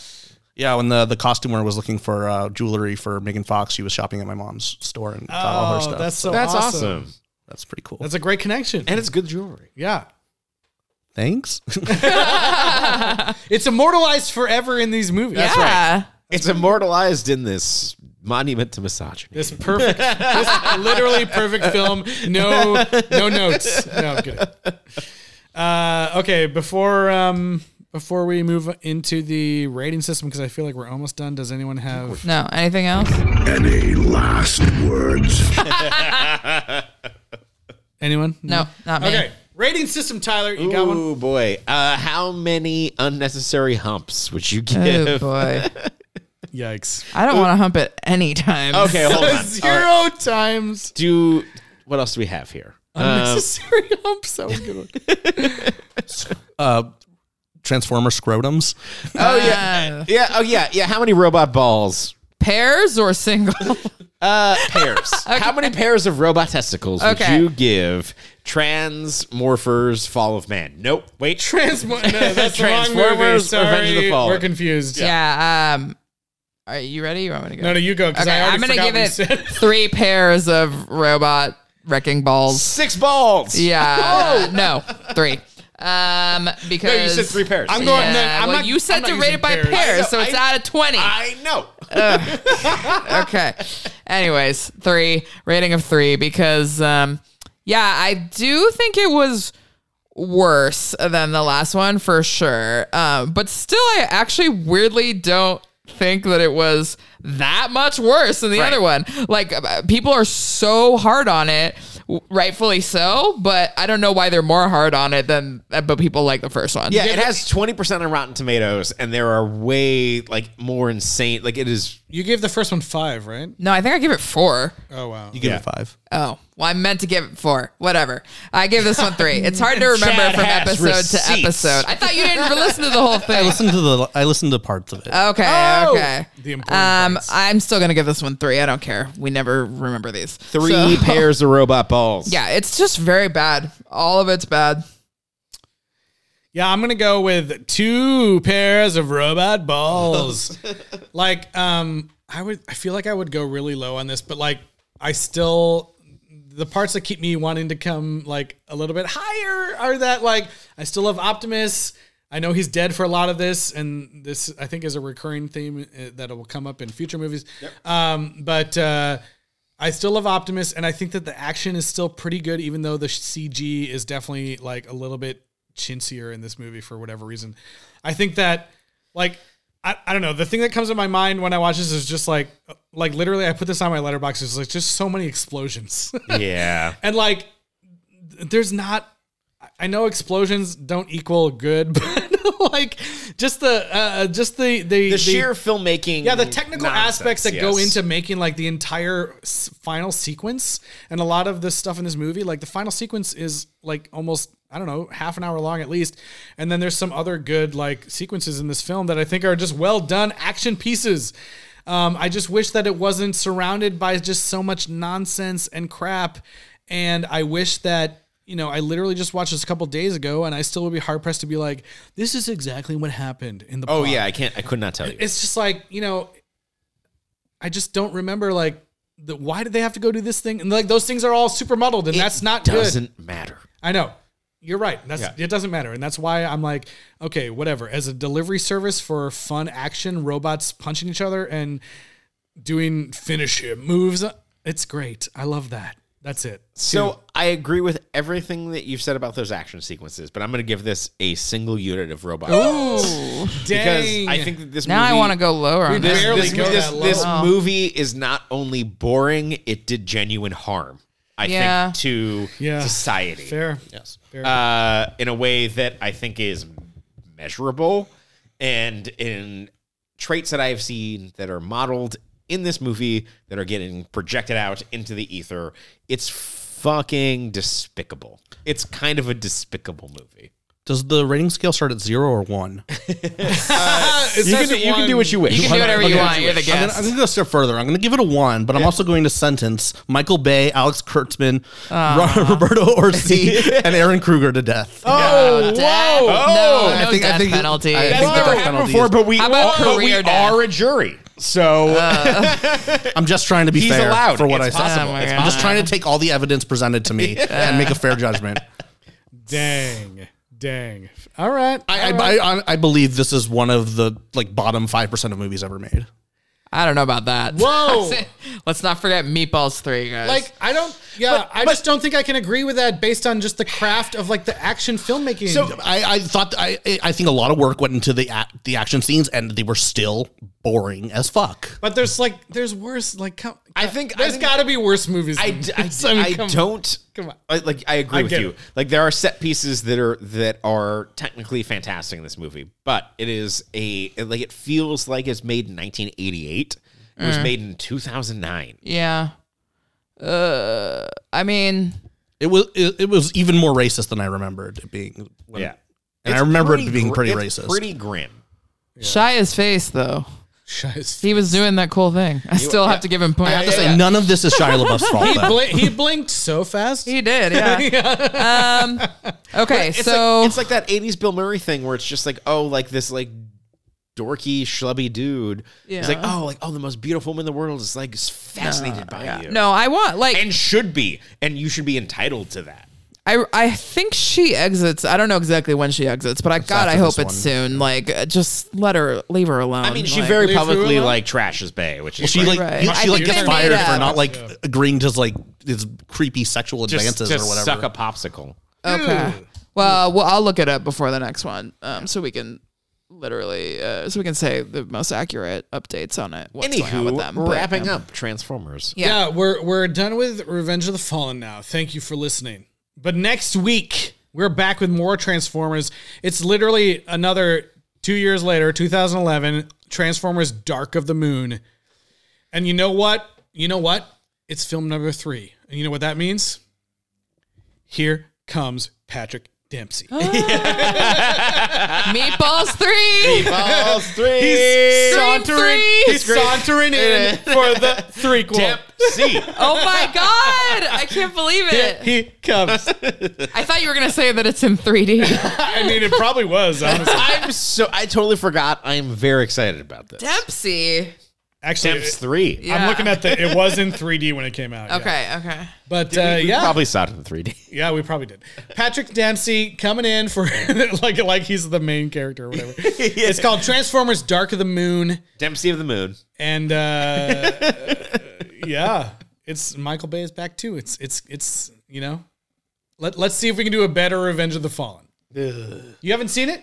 [SPEAKER 5] Yeah, when the the costumer was looking for uh, jewelry for Megan Fox, she was shopping at my mom's store and got all her
[SPEAKER 2] Oh,
[SPEAKER 5] stuff.
[SPEAKER 2] that's so
[SPEAKER 4] That's
[SPEAKER 2] awesome.
[SPEAKER 4] awesome.
[SPEAKER 5] that's pretty cool.
[SPEAKER 2] That's a great connection.
[SPEAKER 4] And it's good jewelry.
[SPEAKER 2] yeah.
[SPEAKER 5] Thanks.
[SPEAKER 2] It's immortalized forever in these movies.
[SPEAKER 3] yeah.
[SPEAKER 4] It's immortalized in this monument to misogyny.
[SPEAKER 2] This perfect, this literally perfect film. No, no notes. No, I'm kidding. Uh, okay, before um, before we move into the rating system, because I feel like we're almost done. Does anyone have?
[SPEAKER 3] No, anything else?
[SPEAKER 8] Any last words?
[SPEAKER 2] Anyone?
[SPEAKER 3] No, not me.
[SPEAKER 2] Okay, rating system. Tyler, you got one.
[SPEAKER 4] Oh boy. Uh, how many unnecessary humps would you give?
[SPEAKER 3] Oh boy,
[SPEAKER 2] Yikes!
[SPEAKER 3] I don't want to hump it any time.
[SPEAKER 4] Okay, hold on. All right.
[SPEAKER 2] Zero times.
[SPEAKER 4] Do what else do we have here?
[SPEAKER 2] Uh,
[SPEAKER 4] Um,
[SPEAKER 2] Unnecessary humps. That was a good one.
[SPEAKER 5] Transformer scrotums.
[SPEAKER 4] oh yeah. Yeah, oh yeah, yeah. How many robot balls?
[SPEAKER 3] Uh, Pairs or single?
[SPEAKER 4] Uh, pairs. How many pairs of robot testicles
[SPEAKER 3] Okay.
[SPEAKER 4] would you give Transmorphers Fall of Man? Nope. Wait.
[SPEAKER 2] Transmo- no, that's the wrong
[SPEAKER 4] Transformers,
[SPEAKER 2] movie.
[SPEAKER 4] Revenge of the
[SPEAKER 2] Sorry,
[SPEAKER 4] Fallen.
[SPEAKER 2] we're confused.
[SPEAKER 3] yeah. Um. Are you ready? You want me to go?
[SPEAKER 2] No, no, you go. Because
[SPEAKER 3] okay,
[SPEAKER 2] I already
[SPEAKER 3] I'm gonna
[SPEAKER 2] forgot
[SPEAKER 3] give
[SPEAKER 2] what you
[SPEAKER 3] it
[SPEAKER 2] said.
[SPEAKER 3] three pairs of robot wrecking balls.
[SPEAKER 4] Six balls.
[SPEAKER 2] Oh.
[SPEAKER 3] Yeah. no, three. Um. Because
[SPEAKER 4] No, you said three pairs.
[SPEAKER 2] I'm going.
[SPEAKER 3] Yeah,
[SPEAKER 2] no, I'm
[SPEAKER 3] well,
[SPEAKER 2] not,
[SPEAKER 3] you said
[SPEAKER 2] I'm not
[SPEAKER 3] to rate
[SPEAKER 2] using
[SPEAKER 3] it by pairs,
[SPEAKER 4] know,
[SPEAKER 3] so it's
[SPEAKER 4] I-
[SPEAKER 3] out of twenty.
[SPEAKER 4] I know.
[SPEAKER 3] okay. Anyways, three rating of three because um, yeah, I do think it was worse than the last one for sure. Um, but still, I actually weirdly don't think that it was that much worse than the
[SPEAKER 4] Right.
[SPEAKER 3] other one. Like uh, people are so hard on it, w- rightfully so, but I don't know why they're more hard on it than uh, but people like the first one.
[SPEAKER 4] Yeah, it has twenty percent on Rotten Tomatoes, and there are way like more insane. Like it is.
[SPEAKER 2] You gave the first one five, right?
[SPEAKER 3] No, I think I give it 4.
[SPEAKER 2] Oh wow.
[SPEAKER 5] You give it five.
[SPEAKER 3] Oh, well, I meant to give it four. Whatever. I give this one three. It's hard to remember
[SPEAKER 4] Chad
[SPEAKER 3] from
[SPEAKER 4] has
[SPEAKER 3] episode
[SPEAKER 4] receipts.
[SPEAKER 3] to episode. I thought you didn't listen to the whole
[SPEAKER 5] I Oh!
[SPEAKER 3] thing.
[SPEAKER 5] listened to the I listened to parts of it.
[SPEAKER 3] Okay, okay.
[SPEAKER 2] The important
[SPEAKER 3] Oh! Um,
[SPEAKER 2] parts.
[SPEAKER 3] I'm still gonna give this one three. I don't care. We never remember these.
[SPEAKER 4] Three
[SPEAKER 3] So-
[SPEAKER 4] pairs of robot balls.
[SPEAKER 3] Yeah, it's just very bad. All of it's bad.
[SPEAKER 2] Yeah, I'm gonna go with two pairs of robot balls. like, um, I would, I feel like I would go really low on this, but like, I still, the parts that keep me wanting to come like a little bit higher are that like I still love Optimus. I know he's dead for a lot of this, and this I think is a recurring theme uh, that will come up in future movies. Um, but uh, I still love Optimus, and I think that the action is still pretty good, even though the CG is definitely like a little bit chintzier in this movie for whatever reason. I think that, like, I, I don't know. The thing that comes to my mind when I watch this is just like, like literally, I put this on my letterbox. It's like just so many explosions,
[SPEAKER 4] yeah.
[SPEAKER 2] and like, there's not. I know explosions don't equal good, but like, just the uh, just the the,
[SPEAKER 4] The sheer filmmaking.
[SPEAKER 2] yeah, the technical
[SPEAKER 4] nonsense,
[SPEAKER 2] aspects that go
[SPEAKER 4] yes.
[SPEAKER 2] into making like the entire s- final sequence and a lot of the stuff in this movie, like the final sequence is like almost I don't know half an hour long at least, and then there's some other good like sequences in this film that I think are just well done action pieces. Um, I just wish that it wasn't surrounded by just so much nonsense and crap, and I wish that. You know, I literally just watched this a couple days ago, and I still would be hard pressed to be like, "This is exactly what happened in the."
[SPEAKER 4] Oh
[SPEAKER 2] plot
[SPEAKER 4] yeah, I can't. I could not tell you.
[SPEAKER 2] it's just like you know i just don't remember like the, why did they have to go do this thing and like those things are all super muddled and that's not good
[SPEAKER 4] doesn't matter.
[SPEAKER 2] i know you're right that's
[SPEAKER 4] Yeah.
[SPEAKER 2] it doesn't matter and that's why i'm like okay whatever as a delivery service for fun action robots punching each other and doing finish him moves it's great i love that that's it
[SPEAKER 4] So I agree with everything that you've said about those action sequences, but I'm going to give this a single unit of robot balls
[SPEAKER 3] Ooh.
[SPEAKER 4] because
[SPEAKER 2] Dang.
[SPEAKER 4] I think that this
[SPEAKER 3] Now I
[SPEAKER 4] movie-
[SPEAKER 3] want to go lower on
[SPEAKER 4] This,
[SPEAKER 3] this.
[SPEAKER 2] barely
[SPEAKER 4] this,
[SPEAKER 2] go
[SPEAKER 4] this,
[SPEAKER 2] that
[SPEAKER 4] this
[SPEAKER 3] low.
[SPEAKER 4] movie is not only boring; it did genuine harm. I
[SPEAKER 3] Yeah.
[SPEAKER 4] think to
[SPEAKER 2] Yeah.
[SPEAKER 4] society
[SPEAKER 2] fair
[SPEAKER 5] Yes.
[SPEAKER 4] uh, in a way that I think is measurable and in traits that I've seen that are modeled in this movie that are getting projected out into the ether. It's fucking despicable. It's kind of a despicable movie.
[SPEAKER 5] Does the rating scale start at zero or one?
[SPEAKER 2] you, can, do what you wish
[SPEAKER 3] You can do whatever you want. You're the
[SPEAKER 5] I'm gonna,
[SPEAKER 3] guest.
[SPEAKER 5] I'm gonna go a step further. I'm gonna give it a one, but I'm also going to sentence Michael Bay, Alex Kurtzman, Ro- Roberto Orsi, and Aaron Kruger to death.
[SPEAKER 3] oh, death. No,
[SPEAKER 4] Oh.
[SPEAKER 3] no
[SPEAKER 5] I think- I
[SPEAKER 3] death
[SPEAKER 5] think-
[SPEAKER 3] penalty.
[SPEAKER 5] I- I
[SPEAKER 4] That's
[SPEAKER 5] think
[SPEAKER 4] never
[SPEAKER 5] the
[SPEAKER 4] happened
[SPEAKER 5] penalty
[SPEAKER 4] before,
[SPEAKER 5] is-
[SPEAKER 4] but we,
[SPEAKER 3] How about
[SPEAKER 4] are, but we
[SPEAKER 3] career death?
[SPEAKER 4] are a jury. So
[SPEAKER 5] I'm just trying to be
[SPEAKER 4] He's
[SPEAKER 5] fair
[SPEAKER 4] allowed.
[SPEAKER 5] for what
[SPEAKER 4] It's
[SPEAKER 5] I said.
[SPEAKER 4] possible.
[SPEAKER 3] Oh my
[SPEAKER 5] I'm just
[SPEAKER 3] God.
[SPEAKER 5] trying to take all the evidence presented to me and make a fair judgment.
[SPEAKER 2] dang dang all right
[SPEAKER 5] I, I, I, I believe this is one of the like bottom five percent of movies ever made.
[SPEAKER 3] I don't know about that.
[SPEAKER 2] Whoa.
[SPEAKER 3] Let's not forget Meatballs three, guys.
[SPEAKER 2] Like I don't, yeah, I just don't think I can agree with that based on just the craft of like the action filmmaking.
[SPEAKER 5] So I, I thought I I think a lot of work went into the ac the action scenes and they were still boring as fuck.
[SPEAKER 2] but there's like there's worse. Like come,
[SPEAKER 4] I think- I
[SPEAKER 2] there's
[SPEAKER 4] think-
[SPEAKER 2] got to be worse movies.
[SPEAKER 4] I,
[SPEAKER 2] than
[SPEAKER 4] d- I,
[SPEAKER 2] this. I mean,
[SPEAKER 4] I
[SPEAKER 2] come on.
[SPEAKER 4] don't
[SPEAKER 2] Come on.
[SPEAKER 4] I- like I agree
[SPEAKER 2] I
[SPEAKER 4] with
[SPEAKER 2] get
[SPEAKER 4] you.
[SPEAKER 2] it.
[SPEAKER 4] Like there are set pieces that are that are technically fantastic in this movie, but it is a it- like it feels like it's made in 1988. It was made in 2009.
[SPEAKER 3] yeah. Uh, I mean,
[SPEAKER 5] It was it, it was even more racist than I remembered it being. when-
[SPEAKER 4] Yeah.
[SPEAKER 5] and I remember it
[SPEAKER 4] pretty
[SPEAKER 5] being
[SPEAKER 4] gr-
[SPEAKER 5] pretty
[SPEAKER 4] it's
[SPEAKER 5] racist.
[SPEAKER 4] Pretty grim.
[SPEAKER 3] Shia's face though.
[SPEAKER 2] Shia's-
[SPEAKER 3] He was doing that cool thing. I still have to give him points.
[SPEAKER 5] I have to say, none of this is Shia LaBeouf's fault.
[SPEAKER 2] He,
[SPEAKER 5] though.
[SPEAKER 2] bli- he blinked so fast.
[SPEAKER 3] He did, yeah. Um, okay,
[SPEAKER 4] It's
[SPEAKER 3] so
[SPEAKER 4] like, it's like that 80s Bill Murray thing where it's just like, oh, like this like dorky, schlubby dude. It's like,
[SPEAKER 3] Yeah.
[SPEAKER 4] oh, like oh, the most beautiful woman in the world is like is fascinated by you.
[SPEAKER 3] no, I want like
[SPEAKER 4] And should be, and you should be entitled to that.
[SPEAKER 3] I I think she exits. I don't know exactly when she exits, but I God, I
[SPEAKER 5] after
[SPEAKER 3] hope
[SPEAKER 5] this
[SPEAKER 3] it's
[SPEAKER 5] one.
[SPEAKER 3] soon. Like, uh, just let her leave her alone.
[SPEAKER 4] I mean, she
[SPEAKER 3] Like,
[SPEAKER 4] very
[SPEAKER 2] leave
[SPEAKER 4] publicly
[SPEAKER 2] Fuhrer?
[SPEAKER 4] like trashes Bay, which
[SPEAKER 5] Well,
[SPEAKER 4] is
[SPEAKER 5] she like
[SPEAKER 3] Right.
[SPEAKER 5] he-
[SPEAKER 3] I
[SPEAKER 5] she like
[SPEAKER 3] think
[SPEAKER 5] gets
[SPEAKER 3] they
[SPEAKER 5] fired
[SPEAKER 3] made
[SPEAKER 5] for
[SPEAKER 3] up.
[SPEAKER 5] not like agreeing to like his creepy sexual
[SPEAKER 4] just,
[SPEAKER 5] advances
[SPEAKER 4] just
[SPEAKER 5] or whatever.
[SPEAKER 4] suck a popsicle.
[SPEAKER 3] okay. Well, well, I'll look it up before the next one, um, so we can literally, uh, so we can say the most accurate updates on it. What's going on with them?
[SPEAKER 4] Anywho,
[SPEAKER 3] But,
[SPEAKER 4] wrapping
[SPEAKER 3] um,
[SPEAKER 4] up Transformers.
[SPEAKER 2] Yeah. we're we're done with Revenge of the Fallen now. Thank you for listening. But next week we're back with more Transformers. It's literally another two years later, 2011, Transformers: Dark of the Moon. And you know what? You know what? It's film number three. And you know what that means? Here comes Patrick Dempsey.
[SPEAKER 3] Meatballs three.
[SPEAKER 4] Balls Oh, three.
[SPEAKER 2] He's sauntering.
[SPEAKER 3] three.
[SPEAKER 2] He's sauntering in for the threequel.
[SPEAKER 4] See,
[SPEAKER 3] Oh my god! I can't believe
[SPEAKER 2] Here
[SPEAKER 3] it.
[SPEAKER 2] he comes.
[SPEAKER 3] I thought you were gonna say that it's in 3D.
[SPEAKER 2] I mean, it probably was honestly.
[SPEAKER 4] I'm so I totally forgot. I'm very excited about this. Uh,
[SPEAKER 3] Dempsey.
[SPEAKER 2] Actually,
[SPEAKER 4] Temps three.
[SPEAKER 2] I'm
[SPEAKER 3] Yeah.
[SPEAKER 2] looking at the. It was in 3D when it came out. yeah.
[SPEAKER 3] Okay. Okay.
[SPEAKER 2] but uh, yeah,
[SPEAKER 4] Probably saw it in 3D.
[SPEAKER 2] yeah, we probably did. Patrick Dempsey coming in for like like he's the main character or whatever. It's called Transformers: Dark of the Moon,
[SPEAKER 4] Dempsey of the Moon.
[SPEAKER 2] and uh, uh, yeah, it's Michael Bay is back too. It's it's it's you know, let let's see if we can do a better Revenge of the Fallen. You haven't seen it?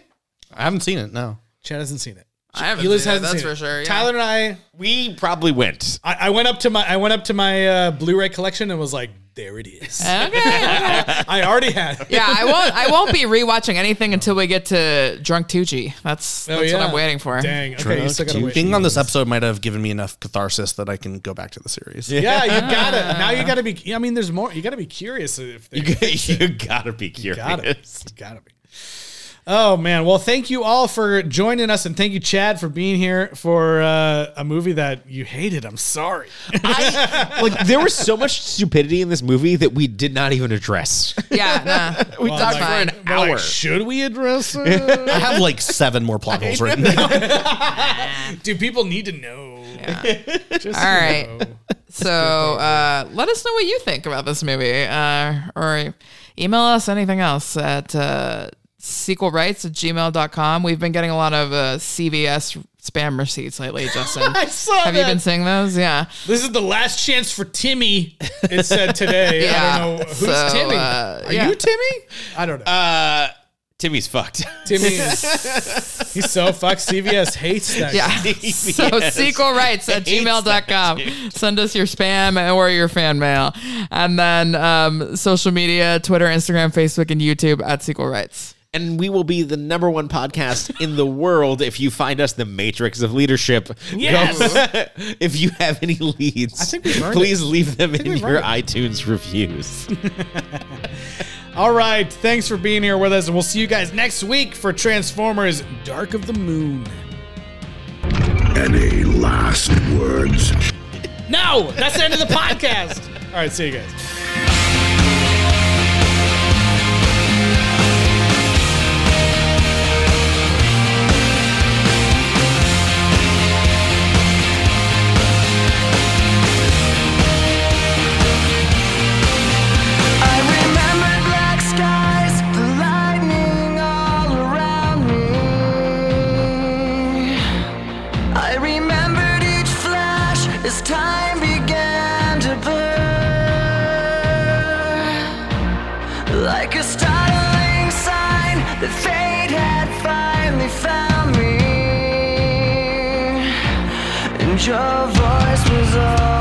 [SPEAKER 5] I haven't seen it. No.
[SPEAKER 2] Chad hasn't seen it.
[SPEAKER 3] I haven't.
[SPEAKER 2] Ulysses
[SPEAKER 3] seen it,
[SPEAKER 2] hasn't
[SPEAKER 3] that's
[SPEAKER 2] seen
[SPEAKER 3] for
[SPEAKER 2] it.
[SPEAKER 3] sure. yeah.
[SPEAKER 2] Tyler and I
[SPEAKER 4] We probably went.
[SPEAKER 2] I, I went up to my I went up to my uh, Blu-ray collection and was like, there it is.
[SPEAKER 3] Okay. okay.
[SPEAKER 2] I already had. It.
[SPEAKER 3] yeah, I won't. I won't be rewatching anything until we get to Drunk Tucci. That's
[SPEAKER 2] Oh,
[SPEAKER 3] that's what
[SPEAKER 2] yeah.
[SPEAKER 3] I'm waiting for.
[SPEAKER 2] Dang. Okay, you still gotta wait.
[SPEAKER 5] Being on this episode might have given me enough catharsis that I can go back to the series.
[SPEAKER 2] Yeah, you gotta. Now you gotta be. I mean, there's more. You gotta be curious if they
[SPEAKER 4] You, you gotta be curious.
[SPEAKER 2] gotta. Be, gotta be. Oh man. Well, thank you all for joining us, and thank you, Chad, for being here for uh, a movie that you hated. I'm sorry.
[SPEAKER 4] I, like there was so much stupidity in this movie that we did not even address.
[SPEAKER 3] Yeah. Nah.
[SPEAKER 4] We talked
[SPEAKER 3] like-
[SPEAKER 4] for an
[SPEAKER 2] We're like,
[SPEAKER 4] hour.
[SPEAKER 2] should we address it?
[SPEAKER 5] I have like seven more plot holes written down.
[SPEAKER 2] Do people need to know? Just
[SPEAKER 3] All right.
[SPEAKER 2] know.
[SPEAKER 3] So uh, let us know what you think about this movie, uh, or email us anything else at uh, sequelrights at gmail.com. We've been getting a lot of uh, CVS spam receipts lately, Justin.
[SPEAKER 2] I saw
[SPEAKER 3] Have
[SPEAKER 2] that.
[SPEAKER 3] you been seeing those? Yeah.
[SPEAKER 2] This is the last chance for Timmy. It said today. I
[SPEAKER 3] Yeah.
[SPEAKER 2] don't know who's
[SPEAKER 3] So,
[SPEAKER 2] Timmy.
[SPEAKER 3] uh,
[SPEAKER 2] Are
[SPEAKER 3] yeah.
[SPEAKER 2] you Timmy? I don't know.
[SPEAKER 4] Uh, Timmy's fucked.
[SPEAKER 2] Timmy. is- he's so fucked. CVS hates that.
[SPEAKER 3] Yeah. so sequelrights at gmail.com. Send us your spam or your fan mail. And then um, social media Twitter, Instagram, Facebook, and YouTube at sequelrights.
[SPEAKER 4] and we will be the number one podcast in the world if you find us the matrix of leadership.
[SPEAKER 2] Yes.
[SPEAKER 4] Go- if you have any leads, I
[SPEAKER 2] think we've earned
[SPEAKER 4] please leave them in
[SPEAKER 2] we've
[SPEAKER 4] your
[SPEAKER 2] earned
[SPEAKER 4] iTunes reviews.
[SPEAKER 2] All right. Thanks for being here with us. And we'll see you guys next week for Transformers Dark of the Moon.
[SPEAKER 8] Any last words?
[SPEAKER 2] No, that's the end of the podcast. All right. See you guys.
[SPEAKER 7] I remembered black skies, the lightning all around me. I remembered each flash as time began to burn, like a startling sign that fate had finally found me, and your voice was all.